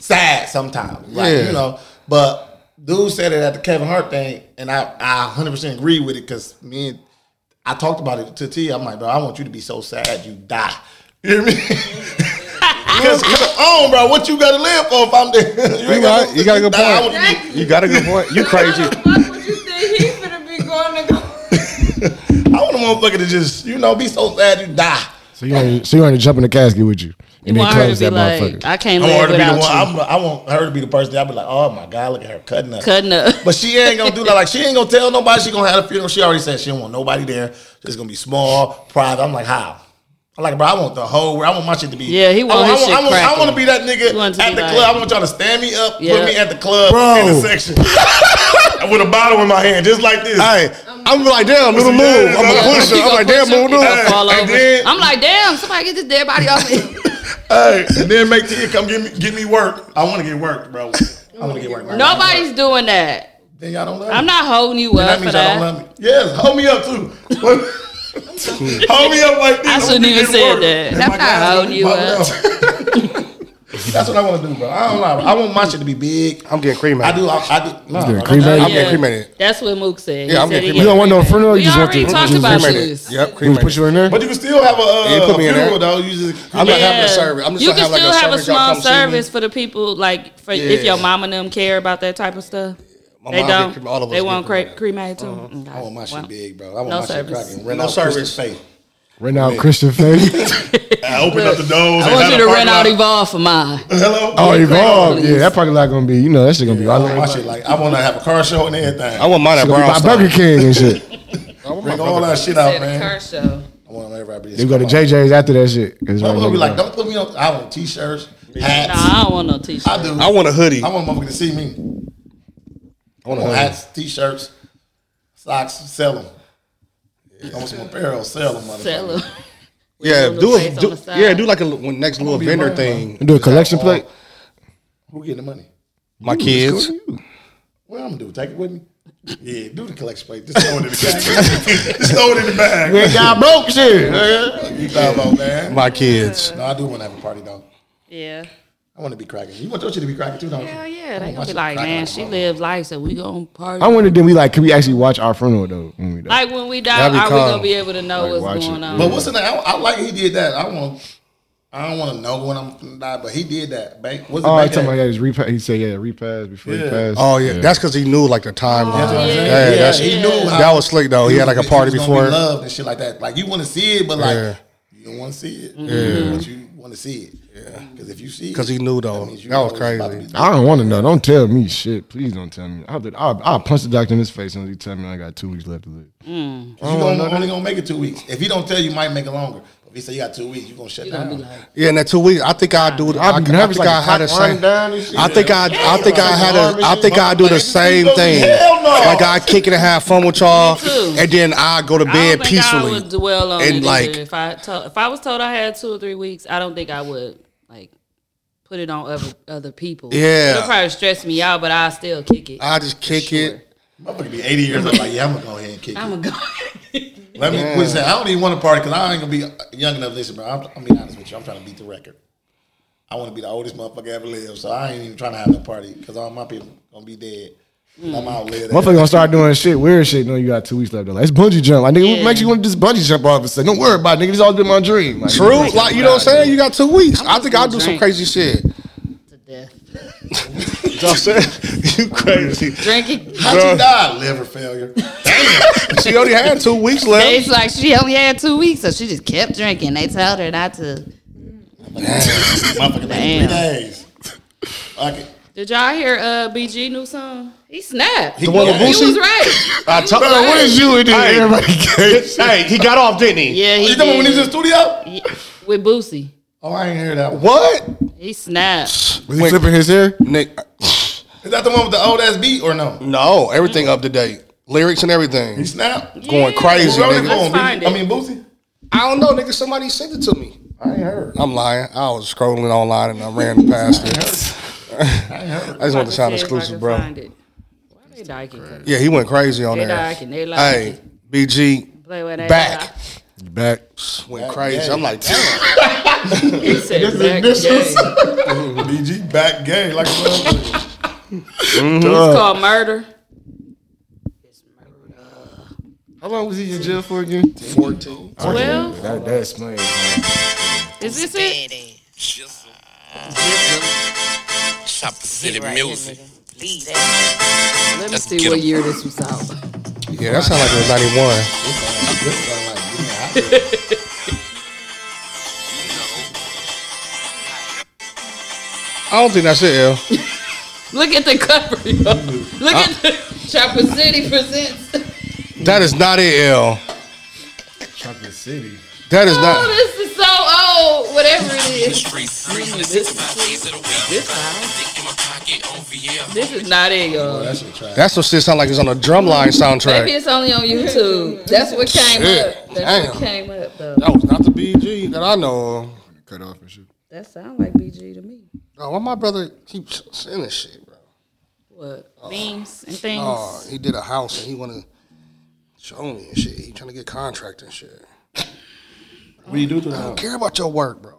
sad sometimes. Like,
Yeah.
you know, but dude said it at the Kevin Hart thing, and I, I 100% agree with it because me and I talked about it to T. I'm like, bro, I want you to be so sad you die. You hear me? Because come on, "Oh, bro, what you gotta live for if I'm there?
You
ain't
right,
no-
you got a good
die, I want you to be-
Exactly.
You got a good point. You crazy.
How the fuck would you think he finna be going to go?
I want a motherfucker to just, you know, be so sad you die.
So you ain't, so you ain't jump in the casket with you and
You
then
want her
close
to be
that
like,
motherfucker.
I can't
I want her
live
to be the
without
one.
you.
I'm, I want her to be the person. I'll be like, oh my god, look at her cutting up.
Cutting up.
But she ain't gonna do that. Like she ain't gonna tell nobody. She gonna have a funeral. She already said she don't want nobody there. It's gonna be small, private. I'm like, how? I'm like, bro, I want the whole world. I want my shit to be.
Yeah, he want
I
his shit
I want, I
cracking.
want to be that nigga
He want to
at
be
the
like-
club. I want y'all to stand me up,
Yeah.
put me at the club
Bro.
in the section with a bottle in my hand, just like this.
Hey, I'm like, damn, little move. I'm
Yeah,
gonna push
He
her. I'm
gonna
like,
push
damn,
him,
move,
he
move.
gonna fall
And
over.
then-
I'm like, damn, somebody get this dead body off me.
Hey, and then make Tia come get me, get me work. I want to get work, bro. I want to get work.
Nobody's doing that.
Then y'all don't love
I'm
me.
not holding you
That
up for
means y'all don't
that.
love me. Yes, hold me up too. hold me up like this.
I shouldn't even
say
said that. I'm not holding you up.
That's what I want to do, bro. I don't know. I want my shit to be big.
I'm getting cremated.
I do. I, I do.
He's
Nah,
getting
bro.
cremated? I'm
Yeah.
getting cremated.
That's what Mook said. He
Yeah, I'm
said
getting
he
cremated. You don't want no
funeral? You
We
just want
already
the-
talked
just
about
cremated.
this.
Yep,
We put
cremated.
you in there.
But you can still have a, uh,
Yeah, put me
a
in there.
funeral, though. You just
I'm not having a service. I'm just
you
gonna
can
have like
still
a
have a
service. Y'all
small
come see me.
service for the people, like for if
Yeah.
your mama and them care about that type of stuff.
My
they
mom get
don't.
cremated. All of us
they
get
won't cre-
cremated. Uh-huh.
cremate too. Mm, Okay.
I want my
Well,
shit big, bro. I want
no
my
service.
shit cracking.
Rent
Rent
no
out
service
service.
faith.
Rent out Christian Faith.
I opened up the
I want
doors. and had
you
a
to
parking
rent out
lot.
Evolve for mine.
Hello.
oh, evolved. Yeah, that probably not gonna be. You know, that shit gonna be all
I
over.
want my shit like I want to have a car show and everything.
I want mine
Shit
at
gonna be by Burger
Brownstone.
King and shit.
Bring all that shit
Oh,
out, man.
show.
I want everybody.
They go to JJ's after that shit. 'cause
I'm gonna
right
be
here,
like,
bro.
don't put me on. I want t-shirts,
Nah,
hats.
I don't want no t-shirt.
I do.
I want a hoodie.
I want motherfucker to see me. I want hats, t-shirts, socks. Sell them. I want some apparel. Sell them, motherfucker.
Sell 'em.
Yeah,
Little
do a,
face on
do,
the side.
yeah, do like a li- one- next little vendor thing.
do a collection plate.
Who getting the money?
My kids.
Well, I'm gonna do it. Take it with me. Yeah, do the collection plate. Just throw it in the bag. Just throw it in the bag.
Man, got broke shit. nigga.
You thought about man.
My kids.
No, I do want to have a party though.
Yeah.
I want to be cracking. You want your shit to be cracking too, don't you?
Hell yeah. They
I
gonna be
should
like,
crack
man,
like a
she
motherfucker."
lived life, so we gonna party.
I wonder did we like could we actually watch our funeral though? When we die?
like when we die, are
That'd
we
be calm.
gonna be able to know
Like,
what's
watch
going
it.
on?
But what's the name? I, I like he did that. I want. I don't want to know when I'm gonna die, but he did that. Bank. What's it?
oh, I
Bank
talking
Act?
about yeah, his repass. He said yeah, repass before he passed.
Oh yeah, that's because he knew like the timeline.
yeah,
yeah,
yeah,
that's,
he knew how-
that was slick though. He had like a
was-
party
was gonna
before.
be loved and shit like that. Like you want to see it, but like
Yeah.
you don't want to see it. Yeah, but you want to see it. Yeah, because if you see, it,
'Cause he knew, though.
means you
That was
know it's about
crazy.
to be-
I don't want to know. Don't tell me shit. Please don't tell me. I'll, I'll, I'll punch the doctor in his face and he tell me I got two weeks left to live.
You gonna, only gonna make it two weeks. If he don't tell you, you might make it longer. If he say you got two weeks, you gonna shut down.
Yeah, in that two weeks, I think I do. I, I
I'll be
think
nervous. like
I
I
had the same.
down and shit.
I think I, I think I had a, I think I do the same
Hell
thing.
no.
Like I kick it and have fun with y'all,
too.
and then I go to
Oh I don't
bed
think I would
peacefully.
dwell on
And,
it
like-
either. If I told, if I was told I had two or three weeks, I don't think I would like put it on other other people.
Yeah.
it'll probably stress me out, but I still kick it.
I just kick it.
Motherfucker be 80 years old. Like, yeah, I'm gonna go ahead and kick it.
I'm gonna go.
Let me quit saying, I don't even want to party because I ain't gonna be young enough. Listen, bro, I'm, I'm being honest with you. I'm trying to beat the record. I want to be the oldest motherfucker ever lived, so I ain't even trying to have no party because all my people gonna be dead.
Mm.
I'm outlived.
Motherfucker gonna start doing shit, weird shit. No, you got two weeks left. Though. Like, it's bungee jump. Like, nigga,
Yeah.
what makes you want to just bungee jump all of a sudden? Don't worry about it, nigga. This all been my dream. Like,
True, like you know what I'm saying. You got two weeks. I
just
think I
gonna
do some
drink.
crazy shit.
to death.
You know what I'm saying? You crazy.
Drinking.
How'd you die? Liver failure.
She only had two weeks left.
It's like she only had two weeks, so she just kept drinking. They told her not to.
Motherfucker,
Damn.
three days. Fuck it.
Did y'all hear uh, BG new song? He snapped.
one with
you
Boosie?
was right.
I told
Bro, what is you in this?
Hey.
Everybody gay.
Hey, he got off, didn't he?
Yeah, he
Oh, You talking about when he was in
did.
the studio?
Yeah, with Boosie.
Oh, I ain't hear that one.
What?
He snapped.
Was he flipping his hair?
Nick.
Is that the one with the old ass beat or no?
No, everything up to date. Lyrics and everything.
He snapped.
Going crazy,
Who wrote it for
nigga.
him?
Let's find
I
it.
mean, Boosie.
I don't know, nigga. Somebody sent it to me.
I ain't heard.
I'm lying. I was scrolling online and I ran past it.
I ain't heard.
I just want to sound
See if I
exclusive,
can
bro.
find it. Why they dyking?
Yeah, he went crazy on
They
there.
like it, they like
Hey, BG
Play with that.
back
Back.
went crazy. I'm like, damn.
He said back gay.
BG back gay like a motherfucker.
It's called murder.
How long was he in jail for again?
14.
Twelve.
That, that explains. man.
Is this it?
Chop City Music.
Let me see what year this was out.
Yeah, that sounded like it was 91. I don't think that's it, L.
Look at the cover.
Uh.
Yo. Look at the Chopper City presents.
That is not it, L.
Chocolate City.
That is
Oh,
not.
this is so old. Whatever it is. This, this is not it, y'all.
That shit trash.
That's what shit sound like it's on a drumline
Maybe
soundtrack.
it's only on YouTube. That's what came up. That's
Damn.
what came up though.
That was not the BG that I know of.
Cut off and shit.
That sound like BG to me.
Oh, why my brother keeps sending shit, bro?
What memes and things?
Oh, he did a house and he want to show me and shit. He trying to get contract and shit.
What do you do to
I don't
that?
care about your work, bro.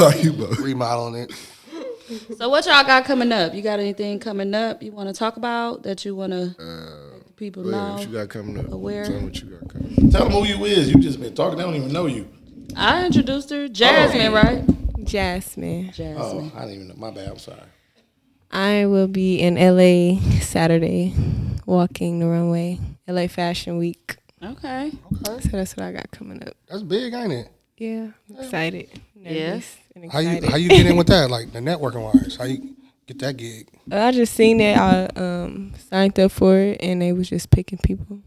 Are you, bro?
Remodeling it.
So what y'all got coming up? You got anything coming up you want to talk about that you want to let the people
yeah,
know?
what you got coming up?
Aware.
Tell 'em what you got coming. Tell them who you is. You just been talking. They don't even know you.
I introduced her, Jasmine,
Oh.
right?
Jasmine.
Oh, I didn't even know. My bad. I'm sorry.
I will be in LA Saturday, walking the runway, LA Fashion Week.
Okay.
So that's what I got coming up.
That's big, ain't it?
Yeah, I'm excited.
Yes.
nervous and
How you
excited.
how you get in with that? Like the networking wise, how you get that gig?
I just seen that I um, signed up for it, and they was just picking people,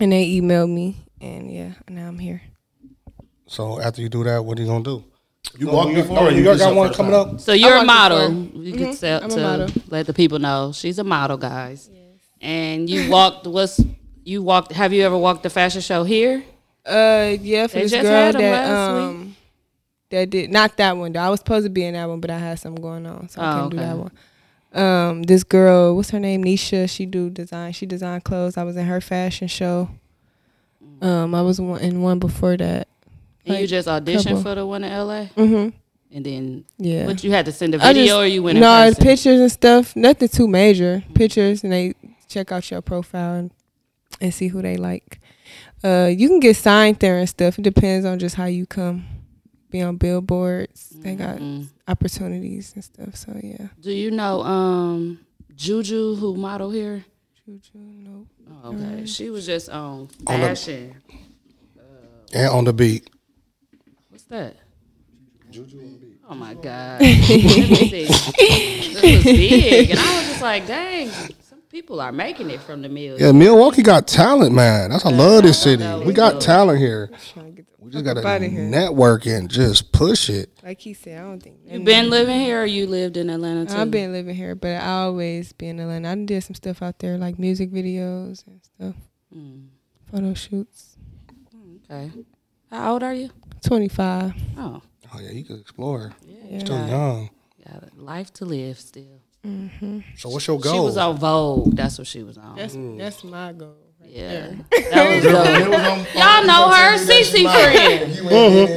and they emailed me, and yeah, now I'm here.
So after you do that, what are you gonna do? You
No,
walk
you-
before.
alright,
you
you
got,
did something
one
first
coming
time.
up.
So you're
I'm
a
on
model.
the phone.
You
Mhm,
can tell
I'm a
to
model.
let the people know she's a model, guys. And you walked. What's you walked? Have you ever walked the fashion show here?
Uh, yeah, for
They
this
just
girl
had 'em
that
last week.
um that did not that one though. I was supposed to be in that one, but I had something going on, so I
Oh,
couldn't do that
okay.
one. Um, this girl, what's her name? Nisha. She do design. She design clothes. I was in her fashion show.
Mm.
Um, I was one, in one before that.
And you
Like,
just auditioned
couple.
for the one in LA.
Mm-hmm.
And then
Yeah.
But you had to send a
I
video,
just-
or you went
No,
in
it's
person.
pictures and stuff. Nothing too major. Pictures, and they check out your profile and, and see who they like. Uh, you can get signed there and stuff. It depends on just how you come. Be on billboards. They got
Mm-hmm.
opportunities and stuff. So yeah.
Do you know um Juju who model here?
Juju, no.
Oh, okay, she was just on
On the-
fashion.
And on the beat.
What's that? Oh my god! Let me see. This was big, and I was just like, "Dang, some people are making it from the mill."
Yeah, Milwaukee got talent, man. That's I love this city. We got talent here. We just gotta
outta here.
network and just push it.
Like he said, I don't think
You been living here, or you lived in Atlanta too?
I've been living here, but I always been in Atlanta. I done did some stuff out there, like music videos and stuff, photo shoots.
Mm. Okay. How old are you?
Twenty five.
Oh,
Oh yeah, you can explore.
Yeah.
Still young.
got a life to live still.
Mm-hmm.
So what's your goal?
She was on Vogue. That's what she was on.
That's that's my goal. Right
Yeah.
there.
That was dope. Y'all know her, CC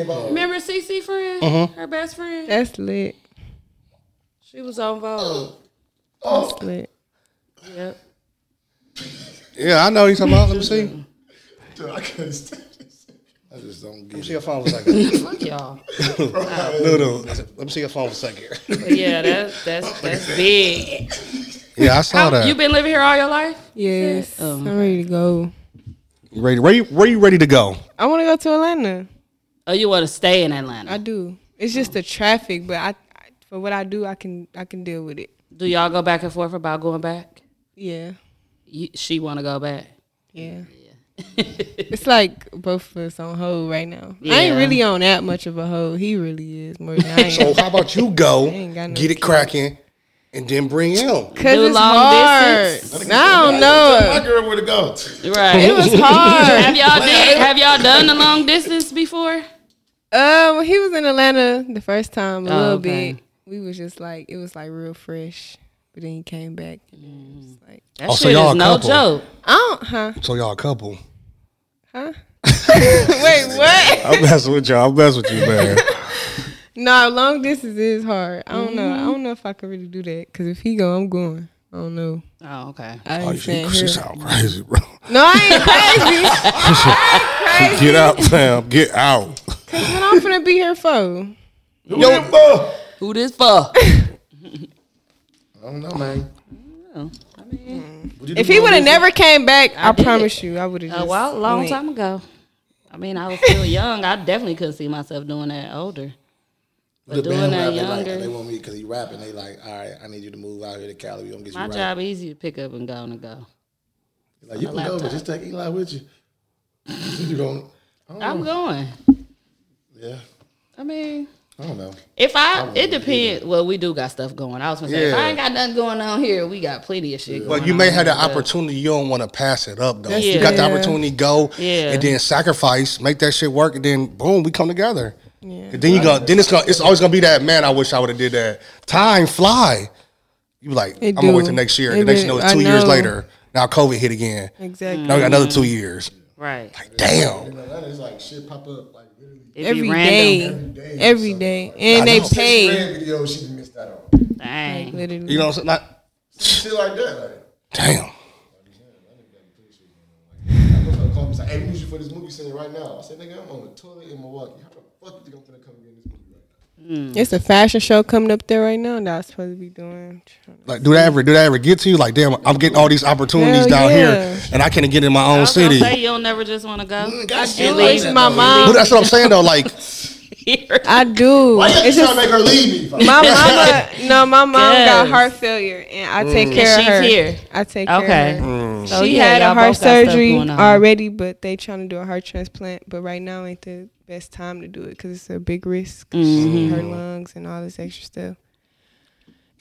friend. Remember CC friend?
Mhm.
Her best friend?
That's lit.
She was on Vogue.
That's lit.
Yep.
Yeah, I know you talking about. Let me see.
Dude, I couldn't stand this. I just don't get
Let me
it.
see your phone for a second.
Fuck y'all.
no, no. Let me see your phone for a second.
But yeah, that's that's that's big.
Yeah, I saw
How-
that.
You Oh, been living here all your life?
Yes, I'm ready to go.
You ready? Where you, where you ready to go?
I want to go to Atlanta.
Oh, you want to stay in Atlanta?
I do. It's just the traffic, but I, I for what I do, I can I can deal with it.
Do y'all go back and forth about going back?
Yeah,
You, she want to go back.
yeah. it's like both of us on hold right now. I
Yeah.
ain't really on that much of a hold. He really is more than I am.
So how about you go,
I ain't got no
get it cracking, and then bring him?
Cause
Do
it's
long
hard.
distance?
I don't
Tell my
know.
girl where to go.
Right.
It was hard.
have y'all did, Have y'all done the long distance before?
Uh, when he was in Atlanta the first time, a
Oh,
little
okay.
bit, we was just like it was like real fresh. But then he came back. And it was like
That
Oh, so
shit
y'all
is
a
no
couple.
joke.
I don't, huh?
So y'all a couple.
Huh? Wait, what?
I'm messing with y'all. I'm messing with you, man.
No, long distance is hard. I don't know. I don't know if I could really do that. Cause if he go, I'm going. I don't know.
Oh, okay.
I
oh,
ain't
you,
saying
you
here.
sound crazy, bro.
No, I ain't crazy. I ain't crazy.
Get out, fam. Get out.
Cause what I'm finna be here for?
Yo,
Who this for?
I don't know, man. Mm.
I mean,
Would you do
If he
long
would have
distance?
never came back, I,
I did.
promise you, I would have.
a while, long time ago. I mean, I was still young. I definitely could see myself doing that older. But
The
doing
band
that
rapping, like,
younger,
they want me because he rapping. They like, all right, I need you to move out here to Cali. We gonna get
my
you
job
right.
easy to pick up and go and go.
Like, you
on
can
the
go, but
laptop.
just take Eli with you. you don't. I don't
I'm
know.
going.
Yeah,
I mean,
I don't know.
if I,
wouldn't
it depends. Well, we do got stuff going. I was gonna say, if
Yeah.
I ain't got nothing going on here, we got plenty of shit.
But
going
you may
on
have the
here, but-
opportunity. You don't want to pass it up, though.
That's
You got the
yeah.
opportunity, go,
Yeah.
and then sacrifice, make that shit work, and then boom, we come together.
Yeah.
And then you go. Then it's gonna. It's always gonna be that man. I wish I would have did that. Time fly. You be like
It
I'm gonna wait
do.
till next year.
It
the next
really-
year, it's
I
two years
know.
later. Now COVID hit again.
Exactly.
Now we got another two years.
Right.
Like, damn.
In Atlanta, it's like shit pop up like literally
It be
every
random.
day.
Every
Every
day.
day.
I
And they
know.
pay.
Videos, she can miss that on.
Dang.
You know what I'm saying? Like,
Shit like that. Like,
damn.
My brother called me, he's like, hey, we need you for this movie scene right now. I said, nigga, I'm on the toilet in Milwaukee. How the fuck you think I'm gonna come get this movie?
It's a fashion show coming up there right now that I'm supposed to be doing.
Like, do that ever? Do that ever get to you? Like, damn, I'm getting all these opportunities
Hell
down
yeah.
here, and I can't get in my own
I was gonna
city.
say you don't never just want to go.
Mm,
do. It's my mom.
But that's what I'm saying though. Like,
I do.
Why you
It's
trying to make her leave me?
My mama, no, my mom got
Yes.
heart failure, and I take
Mm.
care
And
of her.
she's here.
I take
Okay.
care of her.
Mm.
She
So, yeah,
had a
y'all
heart
both got stuff
surgery
going on.
already, but they trying to do a heart transplant. But right now ain't the best time to do it because it's a big risk.
Mhm.
Her lungs and all this extra stuff.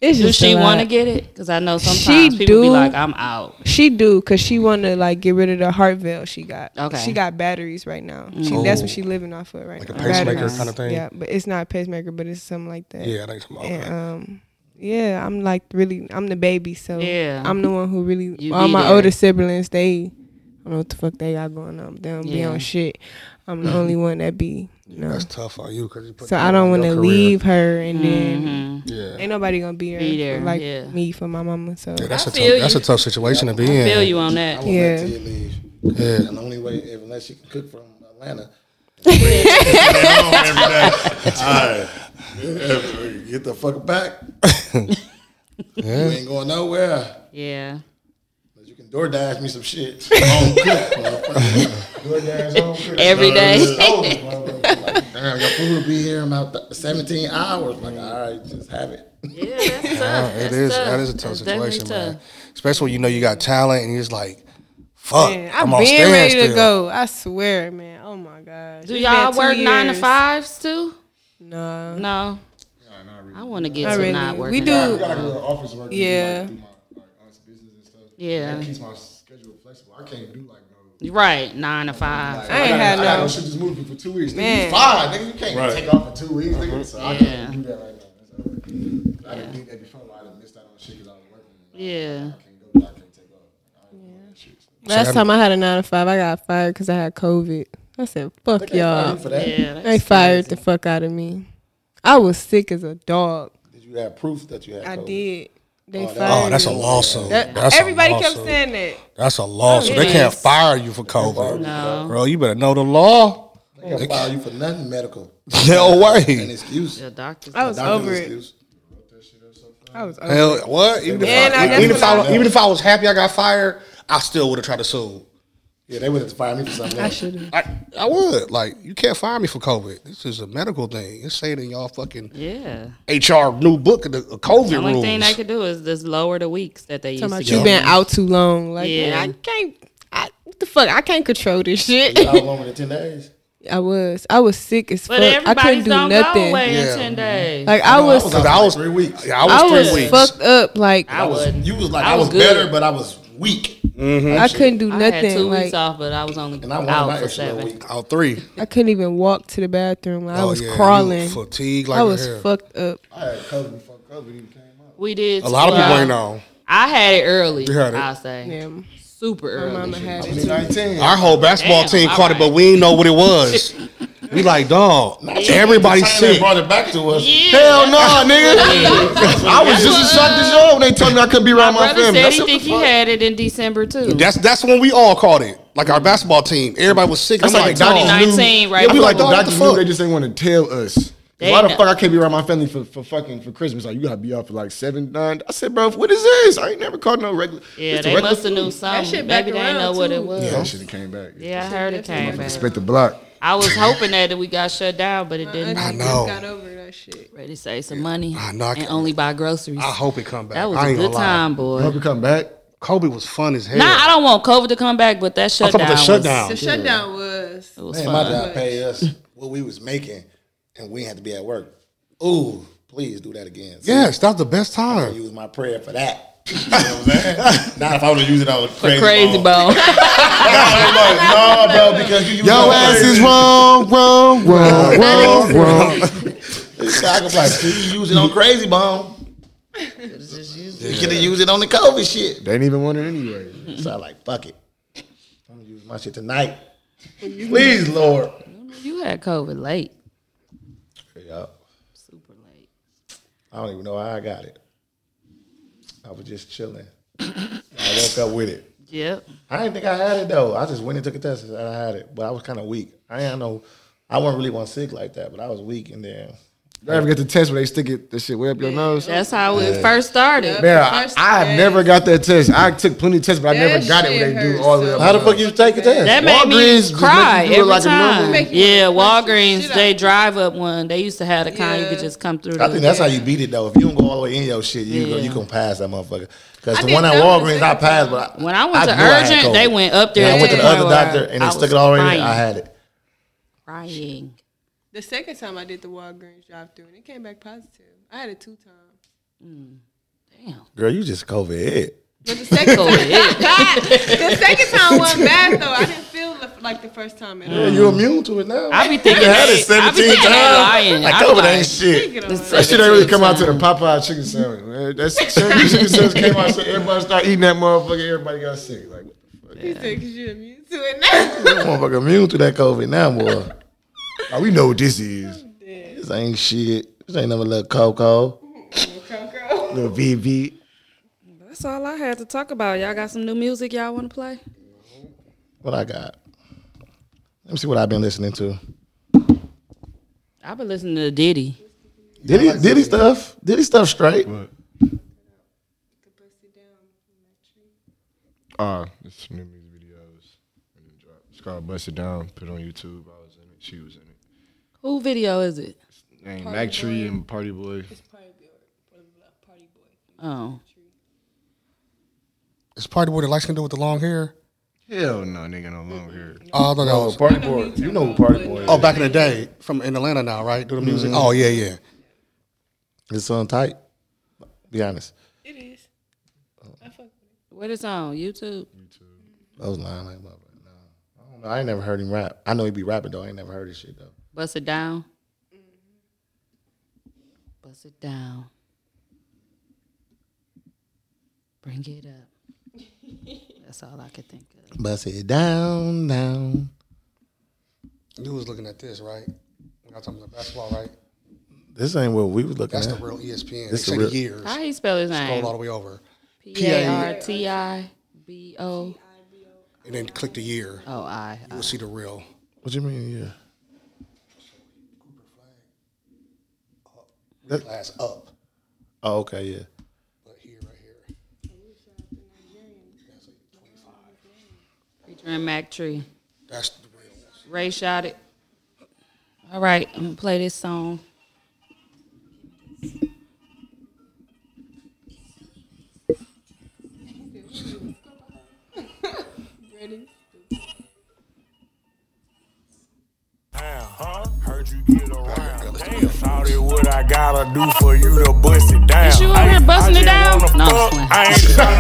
It's
Do
just
she
want
want to get it? Because I know sometimes people be like, I'm out.
She do because she want to like get rid of the heart valve she got.
Okay.
She got batteries right now. She,
Mm.
That's
Oh.
what she living off of right
Like a
now.
pacemaker
Batteries.
kinda thing?
Yeah, but it's not a pacemaker, but it's something like that.
Yeah, I think it's something like
And, um, yeah, I'm like really, I'm the baby, so
Yeah.
I'm the one who really.
You
all
be
my
there.
older siblings, they, I don't know what the fuck they got going on. They don't be
Yeah. Mm.
on shit. I'm the only one that be. You know.
that's tough on you because you put.
um, So
that
I don't
on
want
your
to
career.
leave her, and then
Mhm. Yeah.
ain't nobody gonna be,
Mm. Be
there
there,
like
yeah.
me for my mama. So
Yeah, that's a
feel
tough, that's
you.
a tough situation to be
I
in.
feel you on that.
Yeah.
Yeah.
And the only way, unless she can cook from Atlanta. Alright. Get the fuck back. You ain't going nowhere.
Yeah.
You can DoorDash me some shit. Home cook, motherfucker. DoorDash home cook.
Every day.
It's over, motherfucker. Like, Damn, your food will be here in about th- 17 hours. Like, all right, just have it.
Yeah, that's
Yeah,
tough.
it is. That is a tough situation, man. Especially when you know you got talent and you're just like, fuck,
Man,
I'm
I've
on
been ready to
standstill.
go. I swear, man. Oh my god.
Do y'all work nine to fives too?
No.
No. I want to get
Not
to
really.
not
We
working.
do.
nine to
We got
five.
a
office work.
Yeah.
Yeah.
That keeps my schedule flexible. I can't do like
Right. Nine to five.
I ain't
gotta-
had
I gotta
no.
go shoot this movie for two weeks.
Man.
Nigga, you fired, nigga. You can't
Right.
take off for two weeks, nigga. So I can't
Yeah.
do that right now. That's over. I didn't think that before. I done missed out on shit because I was working.
Yeah.
Last time I had a nine to five, I got fired because I had COVID. I said, "Fuck y'all."
fired you for that.
Yeah,
they
that's
fired the fuck out of me. I was sick as a dog.
Did you have proof that you had
I
COVID?
did. They
Oh, that-
fired.
Oh, that's a
me.
lawsuit.
That-
That's a
everybody kept
lawsuit.
saying "Oh, that.
That's a lawsuit. They
It
can't
is.
fire you for COVID,
No.
bro. You better know the law.
They gonna fire you for nothing medical.
No
An
way.
excuse.
The doctors.
I was
Doctor's
over it.
excuse.
I was over
Hell,
it.
what? Even if,
And I-
I,
that's
even, if
what
I, even if I was happy I got fired, I still would have tried to sue.
Yeah, they would have fired me for something
I
else.
should have.
I, I would. Like, you can't fire me for COVID. This is a medical thing. It's saying in y'all fucking
Yeah.
HR new book of the of COVID
The only
rules.
thing they could do is just lower the weeks that they used
Talking
to
about
get.
you been out too long. Like,
Yeah.
man, I can't. I, what the fuck? I can't control this shit.
How long were the 10 days?
I was. I was sick as fuck.
But
I couldn't
everybody's
do
don't go
nothing.
away
Yeah.
in ten days.
Like I was,
Cause I was three
weeks.
Yeah, I was
I
three
was
weeks.
fucked up. Like I,
I wouldn't.
You was like,
I
I,
was
was,
good.
better, but I was weak.
couldn't do
I
nothing.
had two
like
weeks off, but I was only
And I wanted
out
my
for
extra
seven.
week.
All three.
I couldn't even walk to the bathroom. Like, I
Oh,
was
yeah, you
crawling.
fatigued like
I was
hell.
fucked up.
I had COVID before COVID even came out.
We did.
A lot of people
well,
ain't on.
I had it early.
You had it.
I say
Yeah,
super
my
early.
mama had
I
it.
was 19.
Our whole basketball
Damn,
team
all
caught it,
right.
but we ain't know what it was. we like, dog, everybody
They
sick.
brought it back to us.
Hell no, nigga. I was just as shocked as y'all when they told me I couldn't be around my,
Brother
family.
said
That's,
he think he had it in December too.
that's that's when we all caught it. Like our basketball team, everybody was sick.
That's
I'm
like
dog,
2019, right?
I feel
we
like the
dog, what the
doctor knew
fuck?
they just didn't want to tell us.
They
Why the
know.
fuck I can't be around my family for, for fucking for Christmas? Like you gotta be out for like seven nine. I said, bro, what is this? I ain't never called no regular.
yeah,
it's the
they
regular
must have
flu.
knew something.
shit back
Maybe they didn't know
around,
what it
too.
was.
Yeah,
Yeah,
that shit came back.
I heard it came back.
Spent the block.
I was hoping that we got shut down, but it didn't.
I just
know.
got over that shit.
Ready to save some money
I know, I
and
can't-
only buy groceries.
I hope it come back.
that was
I
a
ain't
good
gonna lie.
time, boy.
Hope you come back.
Kobe was fun as hell.
Nah, I don't want COVID to come back, but that
I'm
shutdown.
talking about the shutdown.
The shutdown was.
Was, it was
Man, my
fun.
job paid us what we was making, and we had to be at work. Ooh, please do that again. See,
Yes, that was the best
I
time.
use my prayer for that. You know what I'm saying? Not if I would have used it on crazy,
Crazy bone.
bone. no, bro, because you use
Your ass is wrong, wrong, wrong, wrong, wrong.
I could like, "Can you use it on crazy bone. You could have used it on the COVID shit.
They ain't even want it anyway.
So I like, fuck it. I'm gonna use my shit tonight. Please, Lord.
You had COVID late.
Yup. Super late. I don't even know how I got it. I was just chilling. I woke up with it.
Yep.
I didn't think I had it though. I just went and took a test and I had it, but I was kind of weak. I didn't know. I wasn't really one sick like that, but I was weak and then.
You ever get the test where they stick it the shit way up your nose?
That's how it first started.
Man, I, I have never got that test. I took plenty of tests, but I never got it when they do all the.
How the fuck you take a test?
That made
Walgreens
me
just
cry
make you do it
every
like a
time.
normal-
yeah, Walgreens, they drive up one. They used to have the kind you could just come through.
I
the-
think that's how you beat it though. If you don't go all the way in your shit, you go, you can pass that motherfucker. Because
I
the
did
one at
that
Walgreens I passed, but I,
When I went to
knew had
urgent,
COVID.
they went up there
And I
to
went to
the
the other
point where
doctor and they
I
stuck it
was
all the way in. I
crying.
had it.
Crying.
The second time I did the Walgreens drive through and it came back positive. I had it two times.
Girl, you just COVID head.
But the second time,
yeah.
the second time wasn't bad though. I didn't feel li- like the first time at all.
Yeah, you immune to it now.
I be thinking
you had
they-
it
I be
seventeen
thinking they lying.
times. Like
I be
COVID
like-
ain't shit.
That shit ain't really come out to the Popeye chicken sandwich. Man. That shit- that chicken sandwich came out, so everybody started eating that motherfucker. Everybody got sick. Like, what the fuck?
He said, "Cause you're immune to it now."
That motherfucker immune to that COVID now, boy.
Oh, we know what this is.
This ain't shit. This ain't never little Coco,
Coco.
little VV.
That's all I had to talk about. Y'all got some new music y'all want to play?
What I got? Let me see what I've been listening to.
I've been listening to Diddy.
Did he? Did he stuff? Did he stuff straight?
Uh, it's some new music videos. And then drop. It's called Bust It Down. Put it on YouTube. I was in it. She was in it.
Who video is it?
And Mac Tree and Party Boy.
Oh.
It's party boy that likes to do with the long hair.
Hell no, nigga, no longer here.
Oh, I thought that was
Party Boy. You know who Party Boy is.
Oh, back in the day, from in Atlanta now, right? Do the music. Oh yeah, yeah.
It's on tight. Be honest.
It is. I fuck.
Where this on? YouTube?
I was lying like motherfucker. No. I don't know. I ain't never heard him rap. I know he be rapping though. I ain't never heard his shit though.
Bust it down. Bust it down. Bring it up. That's all I could think of.
Bust it down, down.
You was looking at this, right? We got talking about basketball, right?
This ain't what we was looking
That's the
at.
real E
This
ESPN. This
the
the
real-
years.
How you spell his
Scroll all
name?
the way over,
P A R T I B O
and then click the year.
O Oh, I.
You'll see the real.
What you mean? Yeah. That-
Glass up.
Oh, okay, yeah.
Featuring Mac Tree.
That's the real.
Ray shot it. All right, I'm gonna play this song.
Ready?
Huh? Heard you get around. Damn, shawty, what I gotta do for you to bust it down.
Is you over here busting it down? No, I'm just playing.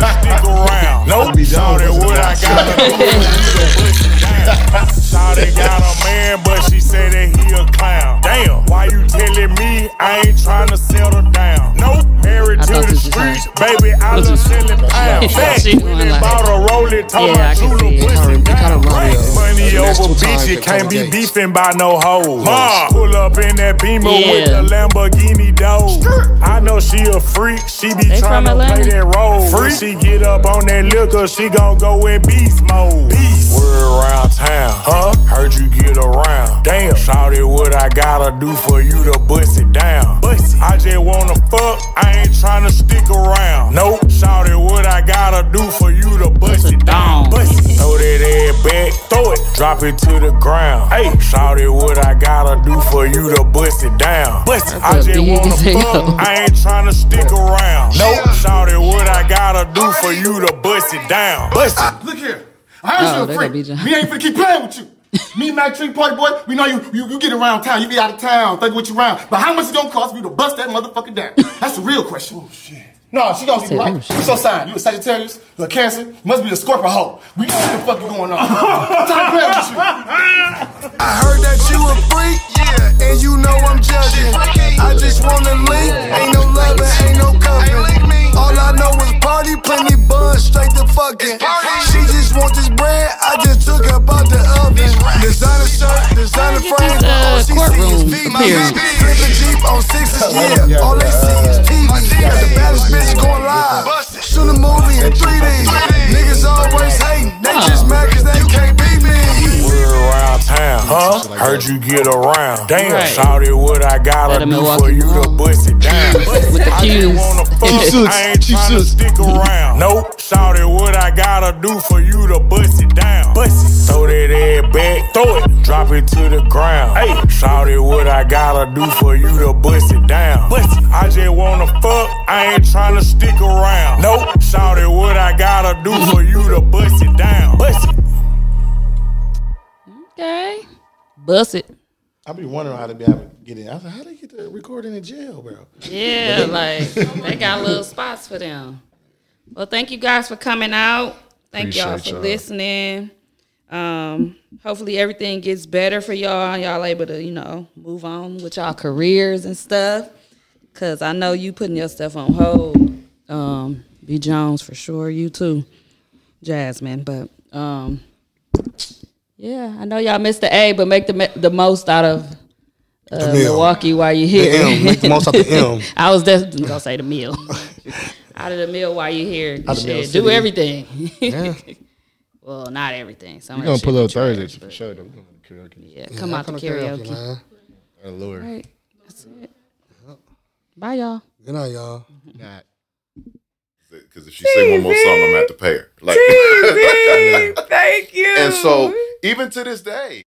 I ain't tryna stick around. Nope. Shawty, what I gotta do for you to bust it down. Shawty got a man, but she say that he a clown. Damn, why you telling me I ain't tryna settle down? Nope. Married
I
to
thought
the
Oh, this was her.
streets, baby, I
This
love
was-
selling pounds. Back
She
when
going
they
like-
bought a rollie, told
Yeah,
her
I can
Zulu
see it.
bust
Kinda-
it
it kinda
down.
remind me of-
Money
the next
over
two times
bitch, you
that
can't
Kevin
be
Gates.
beefing by no hoes. Ma, pull up in that beamer with
Yeah.
the Lamborghini doors. I know she a freak, she be
They from
trying to play
Atlanta?
that role. Freak. She get up on that liquor, she gon' go in beast mode. Beast. We're around town, huh? Heard you get around. Damn, shawty, what I gotta do for you to bust it down? Bust I just wanna fuck, I ain't tryna stick around. Nope, shawty, what I gotta do for you to bust it down? Bust it. Throw that head back, throw it, drop it to the ground. Hey, shawty, what I gotta do for you to bust it down? Bust it. I
That's a
just
big
wanna
example.
fuck, I ain't tryna stick around. Nope, shawty, what I gotta do for you to bust it down? Bust it.
Look here. I
Oh,
heard
they
you a
gonna
freak.
be John.
Me ain't finna keep playing with you. me, Mac Tree Party Boy, we know you, you you get around town. You be out of town, thug with you around. But how much it gonna cost me to bust that motherfucker down? That's the real question. Oh, shit. No, she gonna be
Said,
right.
oh, shit.
What's your sign? You a Sagittarius? You a Cancer? You must be a Scorpio hoe. We know what the fuck is going on. Stop playing with you.
I heard that you a freak, yeah, and you know I'm judging. I just wanna link, ain't no loving, ain't no cuffing. All I know is party, plenty buns, straight to fucking. She just want this bread, I just took her out the oven.
courtroom appearance.
Flipping Jeep on sixes, yeah. All they see is TVs. Got the baddest bitch going live. Shoot a movie in 3D. Niggas always hating. They just mad cause they can't beat me.
We're around town, huh? Heard you get around. Damn,
Right.
shouted what I gotta do for you to bust it down. With the fuck, I ain't tryna stick around. Nope, shouted what I gotta do for you to bust it down. Bust it. Throw that head back, throw it, drop it to the ground. Hey, shouted what I gotta do for you to bust it down. Bust it. I just wanna fuck, I ain't tryna stick around. Nope, shouted what I gotta do for you to bust it down. Bust it.
Okay. Bust it.
I be wondering how they be able to get in. I was like, how they get the recording in jail, bro?
Yeah, like they got little spots for them. Well, thank you guys for coming out. Thank y'all for
Appreciate y'all.
listening. Um, hopefully everything gets better for y'all. and Y'all able to, you know, move on with y'all careers and stuff. Cause I know you putting your stuff on hold. Um, B Jones for sure, you too. Jasmine, but um yeah, I know y'all missed the A, but make the me- the most out of uh,
The meal.
Milwaukee while you're here.
The M. Make the most out the M.
I was just gonna say the meal. out of the meal while you're here,
Out of Mill
shit, do
City.
everything.
Yeah.
well, not everything. Some
We're
of
gonna
that
pull
shit
up
be trash,
Thursday for
but-
sure. though. We gonna do karaoke.
Yeah, come out to karaoke.
Oh, Lord.
Right. That's it. Bye, y'all.
Good night, y'all.
Because if she sing one more song, I'm gonna have to pay her. Like,
Thank you.
and so even to this day.